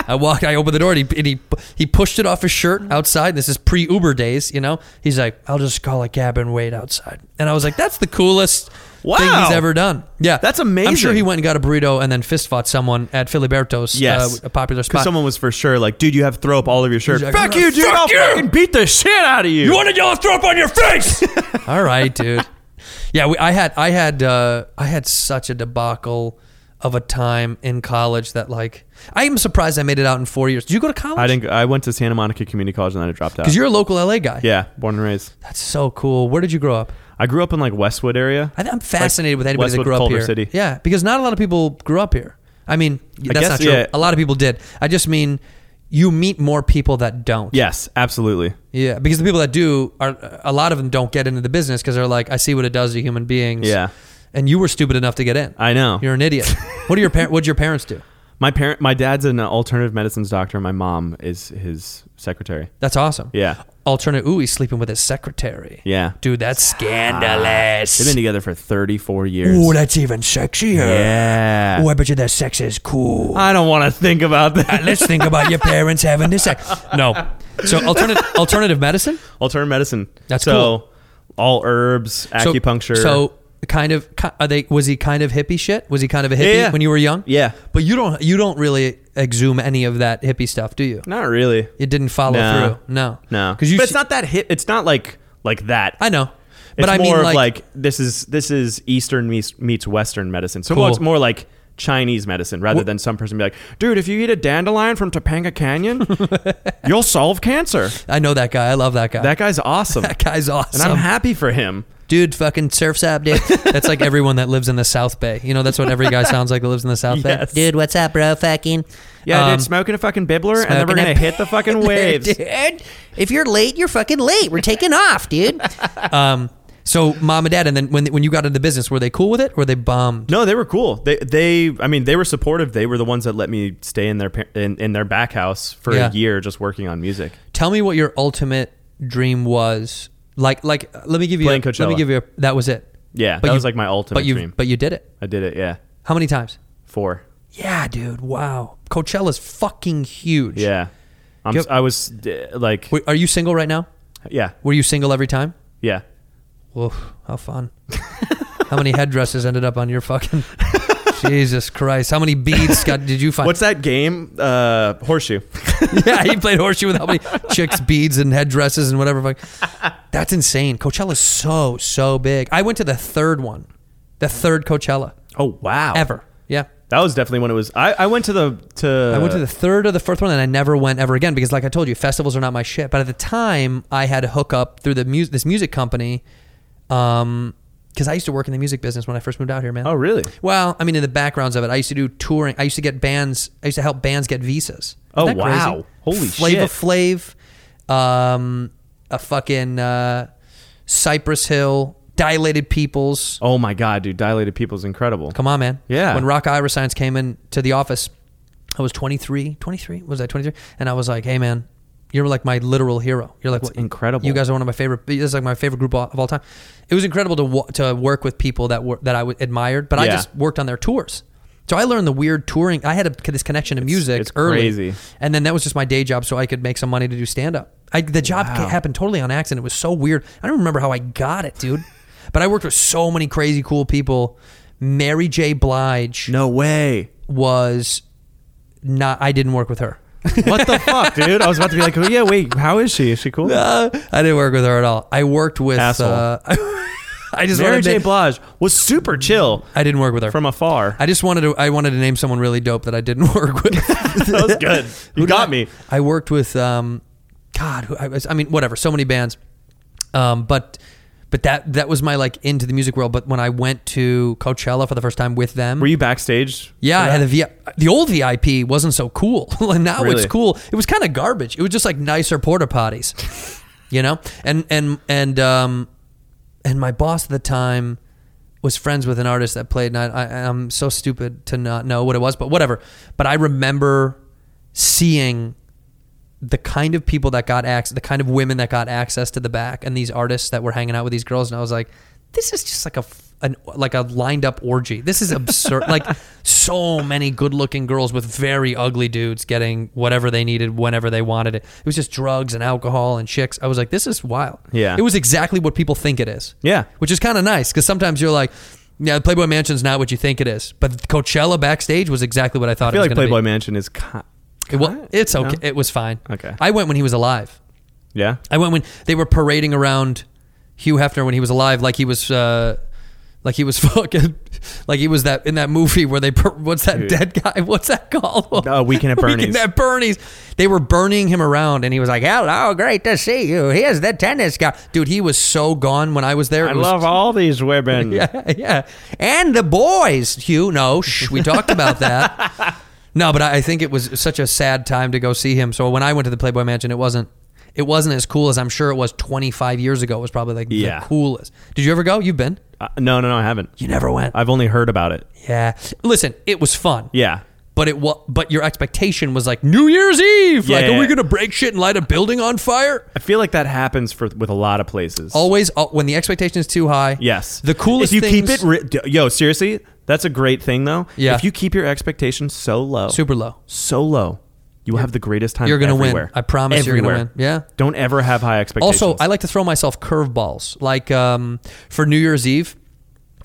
Speaker 8: I walked. I opened the door, and he and he, he pushed it off his shirt outside. This is pre Uber days, you know. He's like, "I'll just call a cab and wait outside." And I was like, "That's the coolest thing
Speaker 9: Wow.
Speaker 8: he's ever done." Yeah,
Speaker 9: That's
Speaker 8: I'm sure
Speaker 9: amazing.
Speaker 8: he went and got a burrito and then fist fought someone at Filiberto's,
Speaker 9: Yes.
Speaker 8: uh, a popular
Speaker 9: Because
Speaker 8: spot.
Speaker 9: someone was for sure like, dude, you have throw up all over your shirt.
Speaker 8: He's like,
Speaker 9: Fuck you, dude.
Speaker 8: "Fuck
Speaker 9: I'll
Speaker 8: you!"
Speaker 9: fucking beat the shit out of you.
Speaker 8: wanted y'all to throw up on your face. All right, dude. Yeah, we, I had I had uh, I had such a debacle of a time in college that like I am surprised I made it out in four years. Did you go to college?
Speaker 9: I didn't. I went to Santa Monica Community College and then I dropped out.
Speaker 8: Because you're a local LA guy.
Speaker 9: yeah, born and raised.
Speaker 8: That's so cool. Where did you grow up?
Speaker 9: I grew up in like Westwood area.
Speaker 8: I, I'm fascinated
Speaker 9: Like
Speaker 8: with anybody
Speaker 9: Westwood,
Speaker 8: that grew up
Speaker 9: Culver
Speaker 8: here.
Speaker 9: City.
Speaker 8: Yeah, because not a lot of people grew up here. I mean, that's
Speaker 9: guess,
Speaker 8: not true.
Speaker 9: yeah.
Speaker 8: A lot of people did. I just mean you meet more people that don't.
Speaker 9: Yes, absolutely.
Speaker 8: Yeah, because the people that do are a lot of them don't get into the business because they're like, I see what it does to human beings.
Speaker 9: Yeah.
Speaker 8: and you were stupid enough to get in.
Speaker 9: I know.
Speaker 8: You're an idiot. what do your par- What'd your parents do?
Speaker 9: My parent, my dad's an alternative medicines doctor. My mom is his secretary.
Speaker 8: That's awesome.
Speaker 9: Yeah.
Speaker 8: Alternate. Ooh, he's sleeping with his secretary.
Speaker 9: Yeah. Ah,
Speaker 8: Dude, that's scandalous.
Speaker 9: They've been together for 34 years.
Speaker 8: Ooh, that's even sexier.
Speaker 9: yeah.
Speaker 8: Ooh, I bet you that sex is cool.
Speaker 9: I don't want to think about that.
Speaker 8: Let's think about your parents having this sex. No. So alternative alternative medicine?
Speaker 9: alternative medicine.
Speaker 8: That's
Speaker 9: so,
Speaker 8: cool.
Speaker 9: All herbs,
Speaker 8: So-
Speaker 9: acupuncture.
Speaker 8: So kind of ki- are they was he kind of hippie shit? Was he kind of a hippie
Speaker 9: yeah.
Speaker 8: when you were young?
Speaker 9: Yeah.
Speaker 8: But you don't you don't really exhume any of that hippie stuff, do you?
Speaker 9: not really.
Speaker 8: It didn't follow
Speaker 9: No.
Speaker 8: through. No.
Speaker 9: No,
Speaker 8: Cuz you
Speaker 9: But
Speaker 8: see-
Speaker 9: it's not that hit. It's not like like that.
Speaker 8: I know.
Speaker 9: It's
Speaker 8: but I
Speaker 9: more
Speaker 8: mean
Speaker 9: of
Speaker 8: like,
Speaker 9: like, this is this is Eastern meets, meets Western medicine. So
Speaker 8: Cool.
Speaker 9: it's more like Chinese medicine rather than some person be like, dude, if you eat a dandelion from Topanga Canyon, you'll solve cancer.
Speaker 8: I know that guy. I love that guy.
Speaker 9: That guy's awesome.
Speaker 8: That guy's awesome.
Speaker 9: and I'm happy for him.
Speaker 8: dude, fucking surf's up, dude. That's like everyone that lives in the South Bay. You know, that's what every guy sounds like that lives in the South
Speaker 9: Yes.
Speaker 8: Bay.
Speaker 10: Dude, what's up, bro? Fucking.
Speaker 9: Yeah,
Speaker 8: Um,
Speaker 9: dude, smoking a fucking bibbler, and then we're
Speaker 10: smoking a
Speaker 9: gonna hit the fucking waves.
Speaker 10: Dude, if you're late, you're fucking late. We're taking off, dude.
Speaker 8: Um, So mom and dad, and then when when you got into the business, were they cool with it? Or were they bummed?
Speaker 9: No, they were cool. They they I mean they were supportive. They were the ones that let me stay in their par- in, in their back house for
Speaker 8: Yeah.
Speaker 9: a year just working on music.
Speaker 8: Tell me what your ultimate dream was. Like like let me give you
Speaker 9: Playing
Speaker 8: a, let me
Speaker 9: Coachella.
Speaker 8: give you a, that was it.
Speaker 9: Yeah, that was like my ultimate
Speaker 8: but you,
Speaker 9: dream.
Speaker 8: But you did it.
Speaker 9: I did it. Yeah,
Speaker 8: How many times?
Speaker 9: four.
Speaker 8: Yeah, dude. Wow. Coachella's fucking huge.
Speaker 9: Yeah, I'm,
Speaker 8: Yep.
Speaker 9: I was d- like
Speaker 8: Wait, are you single right now?
Speaker 9: yeah
Speaker 8: Were you single every time?
Speaker 9: yeah.
Speaker 8: Woof, how fun. how many headdresses ended up on your fucking Jesus Christ. How many beads got did you find?
Speaker 9: What's that game? Uh, horseshoe.
Speaker 8: yeah, he played horseshoe with how many chicks, beads, and headdresses and whatever. Like, that's insane. Coachella's so so big. I went to the third one, the third Coachella
Speaker 9: Oh wow!
Speaker 8: ever. Yeah,
Speaker 9: That was definitely when it was. I, I went to the to
Speaker 8: I went to the third or the fourth one, and I never went ever again because, like I told you, festivals are not my shit. But at the time, I had a hookup through the music this music company, um, because I used to work in the music business when I first moved out here, man.
Speaker 9: Oh really?
Speaker 8: Well, I mean, in the backgrounds of it, I used to do touring. I used to get bands. I used to help bands get visas. Isn't
Speaker 9: Oh,
Speaker 8: that
Speaker 9: wow. Holy
Speaker 8: Flava
Speaker 9: shit.
Speaker 8: Flav, um, a fucking uh, Cypress Hill, Dilated Peoples.
Speaker 9: Oh my god, dude! Dilated People's incredible.
Speaker 8: Come on, man.
Speaker 9: Yeah.
Speaker 8: When Rock Ira Science came in to the office, I was 23. 23? Was I 23? And I was like, hey, man, you're like my literal hero. You're like,
Speaker 9: That's incredible.
Speaker 8: You guys are one of my favorite. This is like my favorite group of all time. It was incredible to wa- to work with people that were that I w- admired, but I
Speaker 9: Yeah.
Speaker 8: just worked on their tours. So I learned the weird touring. I had a, this connection to music
Speaker 9: it's
Speaker 8: early,
Speaker 9: crazy.
Speaker 8: and then that was just my day job, so I could make some money to do stand up. I, the job ca- happened totally on accident. It was so weird. I don't remember how I got it, dude. but I worked with so many crazy cool people. Mary J. Blige
Speaker 9: No way!
Speaker 8: was not. I didn't work with her.
Speaker 9: What the fuck, dude? I was about to be like, oh yeah, wait, how is she? Is she cool?
Speaker 8: I didn't work with her at all. I worked with.
Speaker 9: Asshole.
Speaker 8: Uh, I just
Speaker 9: Mary
Speaker 8: wanted to
Speaker 9: J.
Speaker 8: admit-
Speaker 9: Blige was super chill
Speaker 8: I didn't work with her
Speaker 9: from afar.
Speaker 8: I just wanted to. I wanted to name someone really dope that I didn't work with.
Speaker 9: that was good. You
Speaker 8: Who did
Speaker 9: got
Speaker 8: I-
Speaker 9: me.
Speaker 8: I worked with, um, God, who I was. I mean, whatever. So many bands, um, but but that that was my like into the music world. But when I went to Coachella for the first time with them,
Speaker 9: Were you backstage?
Speaker 8: yeah, I
Speaker 9: for
Speaker 8: had a
Speaker 9: that?
Speaker 8: v- the old VIP wasn't so cool, and now it's
Speaker 9: Really?
Speaker 8: cool. It was kind of garbage. It was just like nicer porta potties, you know. And and and um, and my boss at the time was friends with an artist that played, and I, I, I'm so stupid to not know what it was, but whatever. But I remember seeing the kind of people that got access, the kind of women that got access to the back, and these artists that were hanging out with these girls, and I was like, this is just like a f- an, like a lined up orgy. This is absurd. like so many good looking girls with very ugly dudes getting whatever they needed whenever they wanted it. It was just drugs and alcohol and chicks. I was like, this is wild.
Speaker 9: Yeah.
Speaker 8: it was exactly what people think it is.
Speaker 9: Yeah.
Speaker 8: which is kind of nice because sometimes you're like. Yeah, Playboy Mansion's not what you think it is, but Coachella backstage was exactly what I thought
Speaker 9: I feel
Speaker 8: it
Speaker 9: like
Speaker 8: was going to
Speaker 9: Playboy
Speaker 8: be.
Speaker 9: Mansion is. Con-
Speaker 8: It wa- it's
Speaker 9: No?
Speaker 8: okay. It was fine.
Speaker 9: Okay.
Speaker 8: I went when he was alive.
Speaker 9: yeah.
Speaker 8: I went when they were parading around Hugh Hefner when he was alive, like he was uh, Like he was fucking, like he was that in that movie where they bur- what's that
Speaker 9: Dude.
Speaker 8: dead guy? What's that called?
Speaker 9: Uh, Weekend at Bernie's.
Speaker 8: Weekend at Bernie's. They were burning him around, and he was like, "Hello, great to see you. Here's the tennis guy, dude. He was so gone when I was there.
Speaker 9: I
Speaker 8: It was-
Speaker 9: love all these women.
Speaker 8: yeah, yeah. And the boys, Hugh. No, shh, we talked about that. No, but I I think it was such a sad time to go see him. So when I went to the Playboy Mansion, it wasn't it wasn't as cool as I'm sure it was 25 years ago. It was probably like
Speaker 9: Yeah.
Speaker 8: the coolest. Did you ever go? You've been?
Speaker 9: Uh, no, no, no, I haven't.
Speaker 8: You never went.
Speaker 9: I've only heard about it.
Speaker 8: yeah. Listen, it was fun.
Speaker 9: Yeah.
Speaker 8: But it wa- but your expectation was like New Year's Eve. like,
Speaker 9: Yeah.
Speaker 8: are we gonna break shit and light a building on fire?
Speaker 9: I feel like that happens for with a lot of places.
Speaker 8: Always, uh, when the expectation is too high.
Speaker 9: Yes.
Speaker 8: The coolest.
Speaker 9: If you keep
Speaker 8: things-
Speaker 9: it, ri- d- yo, seriously, that's a great thing though.
Speaker 8: Yeah.
Speaker 9: If you keep your expectations so low,
Speaker 8: super low.
Speaker 9: so low, you will have the greatest time.
Speaker 8: you're gonna
Speaker 9: going to
Speaker 8: win. I promise you're gonna win. Yeah.
Speaker 9: Don't ever have high expectations.
Speaker 8: Also, I like to throw myself curveballs. Like um, for New Year's Eve,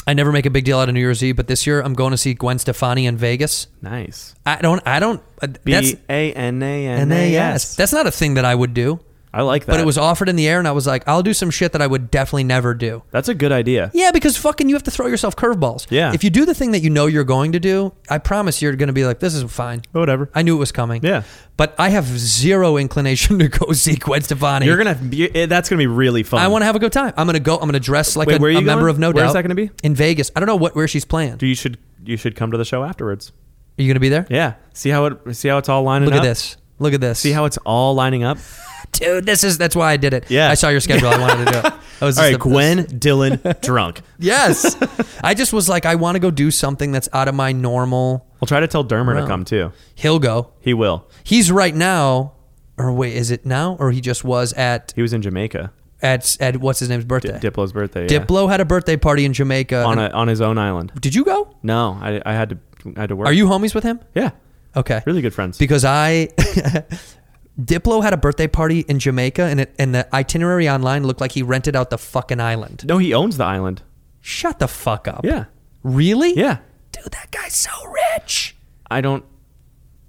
Speaker 8: I never make a big deal out of New Year's Eve, but this year I'm going to see Gwen Stefani in Vegas.
Speaker 9: nice.
Speaker 8: I don't. I don't. uh, That's
Speaker 9: B A N A N A
Speaker 8: NAS.
Speaker 9: S.
Speaker 8: That's not a thing that I would do.
Speaker 9: I like that.
Speaker 8: But it was offered in the air, and I was like, I'll do some shit that I would definitely never do.
Speaker 9: That's a good idea.
Speaker 8: Yeah, because fucking you have to throw yourself curveballs.
Speaker 9: Yeah.
Speaker 8: If you do the thing that you know you're going to do, I promise you're going to be like, this is fine.
Speaker 9: Whatever.
Speaker 8: I knew it was coming.
Speaker 9: Yeah.
Speaker 8: But I have zero inclination to go see Gwen Stefani.
Speaker 9: You're gonna. Be, eh, that's gonna be really fun.
Speaker 8: I want to have a good time. I'm gonna go. I'm gonna dress like
Speaker 9: Wait,
Speaker 8: a,
Speaker 9: where are you
Speaker 8: a member
Speaker 9: going?
Speaker 8: of No Doubt.
Speaker 9: Where is that gonna be?
Speaker 8: In Vegas. I don't know what where she's playing.
Speaker 9: Do you should you should come to the show afterwards?
Speaker 8: Are you gonna be there?
Speaker 9: Yeah. See how it. See how it's all lining
Speaker 8: Look
Speaker 9: up.
Speaker 8: at this. Look at this.
Speaker 9: See how it's all lining up.
Speaker 8: dude. This is that's why I did it.
Speaker 9: Yeah.
Speaker 8: I saw your schedule. I wanted to do it. I was
Speaker 9: All right,
Speaker 8: just Oh, the-
Speaker 9: Gwen Dylan drunk.
Speaker 8: Yes. I just was like, I want to go do something that's out of my normal.
Speaker 9: I'll try to tell Dermer to
Speaker 8: Wow.
Speaker 9: come too.
Speaker 8: He'll go.
Speaker 9: He will.
Speaker 8: He's right now, or wait, is it now, or he just was at
Speaker 9: He was in Jamaica.
Speaker 8: at at what's his name's birthday?
Speaker 9: Diplo's birthday. yeah.
Speaker 8: Diplo had a birthday party in Jamaica.
Speaker 9: on
Speaker 8: and-
Speaker 9: a, on his own island.
Speaker 8: did you go?
Speaker 9: No, I, I had to I had to work.
Speaker 8: Are you homies with him?
Speaker 9: Yeah,
Speaker 8: Okay.
Speaker 9: really good friends.
Speaker 8: because I Diplo had a birthday party in Jamaica and it and the itinerary online looked like he rented out the fucking island.
Speaker 9: no, he owns the island.
Speaker 8: Shut the fuck up.
Speaker 9: Yeah,
Speaker 8: Really?
Speaker 9: yeah.
Speaker 8: Dude, that guy's so rich.
Speaker 9: I don't.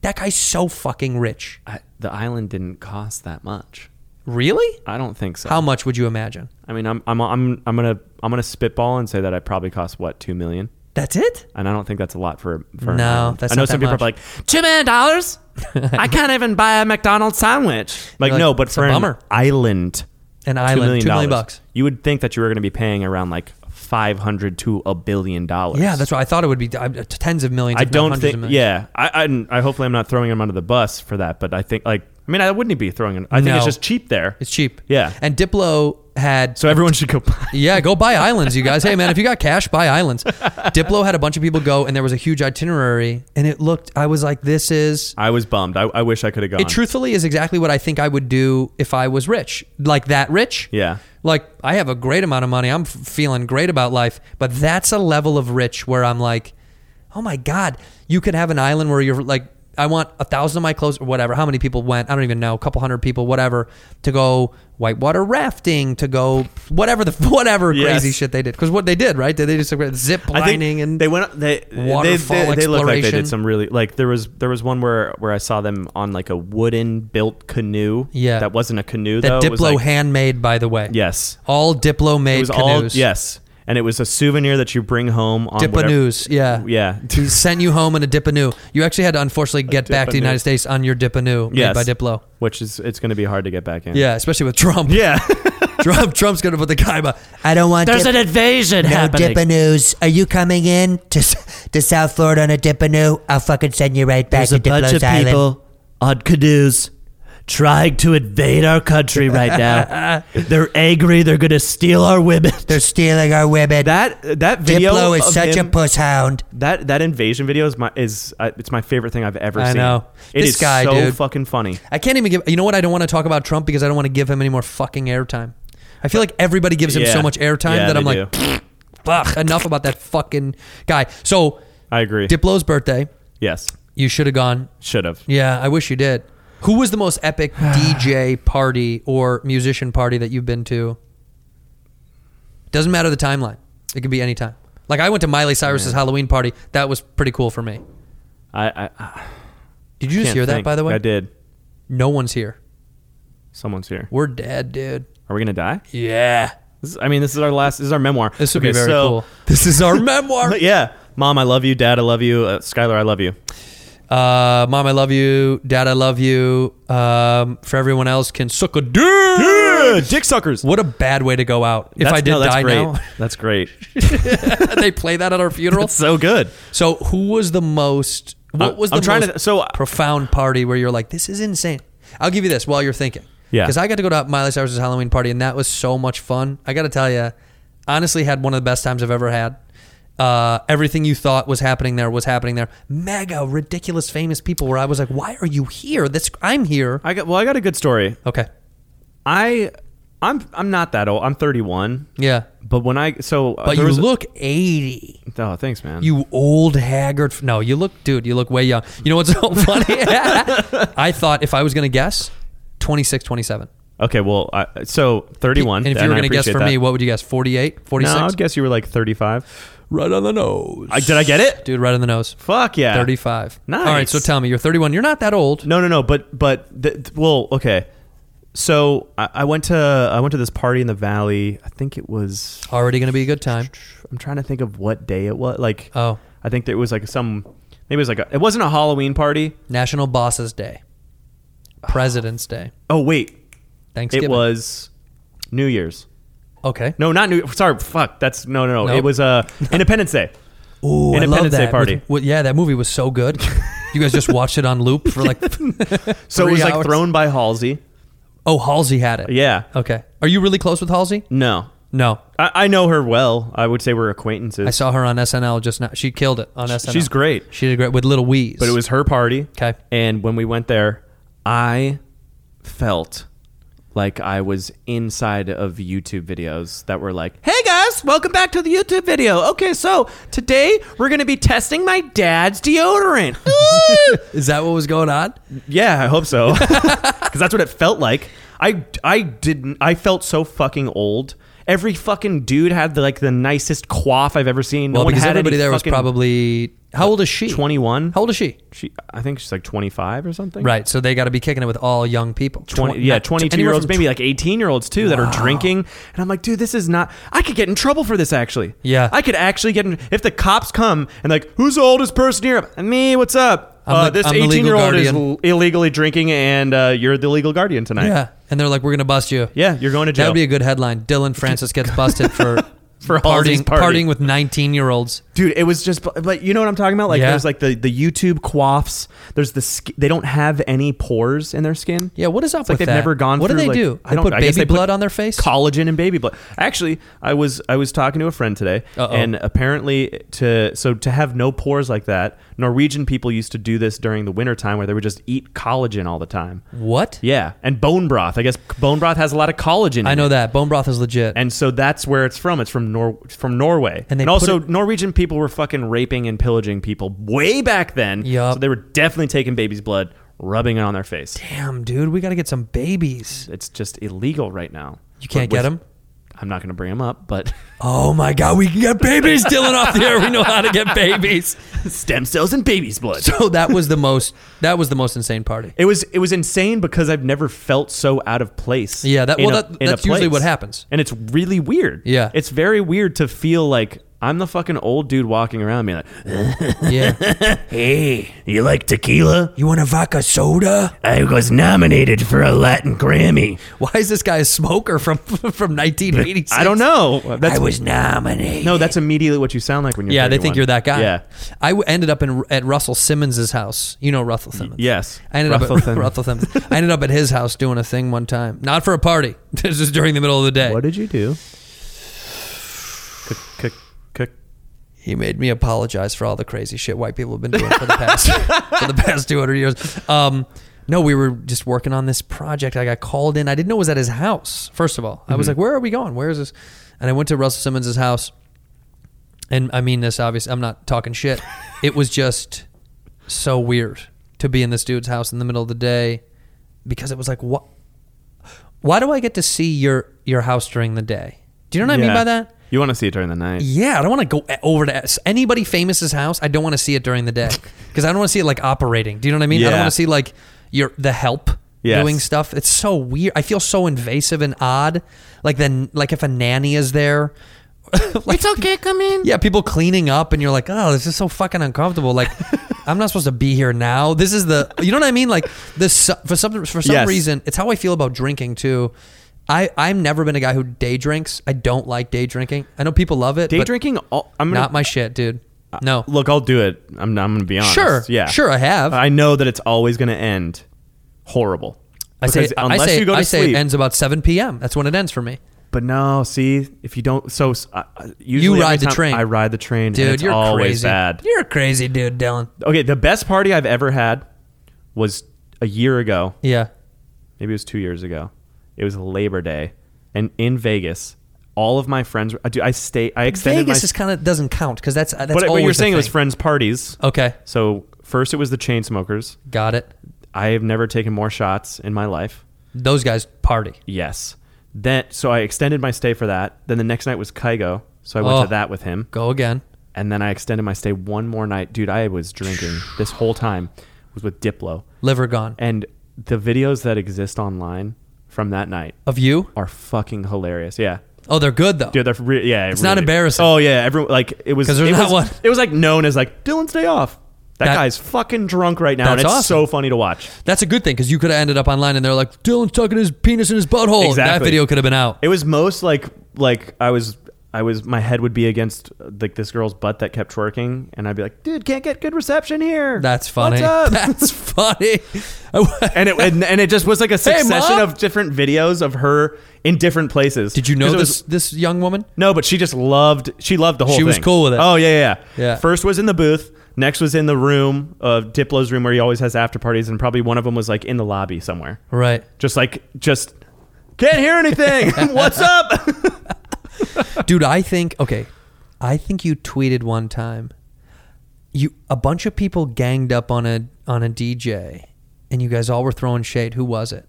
Speaker 8: That guy's so fucking rich.
Speaker 9: I, the island didn't cost that much.
Speaker 8: Really?
Speaker 9: I don't think so.
Speaker 8: How much would you imagine?
Speaker 9: I mean, I'm I'm I'm I'm gonna I'm gonna spitball and say that I probably cost what two million,
Speaker 8: That's it?
Speaker 9: and I don't think that's a lot for for. an
Speaker 8: No,
Speaker 9: island.
Speaker 8: that's
Speaker 9: I know
Speaker 8: not
Speaker 9: some
Speaker 8: that
Speaker 9: people are
Speaker 8: much.
Speaker 9: like two million dollars. I can't even buy a McDonald's sandwich. Like,
Speaker 8: You're like,
Speaker 9: no, but
Speaker 8: "It's a
Speaker 9: for an
Speaker 8: bummer."
Speaker 9: island,
Speaker 8: An island, two million
Speaker 9: dollars,
Speaker 8: bucks.
Speaker 9: You would think that you were going to be paying around like five hundred to a billion dollars.
Speaker 8: Yeah, that's right. I thought it would be uh, tens of millions.
Speaker 9: I
Speaker 8: if not
Speaker 9: don't
Speaker 8: hundreds of
Speaker 9: think.
Speaker 8: millions.
Speaker 9: Yeah, I, I, I hopefully I'm not throwing him under the bus for that, but I think like I mean I wouldn't be throwing him. I think it's
Speaker 8: No.
Speaker 9: just cheap there.
Speaker 8: It's cheap.
Speaker 9: Yeah.
Speaker 8: And Diplo had
Speaker 9: so everyone should go. buy-
Speaker 8: Yeah, go buy islands, you guys. Hey, man, if you got cash, buy islands. Diplo had a bunch of people go, and there was a huge itinerary, and it looked. I was like, this is.
Speaker 9: I was bummed. I, I wish I could have gone.
Speaker 8: It truthfully is exactly what I think I would do if I was rich, like that rich.
Speaker 9: Yeah.
Speaker 8: Like I have a great amount of money. I'm f- feeling great about life, but that's a level of rich where I'm like, oh my god, you could have an island where you're like. I want a thousand of my clothes or whatever. How many people went? I don't even know. A couple hundred people, whatever, to go whitewater rafting, to go whatever the whatever
Speaker 9: Yes.
Speaker 8: crazy shit they did. Because what they did, right? Did they just like, zip
Speaker 9: I think
Speaker 8: lining and
Speaker 9: they went. They they,
Speaker 8: waterfall
Speaker 9: they, they looked like they
Speaker 8: exploration.
Speaker 9: did some really like there was there was one where where I saw them on like a wooden built canoe.
Speaker 8: Yeah.
Speaker 9: that wasn't a canoe
Speaker 8: that
Speaker 9: though. It
Speaker 8: Diplo
Speaker 9: was, like-
Speaker 8: handmade, by the way.
Speaker 9: Yes,
Speaker 8: all Diplo made
Speaker 9: it was
Speaker 8: canoes.
Speaker 9: all yes, and it was a souvenir that you bring home on whatever-
Speaker 8: Dipanoos, yeah,
Speaker 9: Yeah.
Speaker 8: he sent you home in a Dipanoo. You actually had to unfortunately get back to the
Speaker 9: Dipanoo.
Speaker 8: United States on your Dipanoo
Speaker 9: Yes,
Speaker 8: made by Diplo.
Speaker 9: which is it's going to be hard to get back in.
Speaker 8: Yeah, especially with Trump.
Speaker 9: yeah.
Speaker 8: Trump. Trump's gonna put the guy. By, I don't want. There's an
Speaker 10: invasion
Speaker 8: No happening.
Speaker 10: Dipanoos, are you coming in to to South Florida on a Dipanoo? I'll fucking send you right back
Speaker 11: There's a bunch of people on canoes trying to invade our country right now. they're angry. They're going to steal our women.
Speaker 10: They're stealing our women.
Speaker 9: That that video of him-
Speaker 10: puss hound.
Speaker 9: That that invasion video is my is uh, it's my favorite thing I've ever
Speaker 8: I
Speaker 9: seen.
Speaker 8: know.
Speaker 9: It is
Speaker 8: This guy,
Speaker 9: so
Speaker 8: dude.
Speaker 9: fucking funny.
Speaker 8: I can't even give. You know what? I don't want to talk about Trump because I don't want to give him any more fucking airtime. I feel like everybody gives him
Speaker 9: Yeah.
Speaker 8: so much airtime that
Speaker 9: Yeah, they
Speaker 8: I'm like,
Speaker 9: do.
Speaker 8: fuck, enough about that fucking guy. So
Speaker 9: I agree.
Speaker 8: Diplo's birthday.
Speaker 9: yes,
Speaker 8: You should have gone.
Speaker 9: should have.
Speaker 8: Yeah, I wish you did. Who was the most epic DJ party or musician party that you've been to? Doesn't matter the timeline. It could be any time. Like I went to Miley Cyrus's Halloween party. That was pretty cool for me.
Speaker 9: I, I, I
Speaker 8: Did you just
Speaker 9: can't
Speaker 8: hear that
Speaker 9: think.
Speaker 8: by the way?
Speaker 9: I did.
Speaker 8: No one's here.
Speaker 9: Someone's here.
Speaker 8: We're dead, dude.
Speaker 9: Are we gonna die?
Speaker 8: Yeah.
Speaker 9: This is- I mean, this is our last. This is our memoir.
Speaker 8: This would be very cool.
Speaker 9: This
Speaker 8: is our memoir.
Speaker 9: yeah, mom, I love you. Dad, I love you. Uh, Skylar, I love you.
Speaker 8: Uh, Mom, I love you. Dad, I love you. Um, for everyone else, can suck a dick. Yeah,
Speaker 9: dick suckers.
Speaker 8: What a bad way to go out. if
Speaker 9: That's-
Speaker 8: I did
Speaker 9: no, that's
Speaker 8: die
Speaker 9: great.
Speaker 8: now,
Speaker 9: that's great.
Speaker 8: they play that at our funeral.
Speaker 9: That's so good.
Speaker 8: So, who was the most? What
Speaker 9: I'm-
Speaker 8: was the
Speaker 9: I'm trying to-
Speaker 8: most profound party where you're like, this is insane? I'll give you this while you're thinking.
Speaker 9: Yeah.
Speaker 8: Because I got to go to Miley Cyrus's Halloween party, and that was so much fun. I got to tell you, honestly, had one of the best times I've ever had. Uh, everything you thought was happening there was happening there. Mega ridiculous famous people. Where I was like, why are you here? This I'm here.
Speaker 9: I got well. I got a good story.
Speaker 8: Okay.
Speaker 9: I, I'm I'm not that old. I'm 31.
Speaker 8: Yeah.
Speaker 9: But when I so uh,
Speaker 8: But
Speaker 9: there
Speaker 8: you
Speaker 9: was a-
Speaker 8: look 80.
Speaker 9: Oh, thanks, man.
Speaker 8: You old haggard. f- No, you look, dude, you look way young. You know what's so funny? I thought if I was going to guess, 26, 27.
Speaker 9: okay? Well, I, so 31.
Speaker 8: And if you were
Speaker 9: I
Speaker 8: going to guess
Speaker 9: appreciate
Speaker 8: for
Speaker 9: that.
Speaker 8: me, what would you guess? 48, 46?
Speaker 9: no, I would guess you were like 35.
Speaker 8: Right on the nose.
Speaker 9: I, did I get it?
Speaker 8: Dude, right on the nose.
Speaker 9: Fuck yeah.
Speaker 8: 35.
Speaker 9: Nice.
Speaker 8: All right, so tell me, you're 31. You're not that old.
Speaker 9: No, no, no. But but th- th- well, okay. So I, I went to I went to this party in the valley. I think it was.
Speaker 8: Already going to be a good time.
Speaker 9: I'm trying to think of what day it was. Like
Speaker 8: Oh.
Speaker 9: I think there was like some. Maybe it was like a, it wasn't a Halloween party.
Speaker 8: National Bosses Day, President's Day,
Speaker 9: Oh wait,
Speaker 8: Thanksgiving.
Speaker 9: it was New Year's.
Speaker 8: Okay.
Speaker 9: No, not New. Sorry, fuck. That's no, no, no.
Speaker 8: Nope.
Speaker 9: It was uh, Independence Day.
Speaker 8: Ooh, I love
Speaker 9: Independence Day
Speaker 8: that.
Speaker 9: party.
Speaker 8: With- with- yeah, that movie was so good. You guys just watched it on loop for like.
Speaker 9: So it
Speaker 8: three
Speaker 9: was like
Speaker 8: hours?
Speaker 9: thrown by Halsey.
Speaker 8: Oh, Halsey had it.
Speaker 9: Yeah.
Speaker 8: Okay. Are you really close with Halsey?
Speaker 9: No,
Speaker 8: No.
Speaker 9: I, I know her well. I would say we're acquaintances.
Speaker 8: I saw her on SNL just now. She killed it on SNL.
Speaker 9: She's great.
Speaker 8: She did great with Little Weeze.
Speaker 9: But it was her party.
Speaker 8: 'Kay.
Speaker 9: And when we went there, I felt like I was inside of YouTube videos that were like, "Hey guys, welcome back to the YouTube video. Okay, so today we're gonna be testing my dad's deodorant." Ooh!
Speaker 8: Is that what was going on?
Speaker 9: Yeah, I hope so. Because that's what it felt like. I I didn't. I felt so fucking old. Every fucking dude had the, like the nicest quaff I've ever seen.
Speaker 8: Well,
Speaker 9: no one
Speaker 8: because
Speaker 9: had
Speaker 8: everybody
Speaker 9: any
Speaker 8: there was
Speaker 9: fucking-
Speaker 8: probably how old is she?
Speaker 9: 21.
Speaker 8: How old is she?
Speaker 9: She, I think she's like twenty five or something.
Speaker 8: Right. So they got to be kicking it with all young people.
Speaker 9: 20,
Speaker 8: Twen-
Speaker 9: yeah,
Speaker 8: not-
Speaker 9: 22 year
Speaker 8: anywhere
Speaker 9: olds,
Speaker 8: from
Speaker 9: maybe like 18 year olds too, that are drinking. And I'm like, dude, this is not, I could get in trouble for this actually.
Speaker 8: Yeah.
Speaker 9: I could actually get in, if the cops come and like, who's the oldest person here? Me, what's up?
Speaker 8: I'm
Speaker 9: uh,
Speaker 8: the-
Speaker 9: this
Speaker 8: I'm the legal
Speaker 9: 18 year old is
Speaker 8: guardian.
Speaker 9: l- illegally drinking and uh, you're the legal guardian tonight.
Speaker 8: Yeah. And they're like, we're gonna bust you.
Speaker 9: Yeah, you're going to
Speaker 8: That
Speaker 9: jail.
Speaker 8: would be a good headline. Dylan Francis gets busted for
Speaker 9: For Halsey's
Speaker 8: partying,
Speaker 9: party.
Speaker 8: partying with 19 year olds.
Speaker 9: Dude, it was just, but you know what I'm talking about? Like,
Speaker 8: Yeah.
Speaker 9: there's like the, the YouTube quaffs. There's the, sk- they don't have any pores in their skin.
Speaker 8: Yeah. What is up
Speaker 9: It's
Speaker 8: with
Speaker 9: like they've
Speaker 8: that?
Speaker 9: never gone.
Speaker 8: What
Speaker 9: through,
Speaker 8: do they
Speaker 9: like-
Speaker 8: do?
Speaker 9: I
Speaker 8: They
Speaker 9: don't
Speaker 8: put
Speaker 9: know. I guess
Speaker 8: baby
Speaker 9: they put
Speaker 8: blood on their face.
Speaker 9: collagen and baby blood. Actually, I was I was talking to a friend today,
Speaker 8: Uh-oh.
Speaker 9: and apparently to so to have no pores like that, Norwegian people used to do this during the winter time where they would just eat collagen all the time.
Speaker 8: what?
Speaker 9: Yeah, and bone broth. I guess bone broth has a lot of collagen.
Speaker 8: I
Speaker 9: in
Speaker 8: know
Speaker 9: it.
Speaker 8: that bone broth is legit.
Speaker 9: And so that's where it's from. It's from Nor from Norway.
Speaker 8: And
Speaker 9: And,
Speaker 8: they put
Speaker 9: also
Speaker 8: it-
Speaker 9: Norwegian people were fucking raping and pillaging people way back then.
Speaker 8: Yup.
Speaker 9: So they were definitely taking baby's blood, rubbing it on their face.
Speaker 8: Damn, dude, we got to get some babies.
Speaker 9: It's just illegal right now.
Speaker 8: You can't
Speaker 9: But
Speaker 8: get
Speaker 9: with-
Speaker 8: 'em?
Speaker 9: I'm not going to bring them up, but
Speaker 8: Oh my God, we can get babies, Dylan, off the air. We know how to get babies.
Speaker 9: stem cells and baby's blood.
Speaker 8: So that was the most. That was the most insane party.
Speaker 9: It was it was insane because I've never felt so out of place.
Speaker 8: Yeah, that-
Speaker 9: in
Speaker 8: well,
Speaker 9: a-
Speaker 8: that-
Speaker 9: in a
Speaker 8: that's usually
Speaker 9: place.
Speaker 8: what happens.
Speaker 9: and it's really weird.
Speaker 8: Yeah.
Speaker 9: it's very weird to feel like I'm the fucking old dude walking around being like,
Speaker 8: Yeah,
Speaker 11: Hey, you like tequila?
Speaker 8: you want a vodka soda?
Speaker 11: I was nominated for a Latin Grammy.
Speaker 8: Why is this guy a smoker from from 1986?
Speaker 9: I don't know. That's
Speaker 11: nominated.
Speaker 9: no, that's immediately what you sound like when you're.
Speaker 8: Yeah, they
Speaker 9: 31.
Speaker 8: think you're that guy.
Speaker 9: Yeah,
Speaker 8: I w- ended up in at Russell Simmons's house. You know Russell Simmons.
Speaker 9: yes.
Speaker 8: I ended up
Speaker 9: Russell
Speaker 8: at
Speaker 9: Simmons.
Speaker 8: Russell Simmons. I ended up at his house doing a thing one time, not for a party. This is during the middle of the day.
Speaker 9: What did you do? Cook, cook, cook.
Speaker 8: he made me apologize for all the crazy shit white people have been doing for the past for the past 200 years. Um, no, we were just working on this project. I got called in. I didn't know it was at his house. First of all, I was like, "Where are we going? Where is this?" And I went to Russell Simmons' house, and I mean this obviously. I'm not talking shit. It was just so weird to be in this dude's house in the middle of the day because it was like, what? Why do I get to see your your house during the day? Do you know what I mean
Speaker 9: Yeah.
Speaker 8: by that?
Speaker 9: You want to see it during the night?
Speaker 8: Yeah, I don't want to go e, over to s- anybody famous's house. I don't want to see it during the day because I don't want to see it like operating. Do you know what I mean? I don't
Speaker 9: Yeah.
Speaker 8: want to see like your the help.
Speaker 9: Yes.
Speaker 8: doing stuff. It's so weird. I feel so invasive and odd. Like then, like if a nanny is there,
Speaker 10: it's okay, come in.
Speaker 8: yeah, people cleaning up, and you're like, oh, this is so fucking uncomfortable. Like, I'm not supposed to be here now. This is the, you know what I mean? Like this for some for some
Speaker 9: Yes.
Speaker 8: reason, it's how I feel about drinking too. I I've never been a guy who day drinks. I don't like day drinking. I know people love it.
Speaker 9: Day
Speaker 8: but
Speaker 9: drinking, all, I'm gonna, Uh,
Speaker 8: not my shit, dude. No.
Speaker 9: Look, I'll do it. I'm, I'm gonna be honest.
Speaker 8: Sure.
Speaker 9: Yeah.
Speaker 8: Sure, I have.
Speaker 9: I know that it's always gonna end horrible.
Speaker 8: I say,
Speaker 9: Because
Speaker 8: I
Speaker 9: unless
Speaker 8: say,
Speaker 9: you go to
Speaker 8: I say
Speaker 9: sleep,
Speaker 8: it ends about 7 p.m. That's when it ends for me.
Speaker 9: But no, see, if you don't, so s- I- I- usually
Speaker 8: ride
Speaker 9: every
Speaker 8: the
Speaker 9: time
Speaker 8: train.
Speaker 9: I ride the train,
Speaker 8: Dude,
Speaker 9: and it's
Speaker 8: you're
Speaker 9: always
Speaker 8: crazy.
Speaker 9: bad.
Speaker 8: You're a crazy dude, Dylan.
Speaker 9: Okay, the best party I've ever had was a year ago.
Speaker 8: Yeah.
Speaker 9: Maybe it was two years ago. It was Labor Day, and in Vegas, all of my friends. I do. I stay. I extended
Speaker 8: Vegas
Speaker 9: my.
Speaker 8: is kind of doesn't count because that's that's
Speaker 9: but, but
Speaker 8: always
Speaker 9: you're
Speaker 8: the
Speaker 9: saying it was
Speaker 8: thing.
Speaker 9: friends parties.
Speaker 8: Okay,
Speaker 9: So first it was the chain smokers.
Speaker 8: got it.
Speaker 9: I have never taken more shots in my life.
Speaker 8: Those guys party.
Speaker 9: Yes. Then so I extended my stay for that. Then the next night was Kygo, so I went
Speaker 8: Oh.
Speaker 9: to that with him.
Speaker 8: Go again.
Speaker 9: And then I extended my stay one more night. Dude, I was drinking this whole time. It was with Diplo.
Speaker 8: Liver gone.
Speaker 9: And the videos that exist online from that night
Speaker 8: Of you?
Speaker 9: are fucking hilarious. Yeah.
Speaker 8: Oh, they're good though.
Speaker 9: Dude, they're re- yeah.
Speaker 8: It's not embarrassing.
Speaker 9: Oh yeah, everyone like it was
Speaker 8: 'Cause there's
Speaker 9: it
Speaker 8: not
Speaker 9: was,
Speaker 8: one.
Speaker 9: It was like known as like Dylan's day off. That,
Speaker 8: That-
Speaker 9: guy's fucking drunk right now, and
Speaker 8: That's
Speaker 9: it's
Speaker 8: awesome.
Speaker 9: so funny to watch.
Speaker 8: That's a good thing because you could have ended up online and they're like, Dylan's tucking his penis in his butthole. That
Speaker 9: Exactly.
Speaker 8: video could have been out.
Speaker 9: It was most like like I was I was my head would be against uh, like this girl's butt that kept twerking, and I'd be like, dude, can't get good reception here.
Speaker 8: That's funny.
Speaker 9: What's up?
Speaker 8: That's funny.
Speaker 9: and it and, and it just was like a
Speaker 8: Hey,
Speaker 9: succession
Speaker 8: Mom?
Speaker 9: of different videos of her in different places.
Speaker 8: Did you know
Speaker 9: 'Cause it was-
Speaker 8: this this young woman?
Speaker 9: no, but she just loved. She loved the whole.
Speaker 8: She was
Speaker 9: thing.
Speaker 8: cool with it.
Speaker 9: Oh yeah, yeah,
Speaker 8: Yeah.
Speaker 9: First was in the booth. Next was in the room of Diplo's room where he always has after parties, and probably one of them was like in the lobby somewhere.
Speaker 8: Right.
Speaker 9: Just like just can't hear anything. What's up?
Speaker 8: dude i think okay i think you tweeted one time you a bunch of people ganged up on a on a dj and you guys all were throwing shade who was it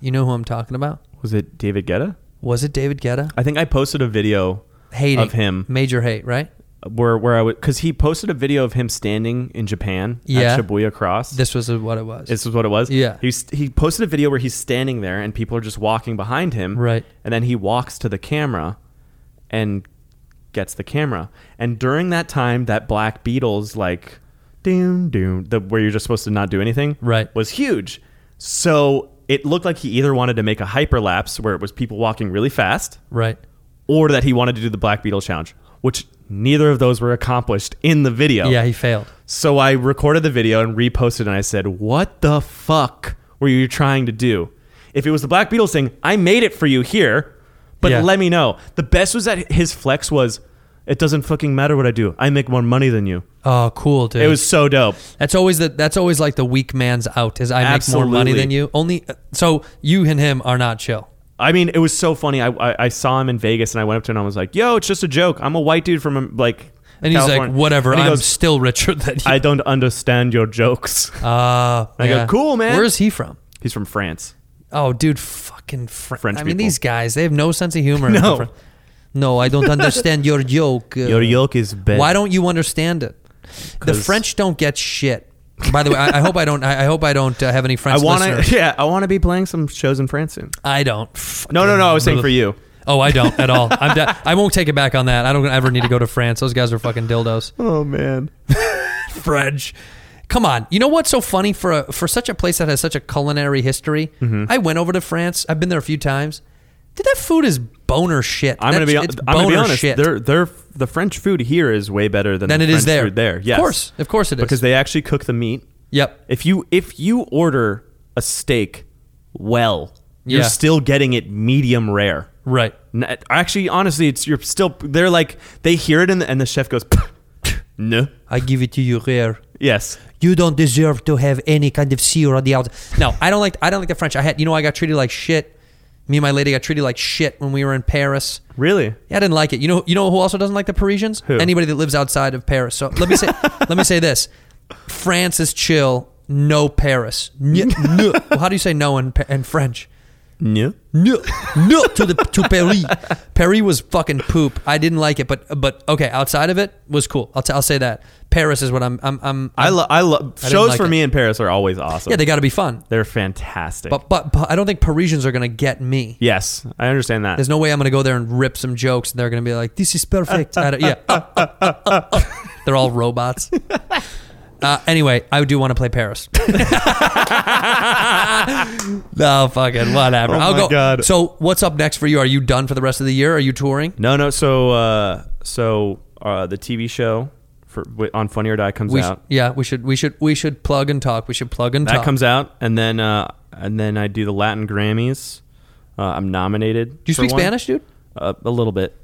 Speaker 8: you know who i'm talking about
Speaker 9: was it David Guetta?
Speaker 8: was it david guetta
Speaker 9: I think I posted a video
Speaker 8: hating
Speaker 9: of him
Speaker 8: major hate right
Speaker 9: where where I was because he posted a video of him standing in Japan
Speaker 8: Yeah.
Speaker 9: at Shibuya Cross.
Speaker 8: this was what it was
Speaker 9: this is what it was.
Speaker 8: Yeah.
Speaker 9: he s- he posted a video where he's standing there and people are just walking behind him.
Speaker 8: Right.
Speaker 9: and then he walks to the camera, and gets the camera. And during that time, that Black Beatles like doom doom the where you're just supposed to not do anything
Speaker 8: Right.
Speaker 9: was huge. So it looked like he either wanted to make a hyperlapse where it was people walking really fast,
Speaker 8: right
Speaker 9: or that he wanted to do the Black Beetle challenge, which neither of those were accomplished in the video.
Speaker 8: yeah he failed
Speaker 9: So I recorded the video and reposted, and I said, "What the fuck were you trying to do? If it was the Black Beatles thing, I made it for you here, but
Speaker 8: Yeah.
Speaker 9: let me know." The best was that his flex was, "It doesn't fucking matter what I do. I make more money than you."
Speaker 8: oh cool dude
Speaker 9: It was so dope.
Speaker 8: that's always the that's always like the weak man's out is i make more money
Speaker 9: Absolutely.
Speaker 8: than you only so you and him are not chill
Speaker 9: I mean, it was so funny. I, I I saw him in Vegas, and I went up to him and I was like, "Yo, it's just a joke. I'm a white dude from um, like."
Speaker 8: and he's
Speaker 9: California."
Speaker 8: like whatever
Speaker 9: And he
Speaker 8: i'm
Speaker 9: goes,
Speaker 8: still richer than you
Speaker 9: I don't understand your jokes.
Speaker 8: Uh,
Speaker 9: I go, "Cool, man."
Speaker 8: Where's he from?
Speaker 9: He's from France.
Speaker 8: Oh, dude, fucking French.
Speaker 9: French
Speaker 8: I mean,
Speaker 9: people.
Speaker 8: these guys, they have no sense of humor.
Speaker 9: No.
Speaker 8: Fr- No, I don't understand your joke. Uh,
Speaker 9: yoke is bad.
Speaker 8: Why don't you understand it? The
Speaker 9: 'Cause-
Speaker 8: French don't get shit. By the way, I, I hope I don't. I, I hope I don't uh, have any
Speaker 9: I
Speaker 8: French
Speaker 9: want
Speaker 8: listeners.
Speaker 9: to? Yeah, I want to be playing some shows in France soon.
Speaker 8: I don't.
Speaker 9: No, no, no. I was saying for you.
Speaker 8: Oh, I don't at all. I'm de- I won't take it back on that. I don't ever need to go to France. Those guys are fucking dildos.
Speaker 9: Oh man.
Speaker 8: French. Come on, you know what's so funny for a, for such a place that has such a culinary history?
Speaker 9: Mm-hmm.
Speaker 8: I went over to France. I've been there a few times. Dude, that food is boner shit.
Speaker 9: I'm gonna
Speaker 8: That's-
Speaker 9: be. I'm
Speaker 8: it's
Speaker 9: gonna be
Speaker 8: boner
Speaker 9: honest.
Speaker 8: shit.
Speaker 9: They're, they're, the French food here is way better than
Speaker 8: Than
Speaker 9: the
Speaker 8: it is
Speaker 9: French
Speaker 8: there.
Speaker 9: Food there,
Speaker 8: Of
Speaker 9: yes.
Speaker 8: course. Of course it is.
Speaker 9: because they actually cook the meat.
Speaker 8: Yep.
Speaker 9: If you if you order a steak, well,
Speaker 8: Yeah.
Speaker 9: you're still getting it medium rare.
Speaker 8: Right.
Speaker 9: N- Actually, honestly, it's you're still. They're like they hear it and the, and the chef goes, no,
Speaker 8: I give it to you rare.
Speaker 9: yes,
Speaker 8: You don't deserve to have any kind of sear on the outside. No, I don't like. I don't like the French. I had. You know, I got treated like shit. Me and my lady got treated like shit when we were in Paris.
Speaker 9: really.
Speaker 8: Yeah, I didn't like it. You know, you know who also doesn't like the Parisians?
Speaker 9: Who?
Speaker 8: Anybody that lives outside of Paris. So let me say, let me say this: France is chill. No Paris. N- n- Well, how do you say no in Pa- in French?
Speaker 9: No.
Speaker 8: No, no, to the to Perry. Perry was fucking poop. I didn't like it, but but okay. Outside of it was cool. I'll, t- I'll say that. Paris is what I'm. I'm. I'm
Speaker 9: I love. I love
Speaker 8: I didn't
Speaker 9: shows
Speaker 8: like
Speaker 9: for
Speaker 8: it.
Speaker 9: me in Paris are always awesome.
Speaker 8: Yeah, they got to be fun.
Speaker 9: They're fantastic.
Speaker 8: But, but but I don't think Parisians are gonna get me.
Speaker 9: yes, I understand that.
Speaker 8: There's no way I'm gonna go there and rip some jokes, and they're gonna be like, "This is perfect." I don't- yeah, they're all robots. Uh, anyway, I do want to play Paris. no fucking whatever.
Speaker 9: Oh
Speaker 8: I'll
Speaker 9: my
Speaker 8: go.
Speaker 9: God.
Speaker 8: So what's up next for you? Are you done for the rest of the year? Are you touring?
Speaker 9: No, no. So, uh, so uh, the TV show for wi- on Funny or Die comes
Speaker 8: We sh-
Speaker 9: out.
Speaker 8: yeah, we should we should we should plug and talk. We should plug and
Speaker 9: That
Speaker 8: talk.
Speaker 9: comes out, and then uh, and then I do the Latin Grammys. Uh, I'm nominated.
Speaker 8: Do you
Speaker 9: for
Speaker 8: speak
Speaker 9: one.
Speaker 8: Spanish, dude?
Speaker 9: Uh, a little bit,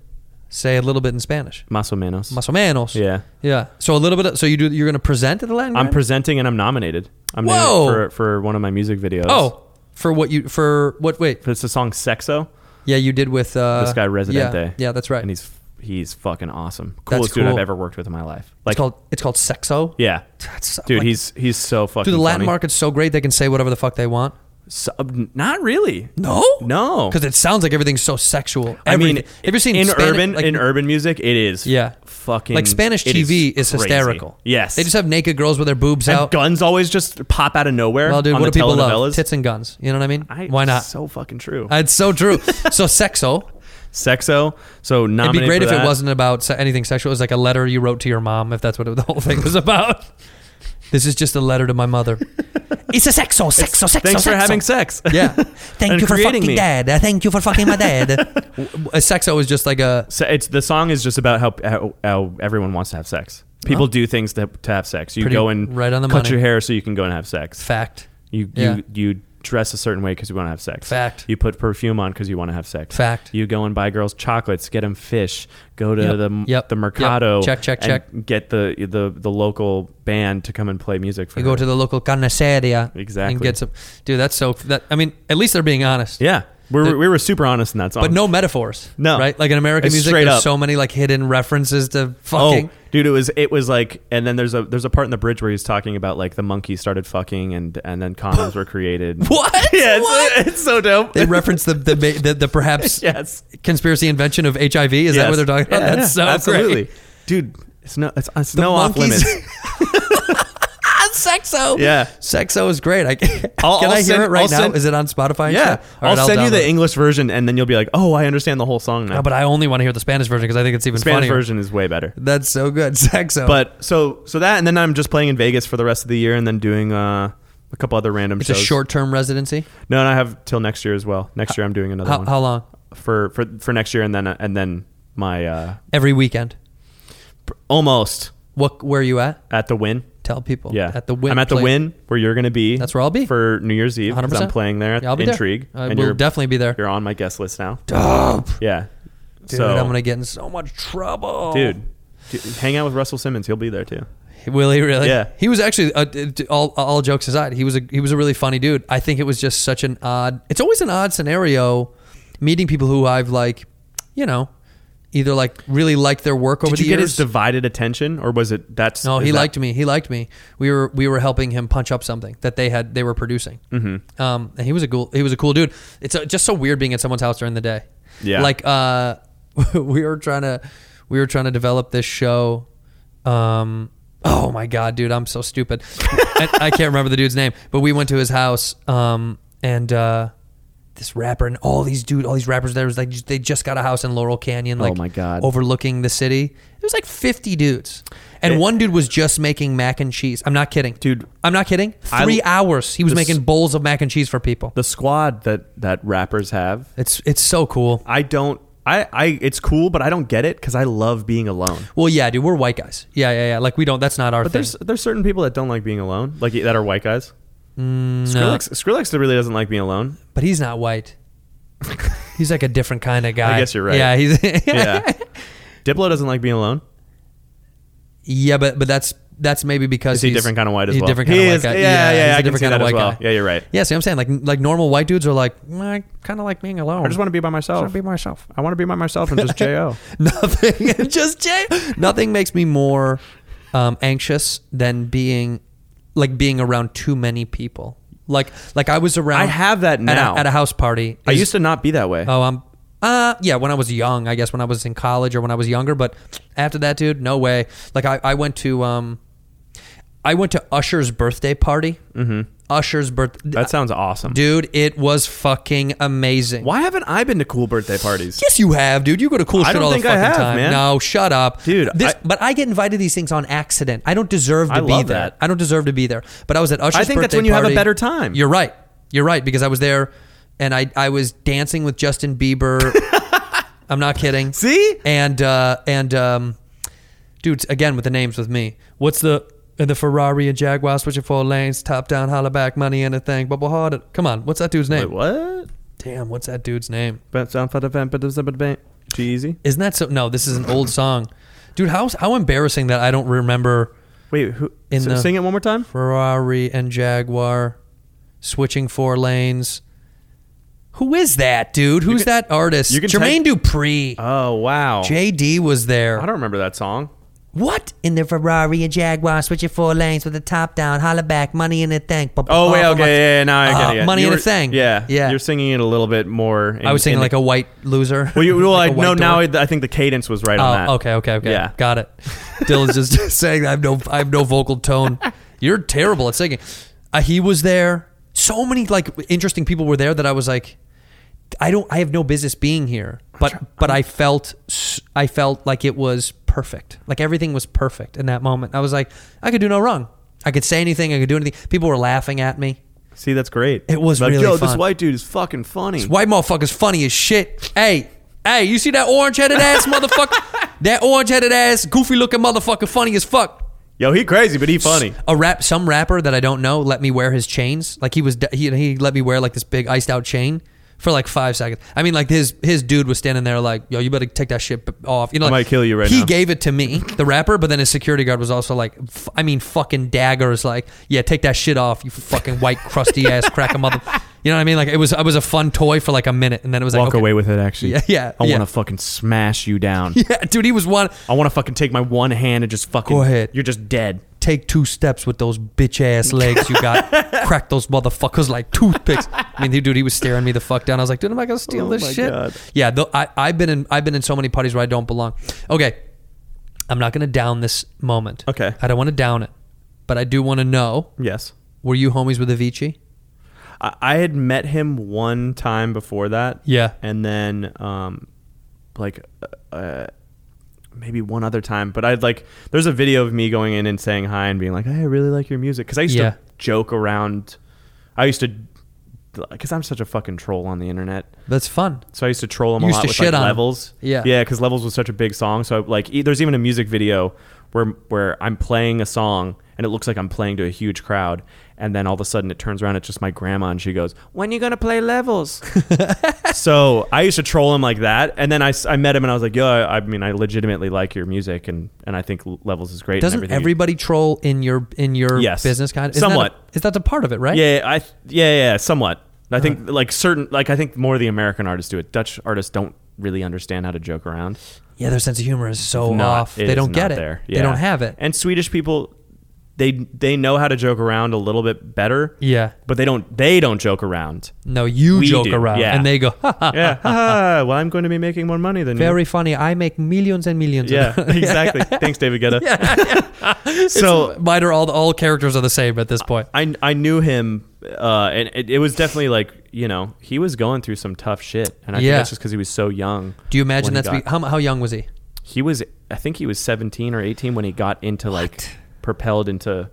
Speaker 8: Say a little bit in Spanish.
Speaker 9: más o menos.
Speaker 8: Más o menos.
Speaker 9: Yeah.
Speaker 8: Yeah. So a little bit. Of, so you do. You're going to present at the Latin.
Speaker 9: I'm
Speaker 8: Grammy?
Speaker 9: presenting and I'm nominated. I'm named
Speaker 8: Whoa!
Speaker 9: for for one of my music videos.
Speaker 8: Oh, for what you for what? Wait.
Speaker 9: it's the song "Sexo."
Speaker 8: Yeah, you did with uh,
Speaker 9: This guy Residente.
Speaker 8: Yeah, yeah that's right.
Speaker 9: And he's he's fucking awesome.
Speaker 8: That's
Speaker 9: Coolest dude I've
Speaker 8: cool.
Speaker 9: ever worked with in my life.
Speaker 8: it's called it's called Sexo.
Speaker 9: yeah,
Speaker 8: That's-
Speaker 9: dude.
Speaker 8: like-
Speaker 9: he's he's so fucking.
Speaker 8: Dude, the Latin
Speaker 9: funny.
Speaker 8: market's so great they can say whatever the fuck they want.
Speaker 9: So, not really.
Speaker 8: No,
Speaker 9: No,
Speaker 8: because it sounds like everything's so sexual.
Speaker 9: I mean,
Speaker 8: Everything- have you seen
Speaker 9: in
Speaker 8: Spani-
Speaker 9: urban
Speaker 8: like-
Speaker 9: in urban music? It is
Speaker 8: Yeah.
Speaker 9: fucking
Speaker 8: like Spanish
Speaker 9: it
Speaker 8: TV is,
Speaker 9: crazy.
Speaker 8: hysterical.
Speaker 9: Yes,
Speaker 8: they just have naked girls with their boobs
Speaker 9: and
Speaker 8: out.
Speaker 9: guns always just pop out of nowhere.
Speaker 8: well, dude,
Speaker 9: on
Speaker 8: what do
Speaker 9: the
Speaker 8: people love?
Speaker 9: telenovelas.
Speaker 8: Tits and guns. You know what I mean?
Speaker 9: I-
Speaker 8: Why not?
Speaker 9: So fucking true.
Speaker 8: it's so true. so Sexo.
Speaker 9: Sexo. So
Speaker 8: It'd be
Speaker 9: nominated
Speaker 8: great
Speaker 9: for
Speaker 8: if
Speaker 9: that.
Speaker 8: it wasn't about se- anything sexual. It was like a letter you wrote to your mom, if that's what the whole thing was about. this is just a letter to my mother.
Speaker 10: It's a sexo, sexo, sexo.
Speaker 9: Thanks for
Speaker 10: sexo.
Speaker 9: having sex.
Speaker 8: Yeah.
Speaker 10: Thank
Speaker 9: and
Speaker 10: you for
Speaker 9: creating
Speaker 10: fucking
Speaker 9: me.
Speaker 10: dad. Uh, Thank you for fucking my dad.
Speaker 8: a sexo is just like a.
Speaker 9: So it's the song is just about how how, how everyone wants to have sex. People do things to, to have sex. You
Speaker 8: Pretty
Speaker 9: go and
Speaker 8: right on the
Speaker 9: cut
Speaker 8: money.
Speaker 9: your hair so you can go and have sex.
Speaker 8: Fact.
Speaker 9: You
Speaker 8: Yeah.
Speaker 9: you you dress a certain way because you want to have sex.
Speaker 8: Fact.
Speaker 9: You put perfume on because you want to have sex.
Speaker 8: Fact.
Speaker 9: You go and buy girls chocolates, get them fish, go to
Speaker 8: Yep.
Speaker 9: the
Speaker 8: Yep.
Speaker 9: the mercado,
Speaker 8: Yep. Check, check,
Speaker 9: and
Speaker 8: check.
Speaker 9: Get the the the local band to come and play music for
Speaker 8: You go to the local carniceria
Speaker 9: Exactly.
Speaker 8: and get some. Dude, that's so. That I mean, at least they're being honest.
Speaker 9: yeah. We
Speaker 8: The-
Speaker 9: were, we were super honest in that song.
Speaker 8: But no metaphors.
Speaker 9: No.
Speaker 8: Right? Like in American
Speaker 9: It's
Speaker 8: music,
Speaker 9: straight
Speaker 8: there's
Speaker 9: up.
Speaker 8: so many like hidden references to
Speaker 9: Oh,
Speaker 8: fucking.
Speaker 9: dude, it was it was like, and then there's a there's a part in the bridge where he's talking about like the monkey started fucking and and then condoms were created.
Speaker 8: What?
Speaker 9: Yeah, it's,
Speaker 8: What?
Speaker 9: it's so dope.
Speaker 8: They reference the the, ma- the, the perhaps
Speaker 9: yes,
Speaker 8: conspiracy invention of HIV. Is that
Speaker 9: Yes.
Speaker 8: what they're talking about?
Speaker 9: Yeah,
Speaker 8: That's so great.
Speaker 9: yeah, absolutely, dude. It's no, it's, it's no off
Speaker 8: monkeys-
Speaker 9: limits.
Speaker 8: Sexo.
Speaker 9: Yeah.
Speaker 8: Sexo is great. I, can
Speaker 9: I'll-
Speaker 8: I
Speaker 9: I'll
Speaker 8: hear
Speaker 9: send-
Speaker 8: it right
Speaker 9: I'll
Speaker 8: now?
Speaker 9: send-
Speaker 8: is it on Spotify? and
Speaker 9: Yeah,
Speaker 8: shit? All
Speaker 9: I'll
Speaker 8: right,
Speaker 9: send you
Speaker 8: download
Speaker 9: the
Speaker 8: it.
Speaker 9: English version, and then you'll be like, oh, I understand the whole song now.
Speaker 8: No, but I only want to hear the Spanish version because I think it's even
Speaker 9: Spanish
Speaker 8: funnier.
Speaker 9: version is way better.
Speaker 8: That's so good. Sexo.
Speaker 9: But so so that, and then I'm just playing in Vegas for the rest of the year, and then doing uh, a couple other random
Speaker 8: it's a
Speaker 9: shows.
Speaker 8: short-term residency.
Speaker 9: No, and I have till next year as well. Next year I'm doing another
Speaker 8: How,
Speaker 9: one.
Speaker 8: how long?
Speaker 9: for for for next year, and then and then my uh,
Speaker 8: Every weekend.
Speaker 9: almost
Speaker 8: What? Where you at?
Speaker 9: at the win.
Speaker 8: Tell people.
Speaker 9: Yeah,
Speaker 8: At the win.
Speaker 9: I'm at the
Speaker 8: play-
Speaker 9: win where you're going to be.
Speaker 8: That's where I'll be.
Speaker 9: for New Year's Eve. 'cause
Speaker 8: 100%.
Speaker 9: I'm playing there. at
Speaker 8: Yeah, I'll be there.
Speaker 9: Intrigue.
Speaker 8: I
Speaker 9: and
Speaker 8: will
Speaker 9: you're-
Speaker 8: definitely be there.
Speaker 9: You're on my guest list now.
Speaker 8: Dope.
Speaker 9: Yeah.
Speaker 8: Dude,
Speaker 9: so
Speaker 8: I'm gonna get in so much trouble.
Speaker 9: dude, dude, hang out with Russell Simmons. He'll be there too.
Speaker 8: Will he really?
Speaker 9: Yeah.
Speaker 8: He was actually uh, d- d- all all jokes aside, he was a he was a really funny dude. I think it was just such an odd. It's always an odd scenario meeting people who I've like, you know, either like really liked their work over
Speaker 9: Did you
Speaker 8: the
Speaker 9: get his
Speaker 8: years.
Speaker 9: divided attention, or was it that's?
Speaker 8: no,
Speaker 9: is
Speaker 8: he
Speaker 9: that-
Speaker 8: liked me. He liked me. We were we were helping him punch up something that they had they were producing. Mm-hmm. Um, and he was a cool he was a cool dude. It's uh just so weird being at someone's house during the day.
Speaker 9: Yeah.
Speaker 8: Like uh, we were trying to we were trying to develop this show. Um, oh my god, dude, I'm so stupid. I, I can't remember the dude's name, but we went to his house. Um, and uh, this rapper and all these dude, all these rappers there was like they just got a house in Laurel Canyon, like
Speaker 9: Oh my God.
Speaker 8: overlooking the city. It was like 50 dudes, and
Speaker 9: It-
Speaker 8: one dude was just making mac and cheese. I'm not kidding,
Speaker 9: Dude,
Speaker 8: I'm not kidding.
Speaker 9: I-
Speaker 8: Three hours he was
Speaker 9: this-
Speaker 8: making bowls of mac and cheese for people.
Speaker 9: the squad that that rappers have.
Speaker 8: It's it's so cool.
Speaker 9: I don't. I, I it's cool, but I don't get it because I love being alone.
Speaker 8: Well, yeah, dude, we're white guys. Yeah, yeah, yeah. Like we don't. That's not our
Speaker 9: But
Speaker 8: thing.
Speaker 9: there's there's certain people that don't like being alone, like that are white guys.
Speaker 8: Mm,
Speaker 9: Skrillex, Skrillex really doesn't like being alone.
Speaker 8: But he's not white. he's like a different kind of guy.
Speaker 9: guess you're right.
Speaker 8: Yeah, he's
Speaker 9: Yeah, Diplo doesn't like being alone.
Speaker 8: yeah, but but that's that's maybe because
Speaker 9: Is he a
Speaker 8: Oh, he's
Speaker 9: different kind of white as
Speaker 8: he's a
Speaker 9: well?
Speaker 8: different kind
Speaker 9: He
Speaker 8: of
Speaker 9: is-
Speaker 8: white guy.
Speaker 9: yeah, yeah,
Speaker 8: he's
Speaker 9: I
Speaker 8: a
Speaker 9: can
Speaker 8: different
Speaker 9: see
Speaker 8: kind
Speaker 9: that
Speaker 8: of
Speaker 9: as
Speaker 8: white
Speaker 9: well.
Speaker 8: guy.
Speaker 9: Yeah, you're right.
Speaker 8: Yeah, see, I'm saying like like normal white dudes are like "Mm, I kind of like being alone.
Speaker 9: I just want to be by myself. I
Speaker 8: be myself.
Speaker 9: I want to be by myself and just jo.
Speaker 8: nothing just Jay. Nothing makes me more um, anxious than being like being around too many people. Like like I was around.
Speaker 9: I have that
Speaker 8: at a-
Speaker 9: now.
Speaker 8: at a, house party.
Speaker 9: I
Speaker 8: Is-
Speaker 9: used to not be that way.
Speaker 8: Oh, I'm. Uh, yeah, when I was young, I guess when I was in college or when I was younger. But after that, dude, no way. Like I, I went to um, I went to Usher's birthday party. Mm-hmm. Usher's birth.
Speaker 9: That sounds awesome.
Speaker 8: Dude, it was fucking amazing.
Speaker 9: Why haven't I been to cool birthday parties?
Speaker 8: Yes, you have, dude. You go to cool
Speaker 9: I
Speaker 8: shit
Speaker 9: don't
Speaker 8: all
Speaker 9: think
Speaker 8: the
Speaker 9: I
Speaker 8: fucking
Speaker 9: have,
Speaker 8: time.
Speaker 9: man.
Speaker 8: No, shut up,
Speaker 9: Dude,
Speaker 8: This,
Speaker 9: I-
Speaker 8: but I get invited to these things on accident. I don't deserve to
Speaker 9: I
Speaker 8: be
Speaker 9: love
Speaker 8: there.
Speaker 9: that.
Speaker 8: I don't deserve to be there. But I was at Usher's.
Speaker 9: I think that's
Speaker 8: birthday
Speaker 9: when you have a
Speaker 8: party.
Speaker 9: better time.
Speaker 8: You're right. You're right because I was there, and I I was dancing with Justin Bieber. I'm not kidding.
Speaker 9: See?
Speaker 8: and uh, and um, dudes again with the names with me. What's the and the Ferrari and Jaguar switching four lanes, top down, holla back, money and a thing, bubble hard. Come on, what's that dude's
Speaker 9: Wait,
Speaker 8: name?
Speaker 9: what?
Speaker 8: Damn, what's that dude's name?
Speaker 9: Too easy.
Speaker 8: Isn't that so? No, this is an old song, dude. How how embarrassing that I don't remember
Speaker 9: Wait, who?
Speaker 8: In
Speaker 9: s-
Speaker 8: the-
Speaker 9: sing it one more time.
Speaker 8: Ferrari and Jaguar switching four lanes. Who is that dude? Who's
Speaker 9: can-
Speaker 8: that artist?
Speaker 9: you can
Speaker 8: Jermaine Dupri.
Speaker 9: Oh wow.
Speaker 8: JD was there.
Speaker 9: I don't remember that song.
Speaker 8: What in the Ferrari and Jaguar switching four lanes with the top down, holla back, money in the thing. bu- bu-
Speaker 9: Oh wait,
Speaker 8: bu- bu-
Speaker 9: okay, yeah, yeah, now I
Speaker 8: Uh,
Speaker 9: get it. yeah.
Speaker 8: money
Speaker 9: You
Speaker 8: in a
Speaker 9: were-
Speaker 8: thing.
Speaker 9: Yeah,
Speaker 8: Yeah.
Speaker 9: You're singing it a little bit more.
Speaker 8: I was thinking like a white loser.
Speaker 9: Well, you, well,
Speaker 8: Like a
Speaker 9: like, no,
Speaker 8: white
Speaker 9: now
Speaker 8: dork.
Speaker 9: I, I think the cadence was right
Speaker 8: Oh,
Speaker 9: on that.
Speaker 8: okay, okay, okay.
Speaker 9: Yeah.
Speaker 8: got it. Dylan's just saying I have no, I have no vocal tone. You're terrible at singing. Uh, he was there. So many like interesting people were there that I was like, I don't, I have no business being here. But but I felt, s- I felt like it was perfect. Like everything was perfect in that moment. I was like, I could do no wrong. I could say anything. I could do anything. People were laughing at me.
Speaker 9: See, that's great.
Speaker 8: It was
Speaker 9: like,
Speaker 8: really
Speaker 9: yo, this
Speaker 8: fun.
Speaker 9: white dude is fucking funny.
Speaker 8: White motherfuckers funny as shit. Hey, hey, you see that orange headed ass motherfucker? that orange headed ass, goofy looking motherfucker, funny as fuck.
Speaker 9: Yo, he crazy, but he funny.
Speaker 8: A rap, some rapper that I don't know let me wear his chains. Like he was, he, he let me wear like this big iced out chain for like five seconds. I mean, like his his dude was standing there like, yo, you better take that shit b- off. You know,
Speaker 9: I
Speaker 8: like,
Speaker 9: might kill you right
Speaker 8: He
Speaker 9: now.
Speaker 8: gave it to me, the rapper, but then his security guard was also like, f- I mean, fucking daggers. Like, yeah, take that shit off, you fucking white crusty ass cracker mother. You know what I mean? Like it was, I was a fun toy for like a minute, and then it was like,
Speaker 9: Walk
Speaker 8: okay.
Speaker 9: away with it. Actually,
Speaker 8: Yeah, yeah,
Speaker 9: I
Speaker 8: yeah.
Speaker 9: want to fucking smash you down.
Speaker 8: Yeah, dude, he was one.
Speaker 9: I want to fucking take my one hand and just fucking.
Speaker 8: Go ahead.
Speaker 9: You're just dead.
Speaker 8: Take two steps with those bitch ass legs you got. Crack those motherfuckers like toothpicks. I mean, dude, he was staring me the fuck down. I was like, dude, am I gonna steal
Speaker 9: Oh
Speaker 8: this
Speaker 9: my
Speaker 8: shit?
Speaker 9: God.
Speaker 8: Yeah, though, I, I've been in I've been in so many parties where I don't belong. Okay, I'm not gonna down this moment.
Speaker 9: Okay.
Speaker 8: I don't want to down it, but I do want to know:
Speaker 9: Yes.
Speaker 8: Were you homies with Avicii?
Speaker 9: I, I had met him one time before that.
Speaker 8: Yeah.
Speaker 9: And then, um, like, uh, maybe one other time. But I'd like, there's a video of me going in and saying hi and being like, hey, I really like your music. Cause I used
Speaker 8: Yeah.
Speaker 9: to joke around. I used to, cause I'm such a fucking troll on the internet.
Speaker 8: That's fun.
Speaker 9: So I used to troll him
Speaker 8: You
Speaker 9: a
Speaker 8: used
Speaker 9: lot
Speaker 8: to
Speaker 9: with
Speaker 8: shit
Speaker 9: like
Speaker 8: on him.
Speaker 9: levels.
Speaker 8: Yeah.
Speaker 9: yeah, because levels was such a big song. So like, e- there's even a music video where where I'm playing a song and it looks like I'm playing to a huge crowd, and then all of a sudden it turns around, it's just my grandma, and she goes, "When you gonna play levels?" so I used to troll him like that, and then I, s- I met him and I was like, "Yo, I, I mean, I legitimately like your music, and and I think L- levels is great."
Speaker 8: Doesn't
Speaker 9: and everything.
Speaker 8: everybody troll in your in your
Speaker 9: Yes.
Speaker 8: business kind?
Speaker 9: Somewhat.
Speaker 8: That a, is that a part of it, Uh-huh. right?
Speaker 9: Yeah, I th- yeah yeah somewhat. I think like certain like I think more of the American artists do it. Dutch artists don't really understand how to joke around.
Speaker 8: Yeah, their sense of humor is so
Speaker 9: not-
Speaker 8: off.
Speaker 9: it
Speaker 8: They
Speaker 9: is
Speaker 8: don't get
Speaker 9: not
Speaker 8: it.
Speaker 9: there.
Speaker 8: They
Speaker 9: Yeah.
Speaker 8: don't have it.
Speaker 9: And Swedish people, they they know how to joke around a little bit better.
Speaker 8: Yeah.
Speaker 9: but they don't they don't joke around.
Speaker 8: No, you
Speaker 9: We
Speaker 8: joke
Speaker 9: do,
Speaker 8: around,
Speaker 9: yeah.
Speaker 8: and they go, ha, ha,
Speaker 9: Yeah. "Ah, well, I'm going to be making more money than
Speaker 8: "Very funny. I make millions and millions."
Speaker 9: you. Yeah, exactly. Thanks, David Guetta.
Speaker 8: so
Speaker 9: so
Speaker 8: mine are all all characters are the same at this point.
Speaker 9: I I knew him, uh, and it, it was definitely like you know he was going through some tough shit, and I
Speaker 8: Yeah.
Speaker 9: think that's just because he was so young.
Speaker 8: Do you imagine
Speaker 9: when he
Speaker 8: that's be,
Speaker 9: got-
Speaker 8: how how young was he?
Speaker 9: he was I think he was 17 or 18 when he got into like propelled into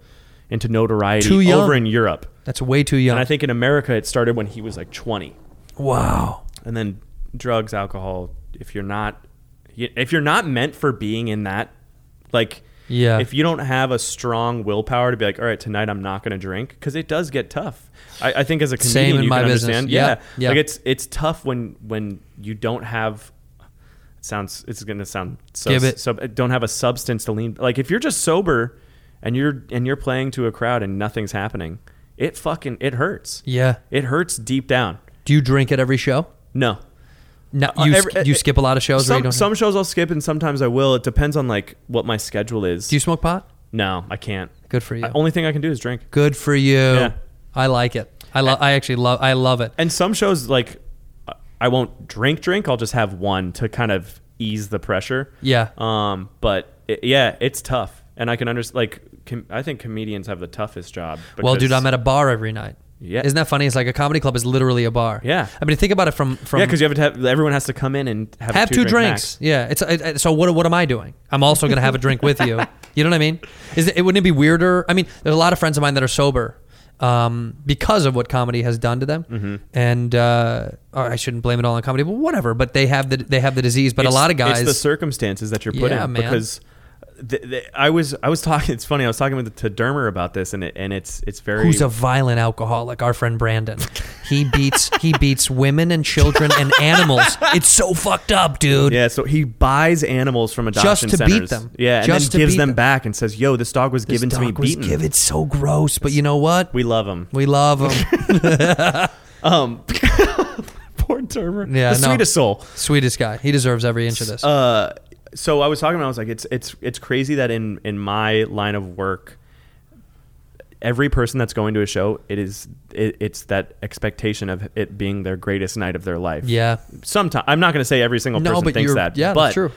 Speaker 9: into notoriety
Speaker 8: Too young.
Speaker 9: over in Europe.
Speaker 8: That's way too young.
Speaker 9: And I think in America it started when he was like 20.
Speaker 8: wow.
Speaker 9: And then drugs, alcohol, if you're not if you're not meant for being in that like
Speaker 8: Yeah.
Speaker 9: if you don't have a strong willpower to be like, all right, tonight I'm not going to drink, because it does get tough. I, I think as a comedian,
Speaker 8: Same in
Speaker 9: you
Speaker 8: my
Speaker 9: can
Speaker 8: business.
Speaker 9: understand.
Speaker 8: Yeah,
Speaker 9: Yeah.
Speaker 8: yeah.
Speaker 9: like it's it's tough when when you don't have. It sounds it's going to sound so,
Speaker 8: Give it.
Speaker 9: so don't have a substance to lean. Like if you're just sober and you're and you're playing to a crowd and nothing's happening, it fucking it hurts.
Speaker 8: Yeah.
Speaker 9: it hurts deep down.
Speaker 8: Do you drink at every show?
Speaker 9: No,
Speaker 8: No,
Speaker 9: Uh,
Speaker 8: you
Speaker 9: every-
Speaker 8: sk- you
Speaker 9: uh,
Speaker 8: skip a lot of shows. where you
Speaker 9: some
Speaker 8: don't
Speaker 9: some shows I'll skip and sometimes I will. It depends on like what my schedule is.
Speaker 8: do you smoke pot?
Speaker 9: no, I can't. Uh,
Speaker 8: Good for you.
Speaker 9: I- only thing I can do is drink.
Speaker 8: Good for you.
Speaker 9: Yeah.
Speaker 8: I like it. I love. I actually love. I love it.
Speaker 9: And some shows like I won't drink drink. I'll just have one to kind of ease the pressure.
Speaker 8: Yeah.
Speaker 9: Um. But it, yeah, it's tough, and I can understand. Like, com- I think comedians have the toughest job.
Speaker 8: well, dude,
Speaker 9: because-
Speaker 8: I'm at a bar every night.
Speaker 9: Yeah.
Speaker 8: Isn't that funny? It's like a comedy club is literally a bar.
Speaker 9: Yeah.
Speaker 8: I mean, think about it from from
Speaker 9: yeah, because you have to have everyone has to come in and have,
Speaker 8: have,
Speaker 9: a
Speaker 8: two,
Speaker 9: drink
Speaker 8: drinks.
Speaker 9: max.
Speaker 8: Yeah. It's it, it- so what what am I doing? I'm also gonna have a drink with you. You know what I mean? Is it, wouldn't it be weirder? I mean, there's a lot of friends of mine that are sober. Um, because of what comedy has done to them,
Speaker 9: Mm-hmm.
Speaker 8: and uh, or I shouldn't blame it all on comedy, but whatever. But they have the they have the disease. But a
Speaker 9: It's-
Speaker 8: lot of guys,
Speaker 9: it's the circumstances that you're put
Speaker 8: Yeah,
Speaker 9: in
Speaker 8: man.
Speaker 9: because. The, the, I was I was talking. It's funny. I was talking with to Dermer about this, and it, and it's it's very
Speaker 8: who's a violent alcoholic our friend brandon he beats he beats women and children and animals it's so fucked up dude
Speaker 9: Yeah, so he buys animals from adoption
Speaker 8: Just to beat
Speaker 9: centers.
Speaker 8: them.
Speaker 9: Yeah, and
Speaker 8: Just to
Speaker 9: then gives
Speaker 8: beat
Speaker 9: them,
Speaker 8: them.
Speaker 9: back and says, "Yo, this dog was given to me
Speaker 8: dog was
Speaker 9: beaten."
Speaker 8: given- it's so gross but you know what
Speaker 9: we love him.
Speaker 8: we love him
Speaker 9: Um, poor Dermer.
Speaker 8: yeah
Speaker 9: the
Speaker 8: no.
Speaker 9: sweetest soul.
Speaker 8: sweetest guy he deserves every inch of this
Speaker 9: Uh, so I was talking about. I was like, it's it's it's crazy that in in my line of work, every person that's going to a show, it is it, it's that expectation of it being their greatest night of their life.
Speaker 8: Yeah.
Speaker 9: Sometimes I'm not going to say every single
Speaker 8: No,
Speaker 9: person
Speaker 8: but
Speaker 9: thinks
Speaker 8: you're-
Speaker 9: that.
Speaker 8: yeah, that's
Speaker 9: but
Speaker 8: true.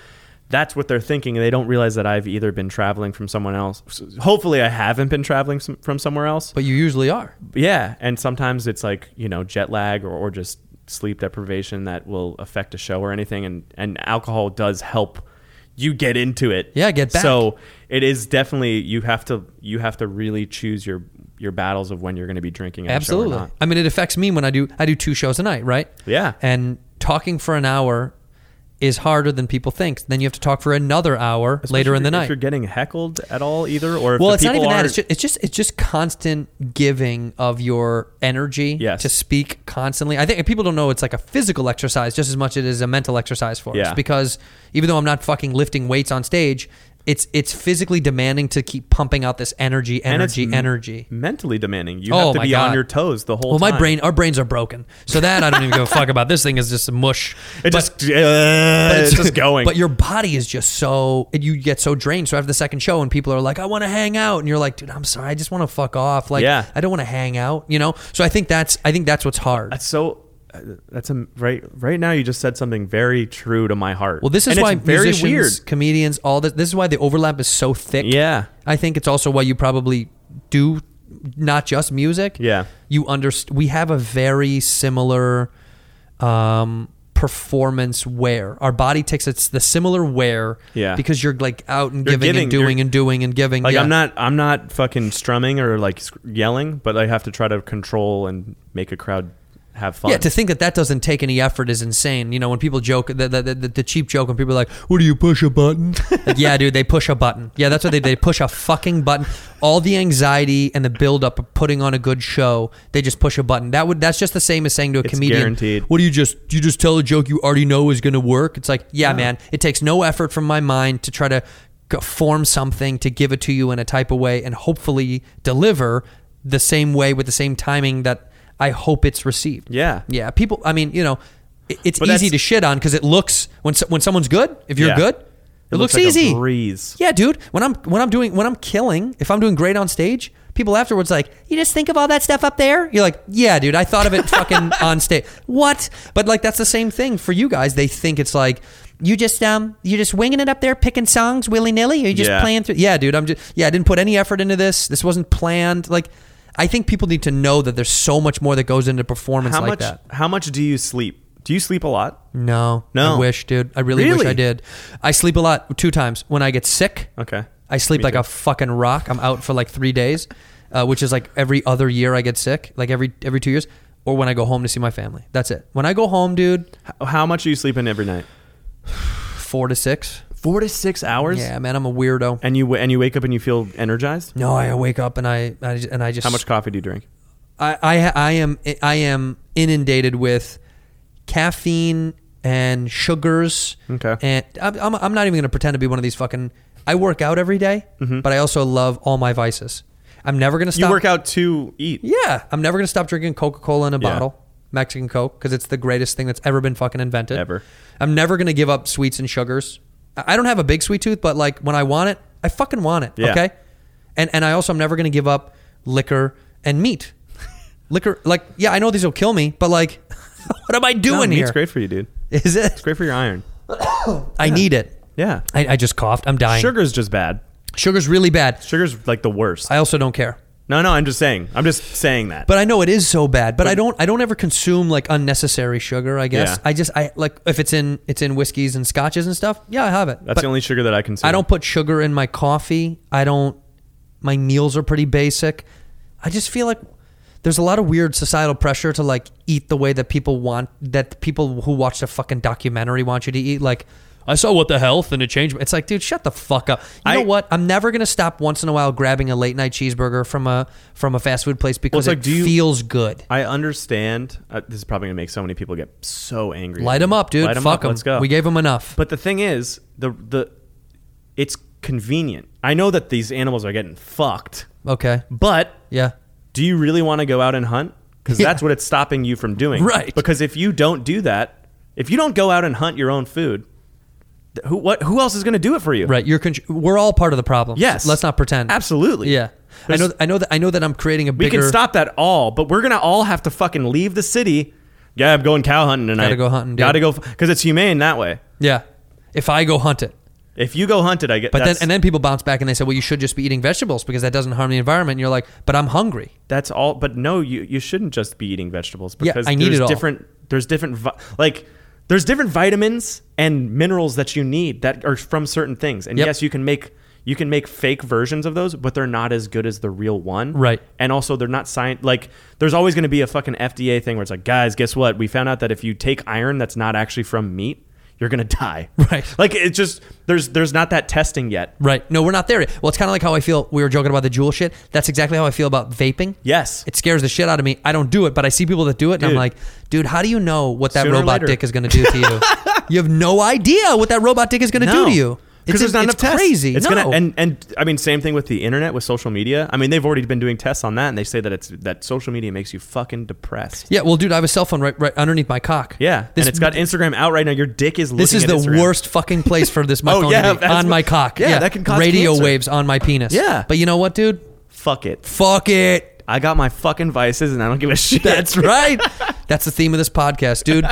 Speaker 9: That's what they're thinking, and they don't realize that I've either been traveling from someone else. Hopefully, I haven't been traveling some, from somewhere else.
Speaker 8: but you usually are
Speaker 9: Yeah, and sometimes it's like you know jet lag or, or just sleep deprivation that will affect a show or anything, and and alcohol does help you get into it.
Speaker 8: Yeah, get back.
Speaker 9: So it is definitely you have to you have to really choose your your battles of when you're going to be drinking. At a show
Speaker 8: absolutely
Speaker 9: or not.
Speaker 8: i mean it affects me when i do i do two shows a night right
Speaker 9: Yeah.
Speaker 8: and talking for an hour is harder than people think then you have to talk for another hour later
Speaker 9: Especially
Speaker 8: in the
Speaker 9: if you're-
Speaker 8: night
Speaker 9: if you're getting heckled at all either, or if
Speaker 8: well,
Speaker 9: the
Speaker 8: it's not
Speaker 9: people
Speaker 8: even that.
Speaker 9: aren't-
Speaker 8: It's just, it's just it's just constant giving of your energy
Speaker 9: Yes.
Speaker 8: to speak constantly. I think people don't know it's like a physical exercise just as much as it is a mental exercise for
Speaker 9: Yeah.
Speaker 8: us. Because even though I'm not fucking lifting weights on stage, it's it's physically demanding to keep pumping out this energy,
Speaker 9: and it's
Speaker 8: energy,
Speaker 9: m-
Speaker 8: energy.
Speaker 9: mentally demanding. You
Speaker 8: Oh,
Speaker 9: have to
Speaker 8: my
Speaker 9: be on
Speaker 8: God.
Speaker 9: your toes the whole.
Speaker 8: Well, my
Speaker 9: time.
Speaker 8: brain, our brains are broken, so that I don't even give a fuck about. This thing is just mush.
Speaker 9: It
Speaker 8: But-
Speaker 9: just uh,
Speaker 8: but
Speaker 9: it's just going.
Speaker 8: But your body is just so and you get so drained. So after the second show, and people are like, "I want to hang out," and you're like, "Dude, I'm sorry, I just want to fuck off. Like,
Speaker 9: Yeah.
Speaker 8: I don't want to hang out." You know. So I think that's I think that's what's hard.
Speaker 9: That's so. uh, That's a right. Right now, you just said something very true to my heart.
Speaker 8: well, this is
Speaker 9: And it's
Speaker 8: why
Speaker 9: very
Speaker 8: musicians,
Speaker 9: weird.
Speaker 8: comedians, all this. This is why the overlap is so thick.
Speaker 9: Yeah.
Speaker 8: I think it's also why you probably do not just music.
Speaker 9: Yeah.
Speaker 8: you underst We have a very similar um, performance wear. Our body takes it's the similar wear.
Speaker 9: Yeah.
Speaker 8: because you're like out and
Speaker 9: You're
Speaker 8: giving,
Speaker 9: giving-
Speaker 8: and
Speaker 9: you're-
Speaker 8: doing and doing and giving.
Speaker 9: Like
Speaker 8: yeah.
Speaker 9: I'm not. I'm not fucking strumming or like sc- yelling, but I have to try to control and make a crowd have fun.
Speaker 8: Yeah, to think that that doesn't take any effort is insane. You know, when people joke, the, the, the, the cheap joke when people are like, what do you push a button? Like, yeah, dude, they push a button. Yeah, that's what they They push a fucking button. All the anxiety and the buildup of putting on a good show, they just push a button. That would That's just the same as saying to a
Speaker 9: It's
Speaker 8: comedian,
Speaker 9: guaranteed.
Speaker 8: what do you just, do you just tell a joke you already know is going to work? It's like, yeah, man, it takes no effort from my mind to try to g- form something to give it to you in a type of way and hopefully deliver the same way with the same timing that I hope it's received.
Speaker 9: Yeah.
Speaker 8: Yeah, people. I mean, you know, it, it's
Speaker 9: But
Speaker 8: easy
Speaker 9: that's-
Speaker 8: to shit on because it looks when so, when someone's good, if you're
Speaker 9: Yeah.
Speaker 8: good, it,
Speaker 9: It
Speaker 8: looks,
Speaker 9: looks like a
Speaker 8: easy.
Speaker 9: breeze.
Speaker 8: Yeah, dude. When I'm when I'm doing when I'm killing, if I'm doing great on stage, people afterwards like, you just think of all that stuff up there. You're like, yeah, dude, I thought of it fucking on stage. What? But like that's the same thing for you guys. They think it's like. You just um, you're just winging it up there, picking songs willy nilly. You're just
Speaker 9: Yeah.
Speaker 8: playing through. Yeah, dude, I'm just yeah. I didn't put any effort into this. This wasn't planned. Like, I think people need to know that there's so much more that goes into performance
Speaker 9: how
Speaker 8: like
Speaker 9: much?
Speaker 8: that.
Speaker 9: How much do you sleep? Do you sleep a lot?
Speaker 8: No,
Speaker 9: No.
Speaker 8: I wish, dude. I really, wish
Speaker 9: Really?
Speaker 8: I did. I sleep a lot. Two times when I get sick.
Speaker 9: Okay.
Speaker 8: I sleep
Speaker 9: Me
Speaker 8: like
Speaker 9: too.
Speaker 8: a fucking rock. I'm out for like three days, uh, which is like every other year I get sick, like every every two years, or when I go home to see my family. That's it. When I go home, dude,
Speaker 9: How- How much are you sleeping every night?
Speaker 8: four to six.
Speaker 9: Four to six hours.
Speaker 8: Yeah, man, I'm a weirdo.
Speaker 9: And you w- and you wake up and you feel energized.
Speaker 8: No, I wake up and I, I j- and I just
Speaker 9: How much coffee do you drink?
Speaker 8: I, I I am I am inundated with caffeine and sugars.
Speaker 9: Okay.
Speaker 8: And I'm I'm, I'm not even going to pretend to be one of these fucking. I work out every day, but I also love all my vices. I'm never going to
Speaker 9: Mm-hmm. You
Speaker 8: stop.
Speaker 9: work out to eat.
Speaker 8: Yeah, I'm never going to stop drinking Coca Cola in a
Speaker 9: Yeah.
Speaker 8: bottle, Mexican Coke, because it's the greatest thing that's ever been fucking invented.
Speaker 9: Ever.
Speaker 8: I'm never going to give up sweets and sugars. I I don't have a big sweet tooth, but like when I want it, I fucking want it.
Speaker 9: Yeah.
Speaker 8: Okay. And and I also am never going to give up liquor and meat. liquor. Like, yeah, I know these will kill me, but like, what am I doing
Speaker 9: no,
Speaker 8: here?
Speaker 9: Meat's great for you, dude.
Speaker 8: Is it?
Speaker 9: It's great for your iron.
Speaker 8: I need it.
Speaker 9: Yeah.
Speaker 8: I, I just coughed. I'm dying.
Speaker 9: Sugar's just bad.
Speaker 8: Sugar's really bad.
Speaker 9: Sugar's like the worst.
Speaker 8: I also don't care.
Speaker 9: no, no, I'm just saying. I'm just saying that.
Speaker 8: But I know it is so bad. But I don't. I don't ever consume like unnecessary sugar. I guess
Speaker 9: Yeah.
Speaker 8: I just I like if it's in it's in whiskeys and scotches and stuff. Yeah, I have it.
Speaker 9: That's
Speaker 8: But
Speaker 9: the only sugar that I consume.
Speaker 8: I don't put sugar in my coffee. I don't. My meals are pretty basic. I just feel like there's a lot of weird societal pressure to like eat the way that people want. That people who watch a fucking documentary want you to eat. Like I saw what the health and it changed. It's like, dude, shut the fuck up. You know
Speaker 9: I-
Speaker 8: what? I'm never gonna stop once in a while grabbing a late night cheeseburger from a from a fast food place because
Speaker 9: it's like,
Speaker 8: it
Speaker 9: do you-
Speaker 8: feels good.
Speaker 9: I understand. Uh, this is probably gonna make so many people get so angry.
Speaker 8: Light them up, dude.
Speaker 9: Light 'em
Speaker 8: Fuck them.
Speaker 9: Let's go.
Speaker 8: We gave them enough.
Speaker 9: But the thing is, the the it's convenient. I know that these animals are getting fucked,
Speaker 8: Okay.
Speaker 9: but
Speaker 8: Yeah.
Speaker 9: do you really want to go out and hunt? Because
Speaker 8: Yeah.
Speaker 9: that's what it's stopping you from doing.
Speaker 8: Right.
Speaker 9: Because if you don't do that, if you don't go out and hunt your own food, th- who what who else is gonna do it for you?
Speaker 8: Right, you're. Con- we're all part of the problem.
Speaker 9: Yes.
Speaker 8: let's not pretend.
Speaker 9: Absolutely.
Speaker 8: Yeah, I know. I know that. I know that I'm creating a
Speaker 9: We
Speaker 8: bigger.
Speaker 9: can stop that all, but we're gonna all have to fucking leave the city. Yeah, I'm going cow hunting tonight.
Speaker 8: Gotta go hunting, dude.
Speaker 9: Gotta go because it's humane that way.
Speaker 8: Yeah, if I go hunt it,
Speaker 9: If you go hunt it, I get.
Speaker 8: but then
Speaker 9: that's-
Speaker 8: and then people bounce back and they say, "Well, you should just be eating vegetables because that doesn't harm the environment." And you're like, "But I'm hungry."
Speaker 9: that's all. But no, you you shouldn't just be eating vegetables
Speaker 8: Yeah,
Speaker 9: because
Speaker 8: I need
Speaker 9: there's
Speaker 8: it all.
Speaker 9: different. There's different vi- like there's different vitamins and minerals that you need that are from certain things. And
Speaker 8: Yep.
Speaker 9: yes, you can make you can make fake versions of those, but they're not as good as the real one.
Speaker 8: Right.
Speaker 9: And also, they're not science. Like there's always going to be a fucking FDA thing where it's like, guys, guess what? We found out that if you take iron that's not actually from meat. You're gonna die,
Speaker 8: Right.
Speaker 9: Like it's just there's there's not that testing yet.
Speaker 8: Right? No, we're not there yet. Well, it's kind of like how I feel. We were joking about the jewel shit. That's exactly how I feel about vaping.
Speaker 9: Yes,
Speaker 8: It scares the shit out of me. I don't do it, but I see people that do it, and I'm
Speaker 9: Dude.
Speaker 8: like, dude, how do you know what that
Speaker 9: Sooner or
Speaker 8: robot
Speaker 9: later.
Speaker 8: dick is going to do to you? you have no idea what that robot dick is going to do to you.
Speaker 9: Because there's not
Speaker 8: it's
Speaker 9: enough tests.
Speaker 8: crazy.
Speaker 9: It's
Speaker 8: no.
Speaker 9: gonna and and I mean same thing with the internet with social media. I mean they've already been doing tests on that and they say that it's that social media makes you fucking depressed.
Speaker 8: yeah, well, dude, I have a cell phone right, right underneath my cock.
Speaker 9: Yeah,
Speaker 8: This-
Speaker 9: and it's got Instagram out right now. Your dick is looking
Speaker 8: This is
Speaker 9: at
Speaker 8: the
Speaker 9: Instagram.
Speaker 8: worst fucking place for this my
Speaker 9: Oh,
Speaker 8: phone
Speaker 9: yeah,
Speaker 8: to be
Speaker 9: that's
Speaker 8: on my
Speaker 9: what-
Speaker 8: cock.
Speaker 9: yeah, that can cause
Speaker 8: radio
Speaker 9: cancer.
Speaker 8: waves on my penis.
Speaker 9: Yeah.
Speaker 8: but you know what, dude?
Speaker 9: Fuck it.
Speaker 8: Fuck it.
Speaker 9: I got my fucking vices and I don't give a shit.
Speaker 8: That's right. That's the theme of this podcast, dude.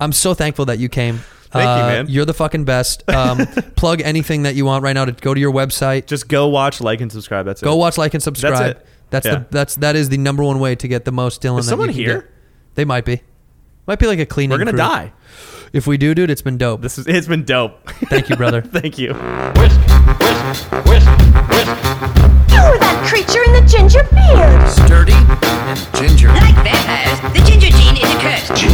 Speaker 8: I'm so thankful that you came.
Speaker 9: Thank you,
Speaker 8: Uh,
Speaker 9: man.
Speaker 8: You're the fucking best. Um, plug anything that you want right now to go to your website.
Speaker 9: Just go watch, like, and subscribe. That's it.
Speaker 8: go watch, like, and subscribe.
Speaker 9: it.
Speaker 8: That's
Speaker 9: Yeah.
Speaker 8: the that's that is the number one way to get the most Dylan.
Speaker 9: Is
Speaker 8: that
Speaker 9: someone
Speaker 8: you can
Speaker 9: here?
Speaker 8: get. They might be. Might be like a cleaning.
Speaker 9: We're gonna
Speaker 8: crew.
Speaker 9: die.
Speaker 8: if we do, dude. It's been dope.
Speaker 9: This is it's been dope.
Speaker 8: Thank you, brother.
Speaker 9: Thank you.
Speaker 1: Whisk, whisk, whisk, whisk.
Speaker 2: You were that creature in the ginger beard.
Speaker 3: Sturdy, ginger.
Speaker 4: Like vampires, the ginger gene is a curse.